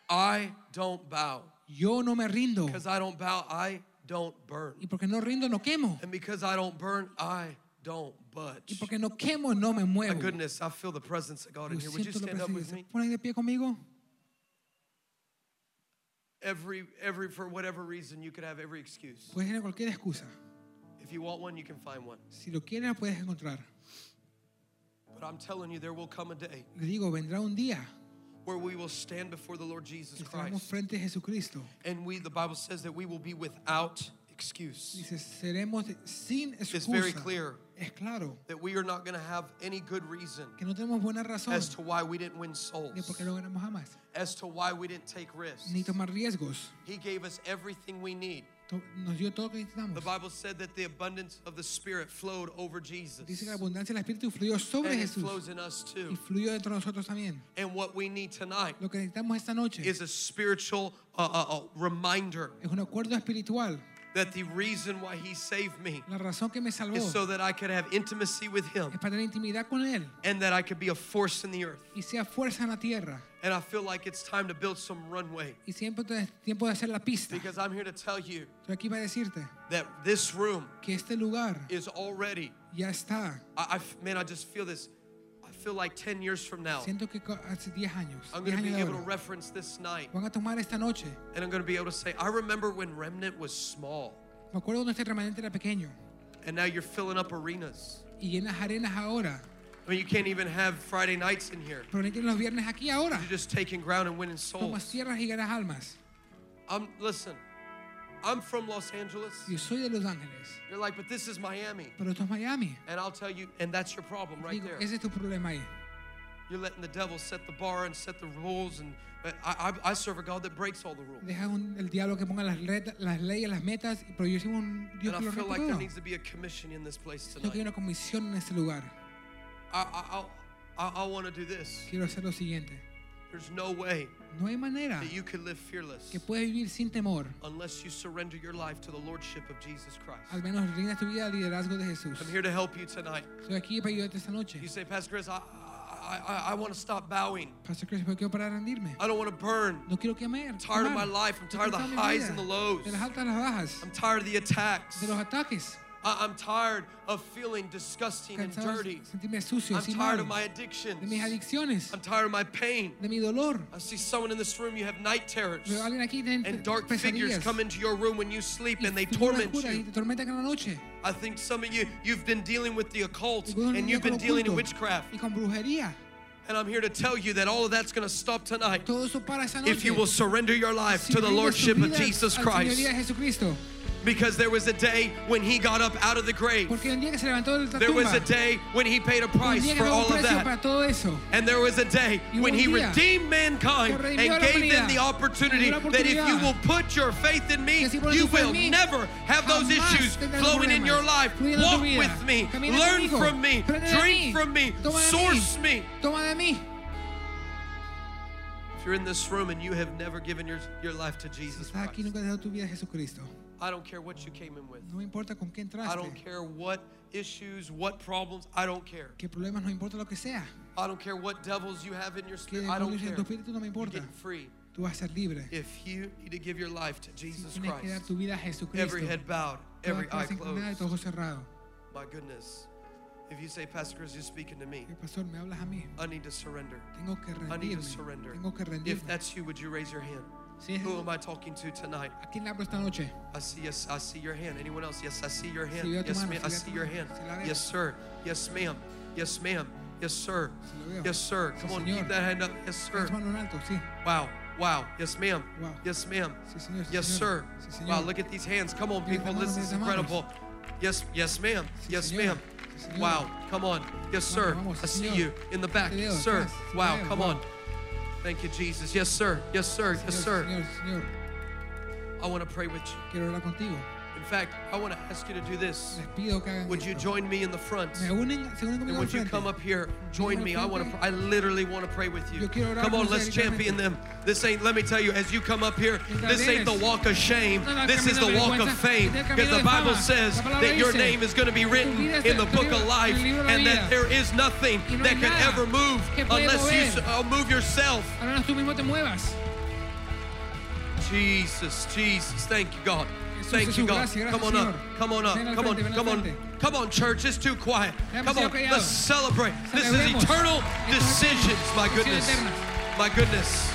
S4: I don't bow.
S3: Yo no me rindo.
S4: Because I don't bow, I don't burn.
S3: Y porque no rindo, no quemo.
S4: And because I don't burn, I don't
S3: Y
S4: budge.
S3: porque no quemo, no me muevo.
S4: My goodness, I feel the presence of God in
S3: Yo
S4: here. Would you
S3: siento la
S4: stand up with
S3: presencia.
S4: me?
S3: ¿Se ponen de pie conmigo?
S4: Every, every, for whatever reason, you could have every excuse.
S3: Puedes tener cualquier excusa.
S4: If you want one, you can find one.
S3: Si lo quieres, la puedes encontrar.
S4: But I'm telling you, there will come a day
S3: Le digo, vendrá un día
S4: where we will stand before the Lord Jesus
S3: que estaremos
S4: Christ.
S3: frente a Jesucristo.
S4: And we, the Bible says that we will be without excuse.
S3: Dice, seremos sin
S4: It's
S3: excusa.
S4: very clear
S3: Es claro
S4: that we are not going to have any good reason
S3: que no tenemos buena razón
S4: as to why we didn't win
S3: de
S4: souls,
S3: por qué no ganamos jamás.
S4: as to why we didn't take risks.
S3: Ni tomar riesgos.
S4: He gave us everything we need.
S3: To- Nos dio todo lo que
S4: The
S3: necesitamos.
S4: Bible said that the abundance of the Spirit flowed over Jesus.
S3: Dice que la abundancia del Espíritu fluyó sobre
S4: And it
S3: Jesús
S4: flows in us
S3: y
S4: too.
S3: fluyó dentro de nosotros también.
S4: And what we need tonight
S3: Lo que necesitamos esta noche
S4: is a spiritual uh, uh, uh, reminder
S3: es un acuerdo espiritual.
S4: that the reason why He saved me
S3: La razón que me salvó
S4: is so
S3: es
S4: that I could have intimacy with Him
S3: para tener intimidad con Él
S4: and that I could be a force in the earth.
S3: y sea fuerza en la tierra.
S4: And I feel like it's time to build some runway
S3: Y siempre te- es tiempo de hacer la pista.
S4: because I'm here to tell you
S3: Estoy aquí para decirte
S4: that this room
S3: que este lugar
S4: is already.
S3: ya está.
S4: I, I f- man, I just feel this. I feel like 10 years from now,
S3: Siento que co- hace 10 años, 10
S4: I'm going
S3: años
S4: to be
S3: de
S4: able to
S3: ahora,
S4: reference this night
S3: van a tomar esta noche.
S4: and I'm going to be able to say, I remember when Remnant was small
S3: Me acuerdo cuando este remanente era pequeño
S4: and now you're filling up arenas.
S3: y en las arenas ahora.
S4: I mean, you can't even have Friday nights in here.
S3: Pero no tienen los viernes aquí ahora.
S4: You're just taking ground and winning
S3: Tomas
S4: souls.
S3: tierras y ganas almas.
S4: I'm, listen, I'm from Los Angeles.
S3: Yo soy de Los Ángeles,
S4: You're like, but this is Miami.
S3: pero esto es Miami.
S4: And I'll tell you, and that's your problem right
S3: Digo,
S4: there.
S3: ese es tu problema ahí.
S4: You're letting the devil set the bar and set the rules. And but I, I, I serve a God that breaks all the rules.
S3: Deja un- el diablo que ponga las, reta- las leyes, las metas, pero yo soy un
S4: And
S3: Dios
S4: I
S3: que lo
S4: feel
S3: rompe
S4: like there
S3: todo.
S4: needs to be a commission in this place
S3: Creo que hay una
S4: tonight.
S3: comisión en este lugar.
S4: I, I, I, I want to do this.
S3: Quiero hacer lo siguiente.
S4: There's no way
S3: No hay manera
S4: that you can live fearless
S3: que puedas vivir sin temor,
S4: unless you surrender your life to the lordship of Jesus
S3: al
S4: Christ.
S3: menos rindas tu vida al liderazgo de Jesús.
S4: I'm here to help you tonight.
S3: Estoy aquí para ayudarte esta noche.
S4: You say, Pastor Chris, I, I, I, I want to stop bowing.
S3: Pastor Chris, ¿por qué para rendirme?
S4: I don't want to burn.
S3: No quiero quemer.
S4: tired of
S3: quemar.
S4: my life. I'm
S3: Estoy
S4: tired of the
S3: cansado de mi
S4: highs
S3: vida,
S4: and the lows.
S3: De las altas a las bajas,
S4: I'm tired of the attacks.
S3: de los ataques.
S4: I, am tired of feeling disgusting and
S3: Cansado
S4: dirty.
S3: de sentirme sucio,
S4: I'm
S3: sin
S4: tired of
S3: algo,
S4: my
S3: de mis
S4: addictions.
S3: adicciones,
S4: I'm tired of my pain.
S3: de mi dolor.
S4: I see someone in this room, you have night terrors.
S3: Veo a alguien aquí tiene
S4: And dark figures
S3: pesadillas.
S4: come into your room when you sleep
S3: y
S4: and they
S3: figuras
S4: torment
S3: oscuras Y
S4: you.
S3: te tormentan en la noche.
S4: I think some of you, you've been dealing with the occult
S3: Algunos
S4: and
S3: niños
S4: you've been
S3: con
S4: dealing with
S3: oculto Y
S4: witchcraft.
S3: con brujería.
S4: And I'm here to tell you that all of that's going to stop tonight
S3: Todo eso para esa noche.
S4: if you will surrender your life
S3: Si
S4: to the
S3: rindes tu
S4: Lordship of
S3: vida
S4: Jesus
S3: al señoría de
S4: Christ.
S3: Jesucristo.
S4: Because there was a day when he got up out of the grave.
S3: Porque el día que se levantó de la
S4: There
S3: tumba,
S4: was a day when he paid a
S3: un
S4: price
S3: día que
S4: for
S3: pagó un
S4: all of
S3: precio para
S4: that.
S3: todo eso.
S4: And there was a day
S3: Y hubo un
S4: when he
S3: día
S4: redeemed mankind
S3: que
S4: and
S3: redimió a la
S4: gave
S3: humanidad.
S4: them the opportunity
S3: Y dio la
S4: that if you
S3: oportunidad.
S4: will put your faith in me,
S3: Que si pones
S4: you
S3: tu fe en
S4: will
S3: mí,
S4: never have those
S3: jamás
S4: issues
S3: tendrás
S4: flowing in
S3: problemas.
S4: your life.
S3: Fluye en tu
S4: Walk
S3: vida.
S4: with me,
S3: Camina
S4: learn
S3: conmigo.
S4: from me,
S3: Aprende de mí.
S4: drink from me,
S3: Toma de
S4: source
S3: mí.
S4: me.
S3: Toma de mí.
S4: If you're in this room and you have never given your, your life to Jesus
S3: Estás aquí y
S4: Christ,
S3: nunca has dado tu vida a Jesucristo.
S4: I don't care what you came in with.
S3: No me importa con qué
S4: I don't
S3: entraste.
S4: care what issues, what problems, I don't care.
S3: Qué problemas, no importa lo que sea.
S4: I don't care what devils you have in your
S3: Qué
S4: spirit. I don't
S3: demonios en
S4: care.
S3: tu espíritu, no me
S4: You're
S3: importa.
S4: getting free.
S3: Tú vas a ser libre.
S4: If you need to give your life to Jesus
S3: Tienes que dar
S4: Christ,
S3: tu vida a Jesucristo.
S4: every head bowed,
S3: Toda
S4: every eye
S3: cabeza inclinada y todo ojo
S4: closed.
S3: cerrado.
S4: My goodness. If you say, Pastor Chris, you're speaking to me,
S3: El Eh, pastor, me hablas a mí.
S4: I need to surrender.
S3: Tengo que
S4: I need to
S3: rendirme.
S4: surrender.
S3: Tengo que
S4: If
S3: rendirme.
S4: that's you, would you raise your hand?
S3: Si es-
S4: Who am I talking to tonight?
S3: ¿A quién le hablo esta noche?
S4: I see yes, I see your hand. Anyone else? Yes, I see your hand.
S3: veo tu
S4: Yes,
S3: mano,
S4: ma'am.
S3: si
S4: I
S3: veo
S4: see
S3: tu
S4: your
S3: mano,
S4: hand.
S3: si la veo.
S4: Yes, sir. Yes, ma'am. Yes, ma'am. Yes, sir.
S3: Si lo veo.
S4: Yes, sir.
S3: Sí,
S4: Come on,
S3: señor.
S4: keep that hand up. Yes, sir.
S3: Las manos en alto, sí.
S4: Wow, wow. Yes, ma'am.
S3: Wow.
S4: Yes, ma'am.
S3: Sí, señor. Sí,
S4: Yes,
S3: señor.
S4: sir.
S3: Sí, señor.
S4: Wow, look at these hands. Come on,
S3: Mira las
S4: people. This
S3: manos,
S4: is
S3: mira las manos.
S4: incredible. Yes, yes, ma'am.
S3: Sí,
S4: Yes,
S3: señor.
S4: ma'am.
S3: Sí, señor.
S4: Wow, come on. Yes, sir.
S3: Vamos, vamos,
S4: I
S3: sí,
S4: see
S3: señor.
S4: you in the back.
S3: Te veo
S4: Yes, sir.
S3: atrás, sí,
S4: Wow,
S3: te veo.
S4: come
S3: Wow.
S4: on. Thank you, Jesus. Yes, sir. Yes, sir. Yes,
S3: Señor,
S4: sir.
S3: Señor, señor,
S4: I want to pray with you.
S3: quiero hablar contigo.
S4: In fact, I want to ask you to do this.
S3: Les pido que hagan
S4: Would you
S3: esto.
S4: join me in the front?
S3: Me unen, se unen
S4: And
S3: conmigo al
S4: would you
S3: frente.
S4: come up here, join me? I want to. I literally want to pray with you.
S3: Yo quiero orar
S4: Come on,
S3: con
S4: let's
S3: ustedes
S4: champion
S3: literalmente.
S4: them. This ain't. Let me tell you, as you come up here,
S3: Mientras
S4: this ain't the
S3: vienes,
S4: walk of shame.
S3: no es el
S4: This is
S3: camino
S4: the
S3: de
S4: walk of
S3: vergüenza,
S4: fame,
S3: es el camino
S4: because the
S3: de
S4: Bible
S3: fama.
S4: says
S3: La palabra
S4: that your
S3: dice,
S4: name is going to be written
S3: vida es
S4: in the
S3: el
S4: book of
S3: libro-
S4: life,
S3: el libro de la
S4: and that
S3: vida.
S4: there is nothing
S3: Y no
S4: that
S3: hay
S4: can
S3: nada
S4: ever move
S3: que puede
S4: unless you
S3: mover.
S4: s- uh, move yourself.
S3: Ahora no tú mismo te muevas.
S4: Jesus, Jesus, thank you, God.
S3: Jesús,
S4: Thank you,
S3: Jesús,
S4: God.
S3: gracias, gracias,
S4: Come on up.
S3: Señor.
S4: Come on up.
S3: Ven al
S4: Come on.
S3: frente, ven al
S4: Come on.
S3: frente.
S4: Come on, church. It's too quiet.
S3: Veamos,
S4: Come on.
S3: Señor, callado.
S4: Let's celebrate. This is
S3: Celebremos.
S4: eternal
S3: Esto es
S4: decisions. My
S3: decisión
S4: goodness.
S3: eterna.
S4: My goodness.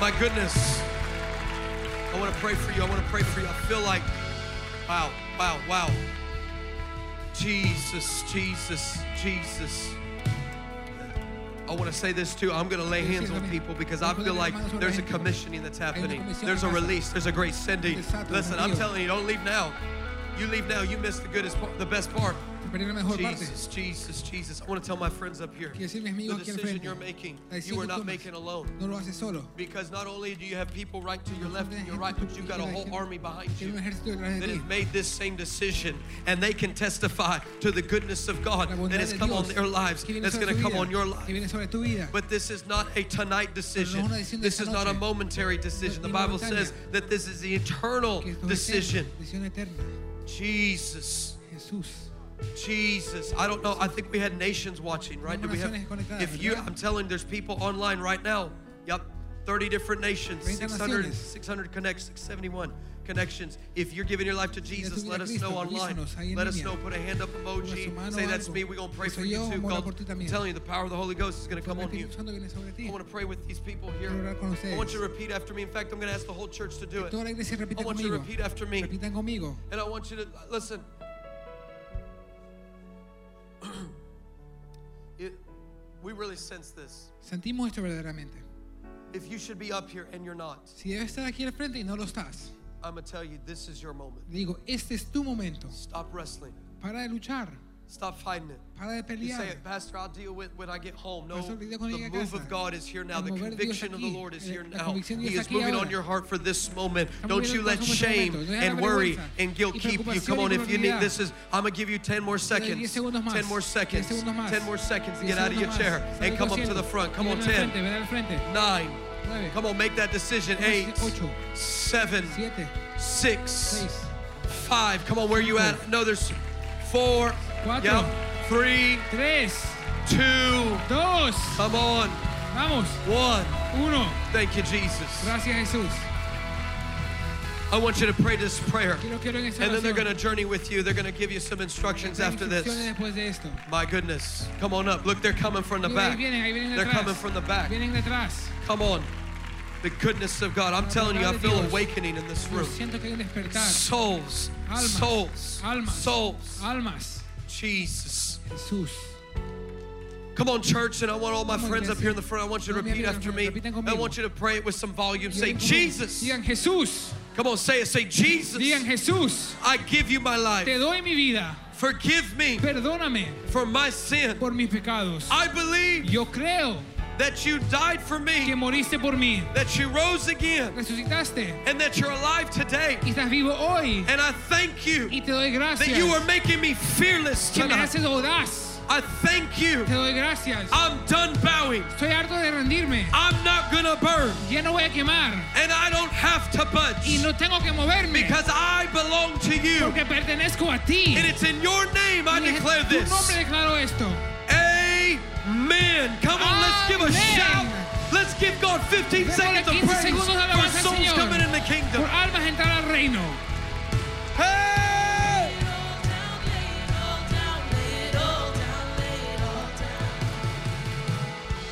S4: My goodness. I want to pray for you. I want to pray for you. I feel like, wow, wow, wow. Jesus, Jesus, Jesus. I want to say this too. I'm going to lay hands on people because I feel like there's a commissioning that's happening. There's a release. There's a great sending. Listen, I'm telling you, don't leave now. You leave now. You miss the goodest part, the best part.
S3: Te perdí la mejor parte.
S4: Jesus, Jesus, Jesus. I want to tell my friends up here.
S3: Quiero decir, mis
S4: The
S3: amigos aquí al
S4: decision
S3: frente.
S4: you're making,
S3: La decisión
S4: you are
S3: que
S4: not
S3: tomas,
S4: making alone.
S3: No lo haces solo.
S4: Because not only do you have people right to your left and your
S3: Gente
S4: right,
S3: que
S4: but you've got a
S3: tiene
S4: whole
S3: gente-
S4: army behind
S3: tiene
S4: you
S3: un ejército detrás de
S4: that
S3: ti.
S4: has made this same decision and they can testify to the goodness of God
S3: La
S4: that
S3: bondad
S4: has
S3: de
S4: come on
S3: Dios
S4: their lives,
S3: que viene
S4: that's
S3: sobre
S4: going to
S3: tu
S4: come
S3: vida,
S4: on your
S3: que
S4: life.
S3: viene sobre tu vida.
S4: But this is not a tonight decision.
S3: una decisión de
S4: This
S3: esta
S4: is not a
S3: noche.
S4: momentary decision. The
S3: ni
S4: Bible
S3: momentánea.
S4: says that this is the eternal
S3: Que esto es
S4: decision.
S3: eterno, decisión eterna.
S4: Jesus,
S3: Jesús.
S4: Jesus. I don't know. I think we had nations watching, right? Did we have,
S3: Naciones conectadas,
S4: if you,
S3: ¿verdad?
S4: I'm telling, there's people online right now. Yep, 30 different nations,
S3: 30
S4: 600,
S3: naciones.
S4: 600 connects, 671 connections. If you're giving your life to Jesus,
S3: vida a
S4: let us
S3: Cristo,
S4: know online.
S3: avísanos ahí en
S4: Let us
S3: línea.
S4: know. Put a hand up
S3: Ponga su
S4: emoji.
S3: mano
S4: Say
S3: o
S4: that's
S3: algo.
S4: me. We're gonna pray
S3: Que
S4: for
S3: soy
S4: you
S3: yo,
S4: too.
S3: vamos a orar
S4: God,
S3: por ti
S4: I'm
S3: también.
S4: telling you, the power of the Holy Ghost is gonna come
S3: El
S4: on you.
S3: Espíritu Santo viene sobre ti.
S4: I want to pray with these people here.
S3: Quiero orar con
S4: I want you
S3: ustedes.
S4: to repeat after me. In fact, I'm going to ask the whole church to do it.
S3: Toda la iglesia repite
S4: I want you to
S3: conmigo.
S4: repeat after me.
S3: Repitan conmigo.
S4: And I want you to listen. It, we really sense this.
S3: Sentimos esto verdaderamente.
S4: If you should be up here and you're not,
S3: Si debes estar aquí al frente y no lo estás,
S4: I'm going to tell you this is your moment.
S3: le digo, este es tu momento
S4: Stop wrestling.
S3: para de luchar.
S4: Stop fighting it.
S3: Para de
S4: You say
S3: pelear.
S4: it, Pastor, I'll deal with when I get home. No,
S3: Pastor,
S4: the
S3: olvide cuando llegue a
S4: move
S3: casa.
S4: of God is here now.
S3: El
S4: The
S3: mover de Dios
S4: conviction of the
S3: aquí.
S4: Lord is
S3: Eh,
S4: here
S3: la
S4: now.
S3: convicción de
S4: He
S3: Dios
S4: is
S3: aquí
S4: moving on
S3: ahora.
S4: your heart for this moment.
S3: Está
S4: Don't
S3: moviendo
S4: you
S3: el
S4: let
S3: corazón por este
S4: shame
S3: momento. No deja la
S4: and worry
S3: vergüenza
S4: and guilt
S3: y
S4: keep you.
S3: preocupación
S4: Come
S3: y
S4: on, if you need
S3: culpabilidad.
S4: this is I'm gonna give you 10 more seconds.
S3: 10 segundos más.
S4: 10 more seconds.
S3: 10 segundos más.
S4: 10 more seconds to
S3: 10
S4: get out of your
S3: segundos
S4: chair
S3: más. Sale
S4: and come up
S3: corriendo.
S4: to the front. Come on,
S3: Ven al frente,
S4: 10,
S3: ven al frente.
S4: 9.
S3: Nueve.
S4: Come on, make that decision. 8,
S3: Ocho.
S4: 7,
S3: Siete.
S4: 6,
S3: Seis.
S4: 5. Come on, where you at? No, there's 4,
S3: Cuatro.
S4: yep, 3,
S3: Tres.
S4: 2,
S3: Dos.
S4: come on,
S3: Vamos.
S4: 1.
S3: Uno.
S4: Thank you, Jesus.
S3: Gracias, Jesús.
S4: I want you to pray this prayer.
S3: Quiero quiero en esta
S4: And then they're
S3: oración.
S4: going to journey with you. They're going to give you some instructions
S3: Hay
S4: after
S3: instrucciones
S4: this.
S3: después de esto.
S4: My goodness. Come on up. Look, they're coming from the
S3: Mira, ahí
S4: back.
S3: vienen, ahí vienen
S4: They're
S3: detrás.
S4: coming from the back.
S3: Vienen detrás.
S4: Come on. The goodness of God. I'm telling you, I feel awakening in this
S3: Yo
S4: room.
S3: siento que hay un despertar.
S4: Souls.
S3: Almas.
S4: Souls.
S3: Almas.
S4: Souls.
S3: Almas.
S4: Jesus.
S3: Jesús.
S4: Come on, church. And I want all my friends up here in the front. I want you to repeat after me. I want you to pray it with some volume. Say, Jesus.
S3: Digan Jesús.
S4: Come on, say it. Say, Jesus.
S3: Digan Jesús.
S4: I give you my
S3: Te
S4: life.
S3: doy mi vida.
S4: Forgive me
S3: Perdóname
S4: for my sin.
S3: por mis pecados.
S4: I believe
S3: Yo creo
S4: that you died for
S3: que
S4: me,
S3: moriste por mí.
S4: that you rose again,
S3: Resucitaste
S4: and that you're alive today.
S3: y estás vivo hoy.
S4: And I thank you
S3: Y te doy
S4: that
S3: gracias.
S4: you are making me fearless
S3: Que me
S4: tonight.
S3: haces audaz.
S4: I thank you.
S3: Te doy gracias.
S4: I'm done bowing.
S3: Estoy harto de rendirme.
S4: I'm not gonna burn,
S3: Ya no voy a quemar.
S4: and I don't have to
S3: Y
S4: budge
S3: no tengo que moverme.
S4: because I belong to you.
S3: Porque pertenezco a ti.
S4: And it's in your name I
S3: Y en
S4: declare
S3: tu nombre
S4: this.
S3: declaro esto.
S4: Amen. Come on, let's give a
S3: Amen.
S4: shout. Let's give God 15
S3: Démosle
S4: seconds of
S3: 15
S4: praise
S3: segundos de
S4: for
S3: alabanza al
S4: souls
S3: Señor.
S4: coming in the
S3: Por
S4: kingdom.
S3: almas entrar al reino.
S4: Hey!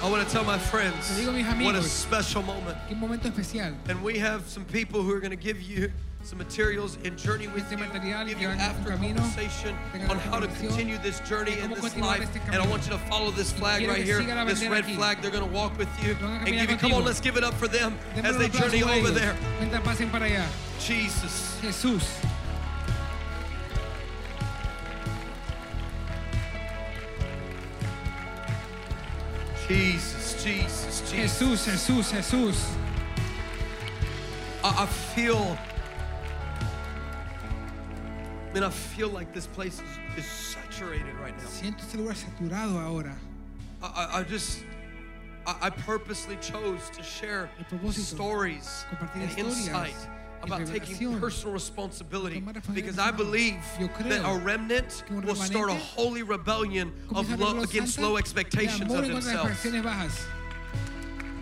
S4: I want to tell my friends
S3: Te digo, mis
S4: what a
S3: amigos.
S4: special moment.
S3: Qué momento especial.
S4: And we have some people who are going to give you some materials and journey with
S3: Este
S4: you,
S3: material
S4: give
S3: que
S4: you
S3: van en
S4: after
S3: un camino,
S4: conversation
S3: tengan
S4: on
S3: la
S4: how to
S3: conversación
S4: continue this journey
S3: de
S4: in
S3: cómo
S4: this
S3: continuar
S4: life.
S3: este
S4: And I
S3: camino.
S4: want you to follow this flag
S3: quiero
S4: right
S3: que
S4: here,
S3: siga la
S4: this
S3: bandera
S4: red
S3: aquí.
S4: flag. They're going to walk with you
S3: Lo van a
S4: and
S3: caminar
S4: give you. Come on,
S3: contigo.
S4: let's give it up for them
S3: Denme
S4: as
S3: un
S4: they
S3: aplauso
S4: journey
S3: a
S4: over
S3: ellos.
S4: there.
S3: Mientras pasen para allá.
S4: Jesus.
S3: Jesús.
S4: Jesus, Jesus, Jesus.
S3: Jesús, Jesús, Jesús.
S4: I, I feel, man, I feel like this place is, is saturated right now.
S3: Siento este lugar saturado ahora.
S4: I, I- I just, I, I purposely chose to share
S3: El propósito,
S4: stories
S3: compartir
S4: and
S3: historias
S4: insight
S3: y
S4: about taking
S3: revelación.
S4: personal responsibility
S3: Tomar responsabilidad
S4: because I
S3: personal.
S4: believe
S3: Yo creo
S4: that a remnant
S3: que un
S4: will start a
S3: remanente
S4: holy rebellion
S3: Comienza
S4: of
S3: a ver
S4: low,
S3: los
S4: against
S3: santos
S4: low
S3: de
S4: expectations
S3: amor
S4: of
S3: en contra de las
S4: themselves.
S3: presiones bajas.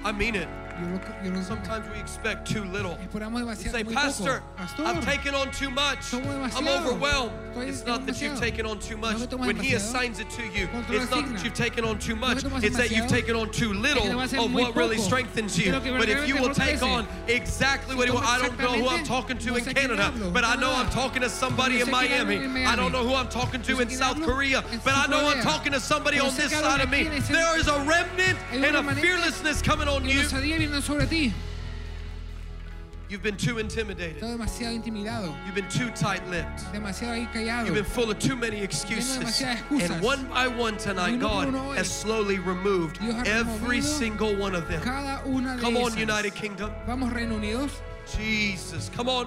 S4: I mean it.
S3: Yo lo, yo lo
S4: Sometimes we expect too little.
S3: Esperamos
S4: You
S3: demasiado.
S4: say,
S3: muy
S4: Pastor,
S3: poco.
S4: I've taken on too much.
S3: tomo
S4: I'm
S3: demasiado.
S4: overwhelmed.
S3: Estoy-
S4: It's
S3: tengo
S4: not that you've
S3: demasiado.
S4: taken on too much.
S3: No me tomas
S4: When He
S3: demasiado.
S4: assigns it to you,
S3: Cuando te lo
S4: it's not that
S3: asigna.
S4: you've taken on too
S3: me
S4: much.
S3: tomas
S4: It's that you've
S3: demasiado.
S4: taken on too little
S3: Es que lo vas a hacer
S4: of
S3: muy
S4: what really
S3: poco
S4: strengthens
S3: de
S4: you.
S3: lo que
S4: But if you
S3: verdaderamente
S4: will take
S3: fortalece.
S4: on exactly what
S3: Si
S4: you want,
S3: tomas
S4: I don't know who I'm
S3: exactamente,
S4: talking to
S3: no
S4: in
S3: sé a quién
S4: Canada,
S3: hablo,
S4: but I
S3: no
S4: know
S3: nada.
S4: I'm talking to somebody
S3: No
S4: in
S3: sé a quién hablo
S4: Miami.
S3: en
S4: I
S3: Miami.
S4: don't know who I'm talking
S3: No sé
S4: to in
S3: a quién
S4: South
S3: hablo
S4: Korea,
S3: en
S4: but I
S3: Sur
S4: know I'm
S3: Corea.
S4: talking to somebody
S3: Pero
S4: on
S3: sé
S4: this
S3: que hablo
S4: side
S3: de
S4: of me.
S3: quién es el-
S4: There is a remnant
S3: Hay un
S4: and a
S3: remanente
S4: fearlessness coming on
S3: Y
S4: you.
S3: la osadía viene sobre ti.
S4: You've been too intimidated.
S3: Estás demasiado intimidado.
S4: You've been too tight-lipped.
S3: Demasiado ahí callado.
S4: You've been full of too many excuses.
S3: demasiadas excusas.
S4: And one by one
S3: Y
S4: tonight,
S3: uno
S4: God
S3: por uno hoy,
S4: has slowly removed
S3: Dios ha
S4: every
S3: removido
S4: single one of them.
S3: Cada una de
S4: Come on,
S3: esas.
S4: United Kingdom.
S3: Vamos, Reino Unidos.
S4: Jesus, come on.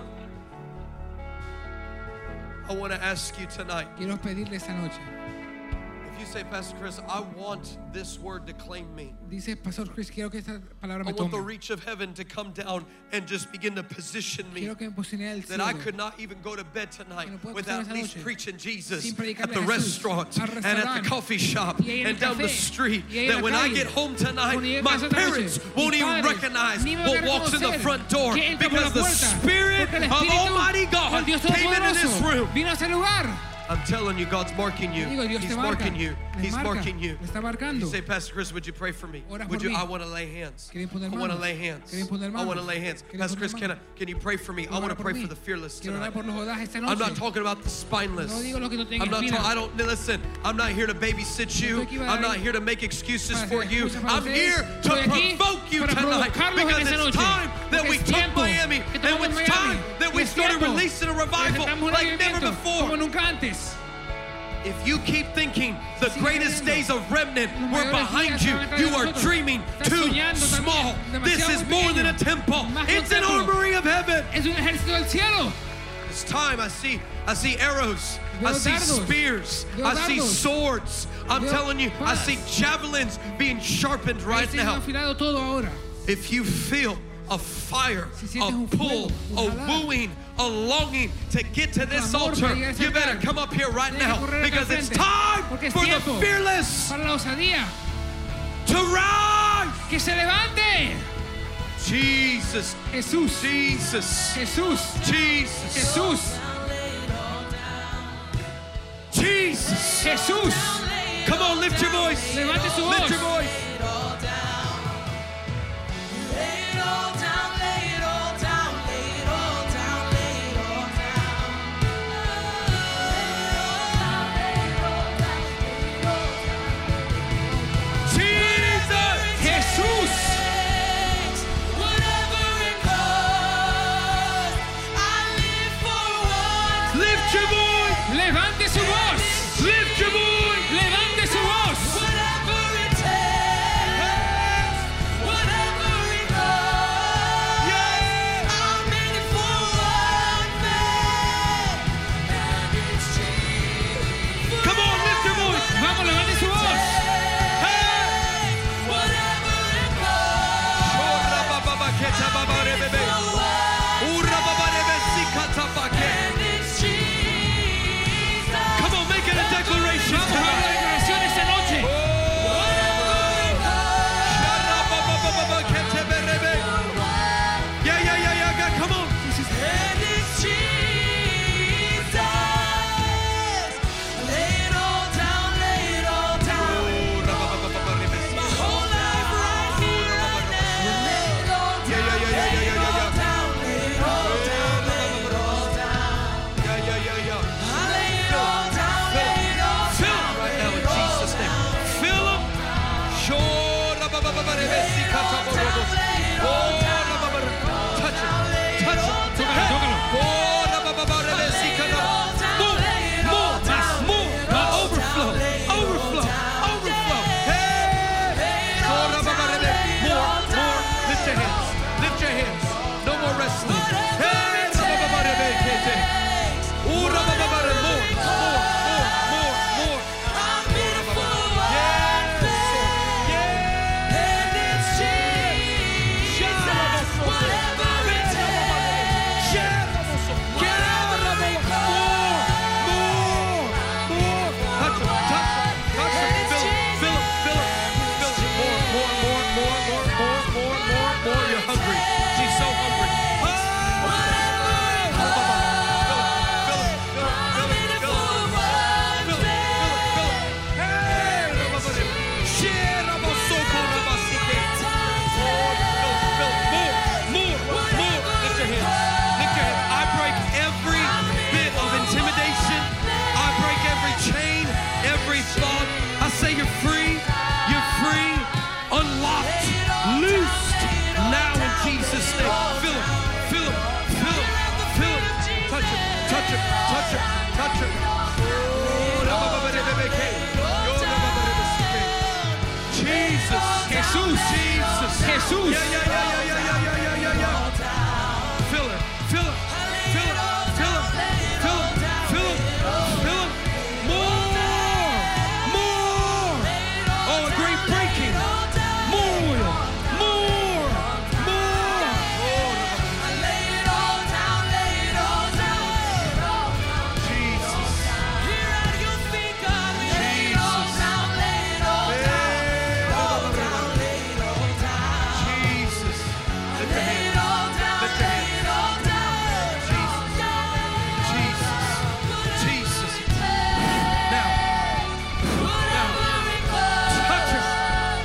S4: I want to ask you tonight
S3: Quiero pedirle esta noche.
S4: if you say, Pastor Chris, I want this word to claim me.
S3: Dice Pastor Chris, quiero que esta palabra
S4: I
S3: me
S4: want the
S3: tome.
S4: reach of heaven to come down and just begin to position me.
S3: Quiero que me posicione al
S4: that
S3: cielo.
S4: I could not even go to bed tonight
S3: Que no puedo
S4: without
S3: acostarme
S4: at
S3: esa
S4: least
S3: noche
S4: preaching Jesus
S3: sin
S4: at
S3: predicarle
S4: the
S3: a Jesús,
S4: restaurant
S3: al
S4: and at the
S3: restaurante,
S4: coffee shop
S3: y ahí en
S4: and
S3: el
S4: down the
S3: café,
S4: street.
S3: y ahí en
S4: That
S3: la
S4: when I
S3: calle.
S4: get home
S3: Cuando llegue
S4: tonight,
S3: a
S4: my
S3: casa esta noche,
S4: parents
S3: mis
S4: won't even
S3: padres
S4: recognize
S3: ni me van a
S4: what walks in the
S3: reconocer
S4: front door
S3: que entra por la
S4: because the
S3: puerta,
S4: Spirit
S3: porque el
S4: of
S3: Espíritu
S4: Almighty
S3: del
S4: God
S3: Dios
S4: came into this
S3: Todopoderoso
S4: room.
S3: Vino a ese lugar.
S4: I'm telling you, God's marking you.
S3: Te digo, Dios
S4: He's
S3: te marca.
S4: marking you.
S3: Le
S4: He's
S3: marca.
S4: marking you.
S3: Le está marcando.
S4: You say, Pastor Chris, would you pray for me?
S3: Ora
S4: Would
S3: por mí.
S4: you? I want to lay hands. I
S3: ¿Quieres poner
S4: want to
S3: manos?
S4: lay hands.
S3: ¿Quieres poner
S4: I want to
S3: manos?
S4: lay hands.
S3: ¿Quieres
S4: Pastor
S3: poner
S4: Chris, can, I,
S3: manos?
S4: can you pray for me? I
S3: Ora
S4: want to
S3: por
S4: pray
S3: mí.
S4: for the fearless
S3: Quiero orar
S4: tonight.
S3: por los odajes esta noche.
S4: I'm not talking about the spineless.
S3: No digo los que no tienen
S4: I'm not
S3: espina.
S4: talking. I don't listen. I'm not here to babysit
S3: No
S4: you.
S3: estoy aquí para
S4: I'm not
S3: dar-
S4: here to make excuses
S3: para
S4: for
S3: hacer
S4: you.
S3: excusas para
S4: I'm
S3: ustedes.
S4: here to
S3: Estoy aquí
S4: provoke you
S3: para
S4: tonight
S3: provocarlos en
S4: because
S3: esa
S4: it's
S3: noche.
S4: time that
S3: Porque
S4: we
S3: es
S4: took
S3: tiempo
S4: Miami
S3: que
S4: and
S3: tomamos
S4: it's
S3: Miami.
S4: time that
S3: Y
S4: we
S3: es
S4: started
S3: tiempo
S4: releasing a
S3: que
S4: revival
S3: presentamos un
S4: like never
S3: avivamiento
S4: before.
S3: como nunca antes.
S4: If you keep thinking the greatest days of remnant were behind you, you are dreaming too small. This is more than a temple, it's an armory of heaven.
S3: Es un ejército del cielo.
S4: It's time. I see. I see arrows. I see spears. I see swords. I'm telling you, I see javelins being sharpened right
S3: Este es
S4: now.
S3: afilado todo ahora.
S4: If you feel a fire, a pull, a wooing, a longing to get to this altar, you better come up here right now because it's time for the fearless
S3: Para la osadía.
S4: to rise.
S3: Que se levante.
S4: Jesus,
S3: Jesús.
S4: Jesus,
S3: Jesús.
S4: Jesus,
S3: Jesús.
S4: Jesus.
S3: Jesús.
S4: Come on, lift your voice.
S3: Levante su
S4: Lift
S3: voz.
S4: your voice. Jesus.
S3: Jesús.
S4: Lift your voice.
S3: Levante su voz.
S4: Lift your voice.
S3: Levante su voz.
S4: Come on, lift your voice.
S3: Vamos, levante su voz.
S4: Come on, make it a declaration.
S3: Vamos a ver la declaración esta noche.
S4: Yeah, yeah, yeah, yeah, God, come on. Yeah, yeah, yeah, yeah, yeah, yeah, yeah, yeah. Yeah, yeah, yeah, yeah. Fill them right now in Jesus' name. Fill them. Touch it. Touch it.
S3: Tócalo, tócalo.
S4: More, more, more. Overflow, overflow, overflow. Hey. More, more. Lift your hands. Lift your hands. No more wrestling. Hey. More, more, more, more, more. Touch it, touch it, touch it. Jesus,
S3: Jesús.
S4: Jesus,
S3: Jesús.
S4: Yeah, yeah, yeah, yeah, yeah, yeah, yeah, yeah, yeah. Fill it, fill it, fill it, fill it, fill it, fill it, fill it. More, more. Oh, a great breaking. More, more, more. Jesus. Jesus. Lift your hand. Lift your hand. Jesus. Jesus. Now,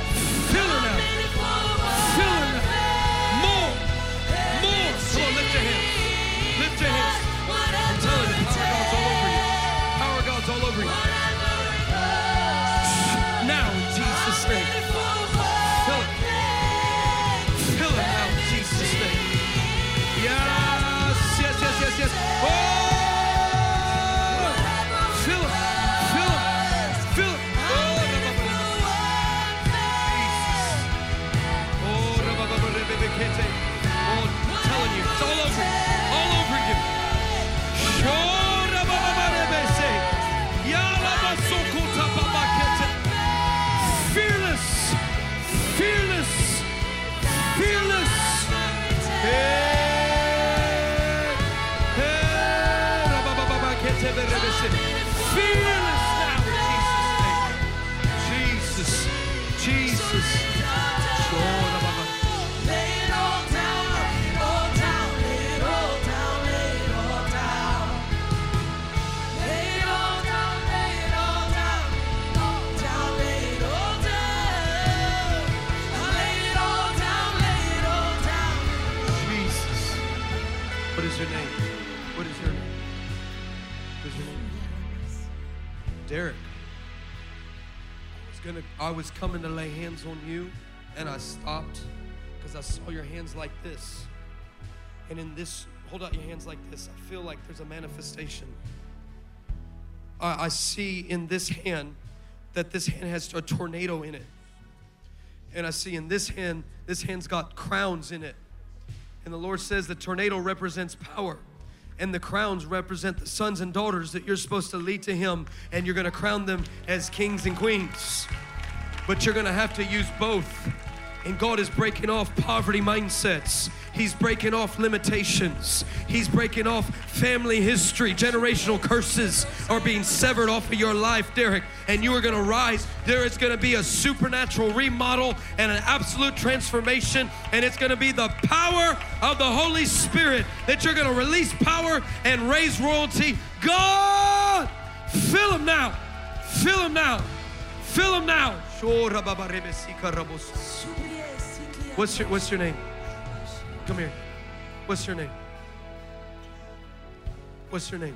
S4: now. Touch him. Oh! Oh, Jesus. Jesus. What is your name? What is your name? What is your name? Derek. I was gonna I was coming to lay hands on you and I stopped because I saw your hands like this. And in this, hold out your hands like this. I feel like there's a manifestation. I, I see in this hand that this hand has a tornado in it. And I see in this hand, this hand's got crowns in it. And the Lord says the tornado represents power. And the crowns represent the sons and daughters that you're supposed to lead to Him. And you're going to crown them as kings and queens. But you're going to have to use both. And God is breaking off poverty mindsets. He's breaking off limitations. He's breaking off family history. Generational curses are being severed off of your life, Derek. And you are going to rise. There is going to be a supernatural remodel and an absolute transformation. And it's going to be the power of the Holy Spirit that you're going to release power and raise royalty. God, fill him now. Fill him now. Fill him now. What's your, what's your name? Come here. What's your name? What's your name?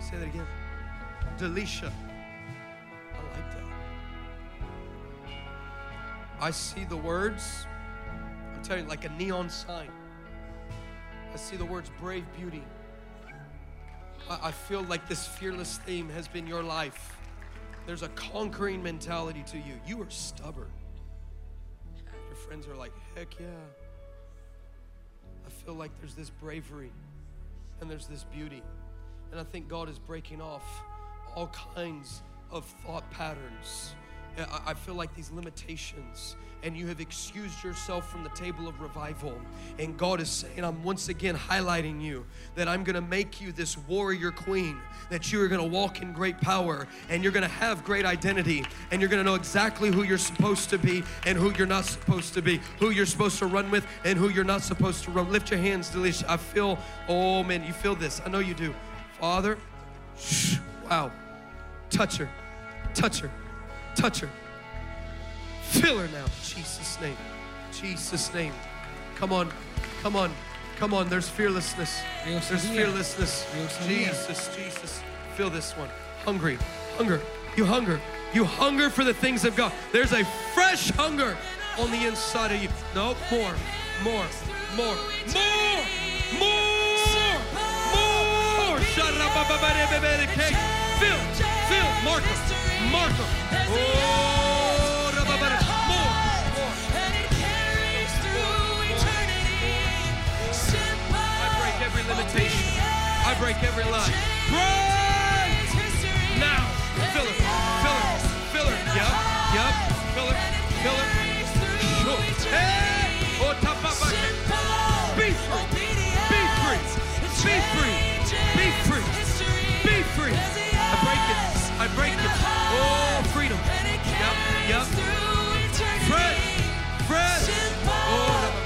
S4: Say that again. Delisha. I like that. I see the words. I'm telling you, like a neon sign. I see the words brave beauty. I, I feel like this fearless theme has been your life. There's a conquering mentality to you. You are stubborn. Your friends are like, heck yeah. I feel like there's this bravery and there's this beauty. And I think God is breaking off all kinds of thought patterns. And I I feel like these limitations, and you have excused yourself from the table of revival. And God is saying, I'm once again highlighting you that I'm gonna make you this warrior queen, that you are gonna walk in great power, and you're gonna have great identity, and you're gonna know exactly who you're supposed to be and who you're not supposed to be, who you're supposed to run with and who you're not supposed to run. Lift your hands, Delisha. I feel, oh man, you feel this. I know you do. Father, shh, wow. Touch her. Touch her. Touch her. Fill her now. Jesus' name. Jesus' name. Come on. Come on. Come on. There's fearlessness.
S3: Dios
S4: There's
S3: mío.
S4: fearlessness.
S3: Dios mío.
S4: Jesus, Jesus. Feel this one. Hungry. Hunger. You hunger. You hunger for the things of God. There's a fresh hunger on the inside of you. No, more. More. More. More. More. More. Sharabababarebebebeke. Fill. Fill. Mark 'em. Mark 'em. Oh, rababara- More. More. I break every limitation. I break every line. Break! Now, fill it, fill it, fill it. Yep, yep, fill it, fill it. Sure. Hey! Oh, top, top, top. Be free. Be free. Be free. Be free. Be free. I break it. I break it. Oh, freedom. Yep, yep. Fresh. Fresh. Oh, no.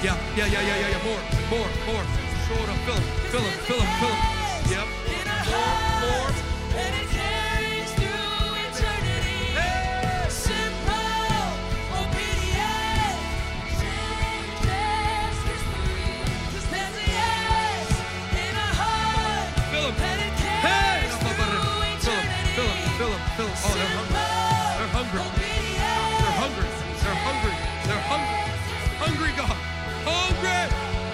S4: Yeah, yeah, yeah, yeah, yeah, yeah. More, more, more. Shoulder, fill him, fill him, fill him, fill him. Yep. More, more. Hey! Fill him. Hey! Fill him, fill him, fill him, fill him. Oh, they're hungry. They're hungry. They're hungry. They're hungry. They're hungry. Hungry God. Hungry.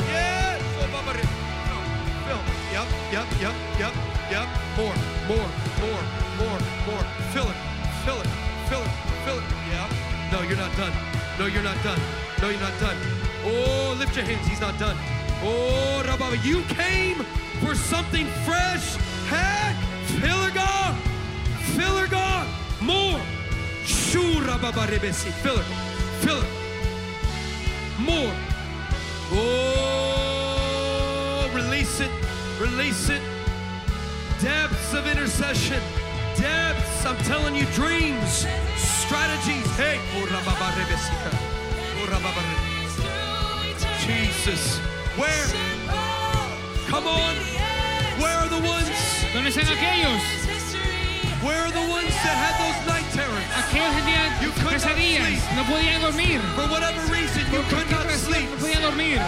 S4: Yes. Oh, Baba Re- Fill, fill. Yep, yep, yep, yep, yep. More, more, more, more, more. Fill it. Fill it. Fill it. Fill it. Yep. No, you're not done. No, you're not done. No, you're not done. Oh, lift your hands. He's not done. Oh, Rababa, you came for something fresh. Heck, fill her, God. Fill her, God. More. Shura Baba Rebesi. Fill her. Fill her more. Oh, release it, release it. Depths of intercession, depths, I'm telling you, dreams, strategies. Hey, Kurababarebesika. Kurababare- Jesus. Where? Come on. Where are the ones?
S3: ¿Dónde están aquellos?
S4: Where are the ones that had those night terrors?
S3: Aquellos que
S4: You could
S3: tenían
S4: not
S3: pesadillas,
S4: sleep.
S3: no podían dormir.
S4: For whatever reason, you
S3: Por
S4: could
S3: cualquier
S4: not
S3: razón,
S4: sleep.
S3: No podían dormir.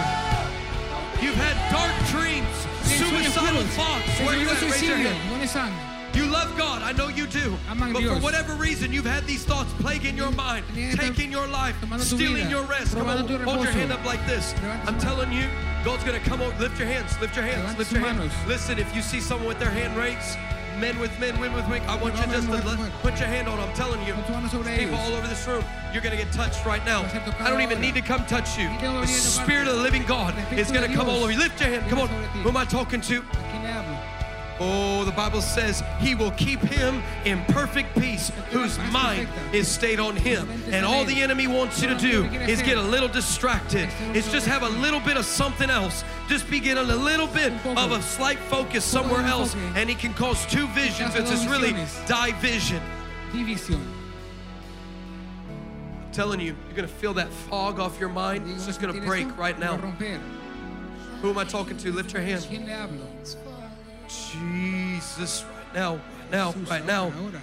S4: You've had dark dreams,
S3: Tenían sueños
S4: suicidal
S3: oscuros.
S4: thoughts. Where are you
S3: Pensamientos
S4: at? Raise your
S3: suicidios.
S4: hand.
S3: ¿Dónde están?
S4: You love God, I know you do.
S3: Aman
S4: But for
S3: Dios.
S4: whatever reason, you've had these thoughts plaguing your mind,
S3: Tenía esta-
S4: taking your life,
S3: tomando tu
S4: stealing
S3: vida,
S4: your rest. Come on,
S3: robando tu
S4: hold your
S3: reposo.
S4: hand up like this.
S3: Levanta tu
S4: I'm
S3: mano.
S4: telling you, God's going to come over. Lift your hands, lift your hands,
S3: Levanta
S4: lift
S3: sus
S4: your hands.
S3: manos.
S4: Listen, if you see someone with their hand raised, men with men, women with women, I want you
S3: Hombre,
S4: just to
S3: mujer,
S4: let-
S3: mujer.
S4: put your hand on. I'm telling you,
S3: Pon tu mano sobre
S4: there's people
S3: ellos.
S4: all over this room, you're going to get touched right now.
S3: Vas a ser tocado
S4: I don't even
S3: ahora.
S4: need to come touch you.
S3: Ni tengo
S4: The
S3: que venir a tocarte.
S4: Spirit of the living God
S3: Espíritu
S4: is going to
S3: de
S4: come
S3: Dios
S4: all over you. Lift your hand, come on.
S3: viene sobre ti.
S4: Who am I talking to?
S3: ¿A quién le hablo?
S4: Oh, the Bible says he will keep him in perfect peace whose mind is stayed on him. And all the enemy wants you to do is get a little distracted. It's just have a little bit of something else. Just be getting a little bit of a slight focus somewhere else. And he can cause two visions, which is really division.
S3: División.
S4: I'm telling you, you're going to feel that fog off your mind. It's just going to
S3: Tienes
S4: break
S3: tú,
S4: right
S3: va a
S4: now.
S3: romper.
S4: Who am I talking to? Lift your
S3: ¿A
S4: hand.
S3: quién le hablo?
S4: Jesus, right now, right now,
S3: Jesús,
S4: right
S3: ahora,
S4: now.
S3: ahora.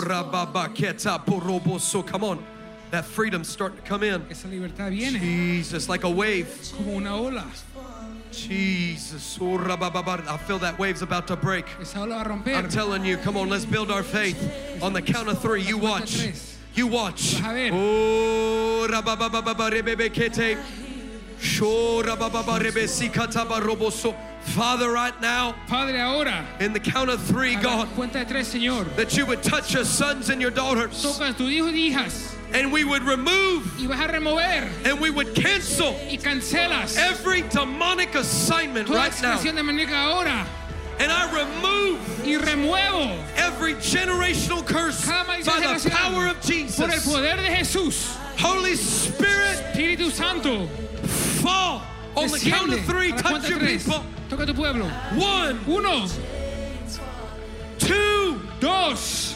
S4: Chorababaketa poroboso. Come on. That freedom's starting to come in.
S3: Esa libertad viene
S4: Jesus, like a wave.
S3: como una ola.
S4: Jesus. Orabababa. I feel that wave's about to break.
S3: Esa ola va a romper.
S4: I'm telling you, come on, let's build our faith. On the count of three, you watch. You watch.
S3: Vas a ver.
S4: Orababababarebebekete. Shorabababarebesikatabaroboso. Father, right now,
S3: Padre, ahora,
S4: in the count of three,
S3: a la
S4: God,
S3: cuenta de tres, Señor,
S4: that you would touch your sons and your daughters,
S3: toca a tus hijos y hijas
S4: and we would remove
S3: y vas a remover
S4: and we would cancel
S3: y cancelas
S4: every demonic assignment
S3: toda
S4: right now.
S3: expresión de maneca ahora
S4: And I remove
S3: y remuevo
S4: every generational curse
S3: cada
S4: by
S3: maldición
S4: the power of
S3: generacional por el
S4: Jesus.
S3: poder de Jesús.
S4: Holy Spirit,
S3: Espíritu Santo,
S4: fall on the count
S3: desciende
S4: of three.
S3: a la
S4: Touch
S3: cuenta de
S4: your
S3: tres.
S4: people.
S3: Toca a tu pueblo.
S4: One,
S3: Uno,
S4: two,
S3: dos,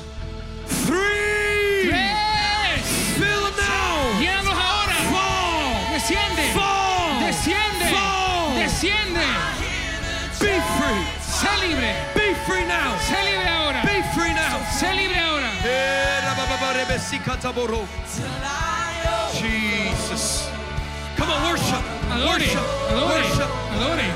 S4: three.
S3: tres.
S4: Fill them now.
S3: Llénalos ahora.
S4: Fall,
S3: Desciende.
S4: fall,
S3: Desciende.
S4: fall.
S3: Desciende.
S4: Be free.
S3: Sé libre.
S4: Be free now.
S3: Sé libre ahora.
S4: Be free now.
S3: Sé libre ahora.
S4: Eh, rabababarebesikataborro. Jesus. Come on, worship.
S3: Adore.
S4: Worship.
S3: Adore.
S4: Worship.
S3: Adore.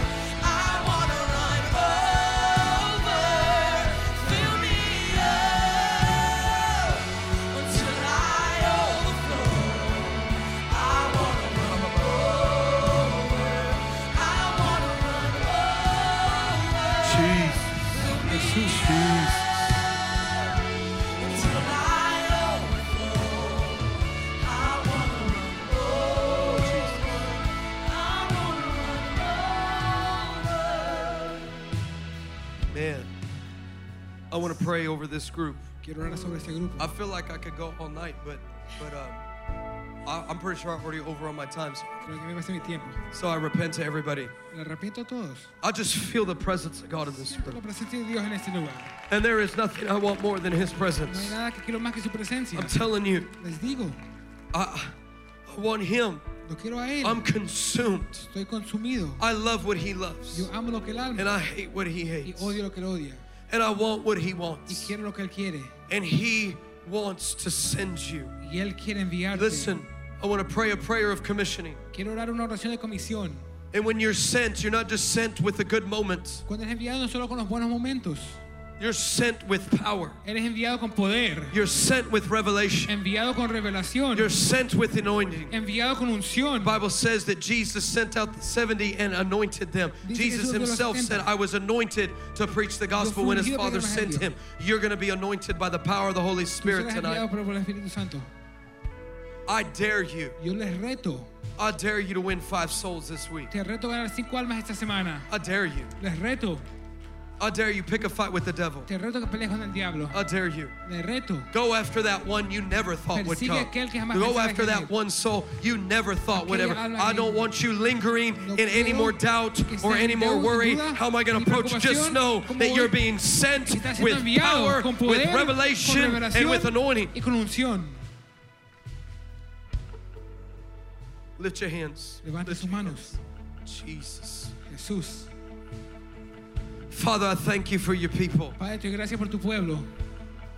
S4: Jesus. Man, I want to pray over this group.
S3: Quiero orar sobre este grupo.
S4: I feel like I could go all night, but but um, I, I'm pretty sure I'm already over on my time, so,
S3: Creo que me pasé mi tiempo.
S4: so I repent to everybody.
S3: Le arrepiento a todos.
S4: I just feel the presence of God in this
S3: La
S4: room,
S3: presencia de Dios en este lugar.
S4: and there is nothing I want more than His
S3: No hay
S4: presence.
S3: nada que quiero más que su presencia.
S4: I'm telling you,
S3: Les digo,
S4: I, I want Him.
S3: lo quiero a Él.
S4: I'm consumed.
S3: Estoy consumido.
S4: I love what He loves,
S3: Yo amo lo que Él
S4: and
S3: ama
S4: I hate what He
S3: y
S4: hates,
S3: odio lo que Él odia.
S4: and I want what He
S3: Y
S4: wants,
S3: quiero lo que Él quiere.
S4: and He wants to send you.
S3: Y Él quiere enviarte.
S4: Listen, I want to pray a prayer of commissioning.
S3: Quiero orar una oración de comisión.
S4: And when you're sent, you're not just sent with a good moment.
S3: Cuando eres enviado no solo con los buenos momentos,
S4: You're sent with power.
S3: eres enviado con poder,
S4: You're sent with revelation.
S3: enviado con revelación,
S4: You're sent with anointing.
S3: enviado con unción.
S4: The Bible says that Jesus sent out the 70 and anointed them.
S3: Dice que
S4: Jesus
S3: Jesús dio los
S4: himself
S3: 70.
S4: said, I was anointed to preach the gospel
S3: fui
S4: when his
S3: ungido para
S4: Father
S3: el
S4: sent
S3: evangelio.
S4: him. You're going to be anointed by the power of the Holy
S3: Tú
S4: Spirit
S3: serás
S4: tonight.
S3: enviado por el Espíritu Santo.
S4: I dare you.
S3: Yo les reto,
S4: I dare you to win five souls this week.
S3: te reto a ganar cinco almas esta semana.
S4: I dare you.
S3: Les reto,
S4: I dare you, pick a fight with the devil.
S3: Te reto que pelees con el diablo.
S4: I dare you.
S3: Te reto.
S4: Go after that one you never thought would
S3: Persigue
S4: come.
S3: aquel que jamás
S4: Go
S3: pensabas
S4: after
S3: que
S4: that
S3: venir.
S4: one soul you never thought would ever.
S3: Aquella alma
S4: I
S3: que-
S4: don't want you lingering
S3: No
S4: in any
S3: quiero
S4: more doubt
S3: que
S4: or
S3: estés
S4: any
S3: en
S4: more
S3: deuda,
S4: worry.
S3: duda,
S4: How am I going
S3: ni
S4: to approach? Just
S3: preocupación.
S4: know
S3: ¿Cómo
S4: that
S3: voy?
S4: you're being sent
S3: Estás siendo
S4: with
S3: enviado
S4: power,
S3: con
S4: with
S3: poder, con
S4: revelation,
S3: revelación
S4: and with anointing.
S3: y con unción.
S4: Lift your hands.
S3: Levante
S4: Lift
S3: sus
S4: your
S3: manos.
S4: hands. Jesus.
S3: Jesús,
S4: Father, I thank you for your people.
S3: Padre, te doy gracias por tu pueblo,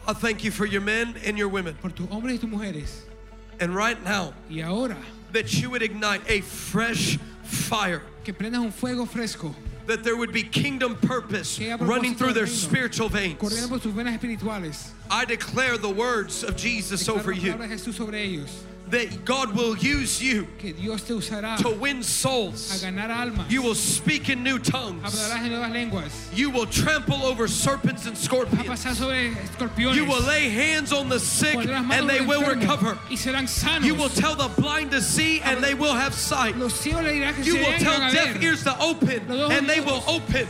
S4: I thank you for your men and your women.
S3: por tus hombres y tus mujeres.
S4: And right now,
S3: Y ahora
S4: that you would ignite a fresh fire,
S3: que prendas un fuego fresco,
S4: that there would be kingdom purpose
S3: Que haya propósito
S4: running through their
S3: del reino.
S4: spiritual veins.
S3: corriendo por tus venas espirituales.
S4: I declare the words of Jesus
S3: Declaro
S4: over
S3: la
S4: you
S3: palabra de Jesús sobre ellos.
S4: that God will use you
S3: Que Dios te usará
S4: to
S3: a
S4: win souls.
S3: ganar almas.
S4: You will speak in new tongues.
S3: Hablarás en nuevas lenguas.
S4: You will trample over serpents and
S3: Vas a
S4: scorpions.
S3: pasar sobre escorpiones.
S4: You will lay hands on the sick
S3: Pondrás manos
S4: and they
S3: sobre
S4: will
S3: enfermos
S4: recover.
S3: Y serán sanos.
S4: You will tell the blind to see and they will have sight.
S3: Los ciegos le dirás que
S4: You
S3: se
S4: will
S3: vean y
S4: tell
S3: van a
S4: deaf
S3: ver.
S4: ears to open
S3: Los ojos
S4: and they will
S3: mudos.
S4: open.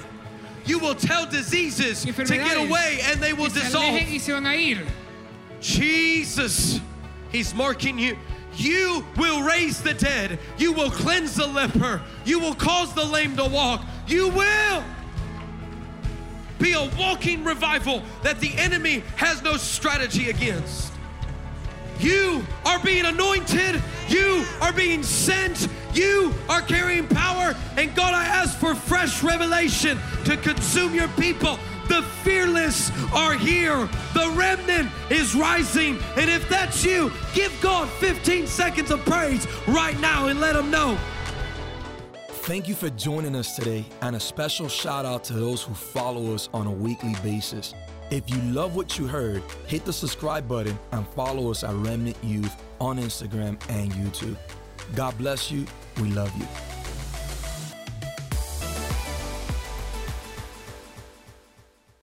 S4: You will tell diseases to get
S3: Enfermedades
S4: away and they will
S3: que se alejen
S4: dissolve.
S3: y se van a ir.
S4: Jesus, He's marking you. You will raise the dead. You will cleanse the leper. You will cause the lame to walk. You will be a walking revival that the enemy has no strategy against. You are being anointed. You are being sent. You are carrying power. And God, I ask for fresh revelation to consume your people. The fearless are here. The remnant is rising. And if that's you, give God 15 seconds of praise right now and let Him know.
S1: Thank you for joining us today, and a special shout out to those who follow us on a weekly basis. If you love what you heard, hit the subscribe button and follow us at Remnant Youth on Instagram and YouTube. God bless you. We love you.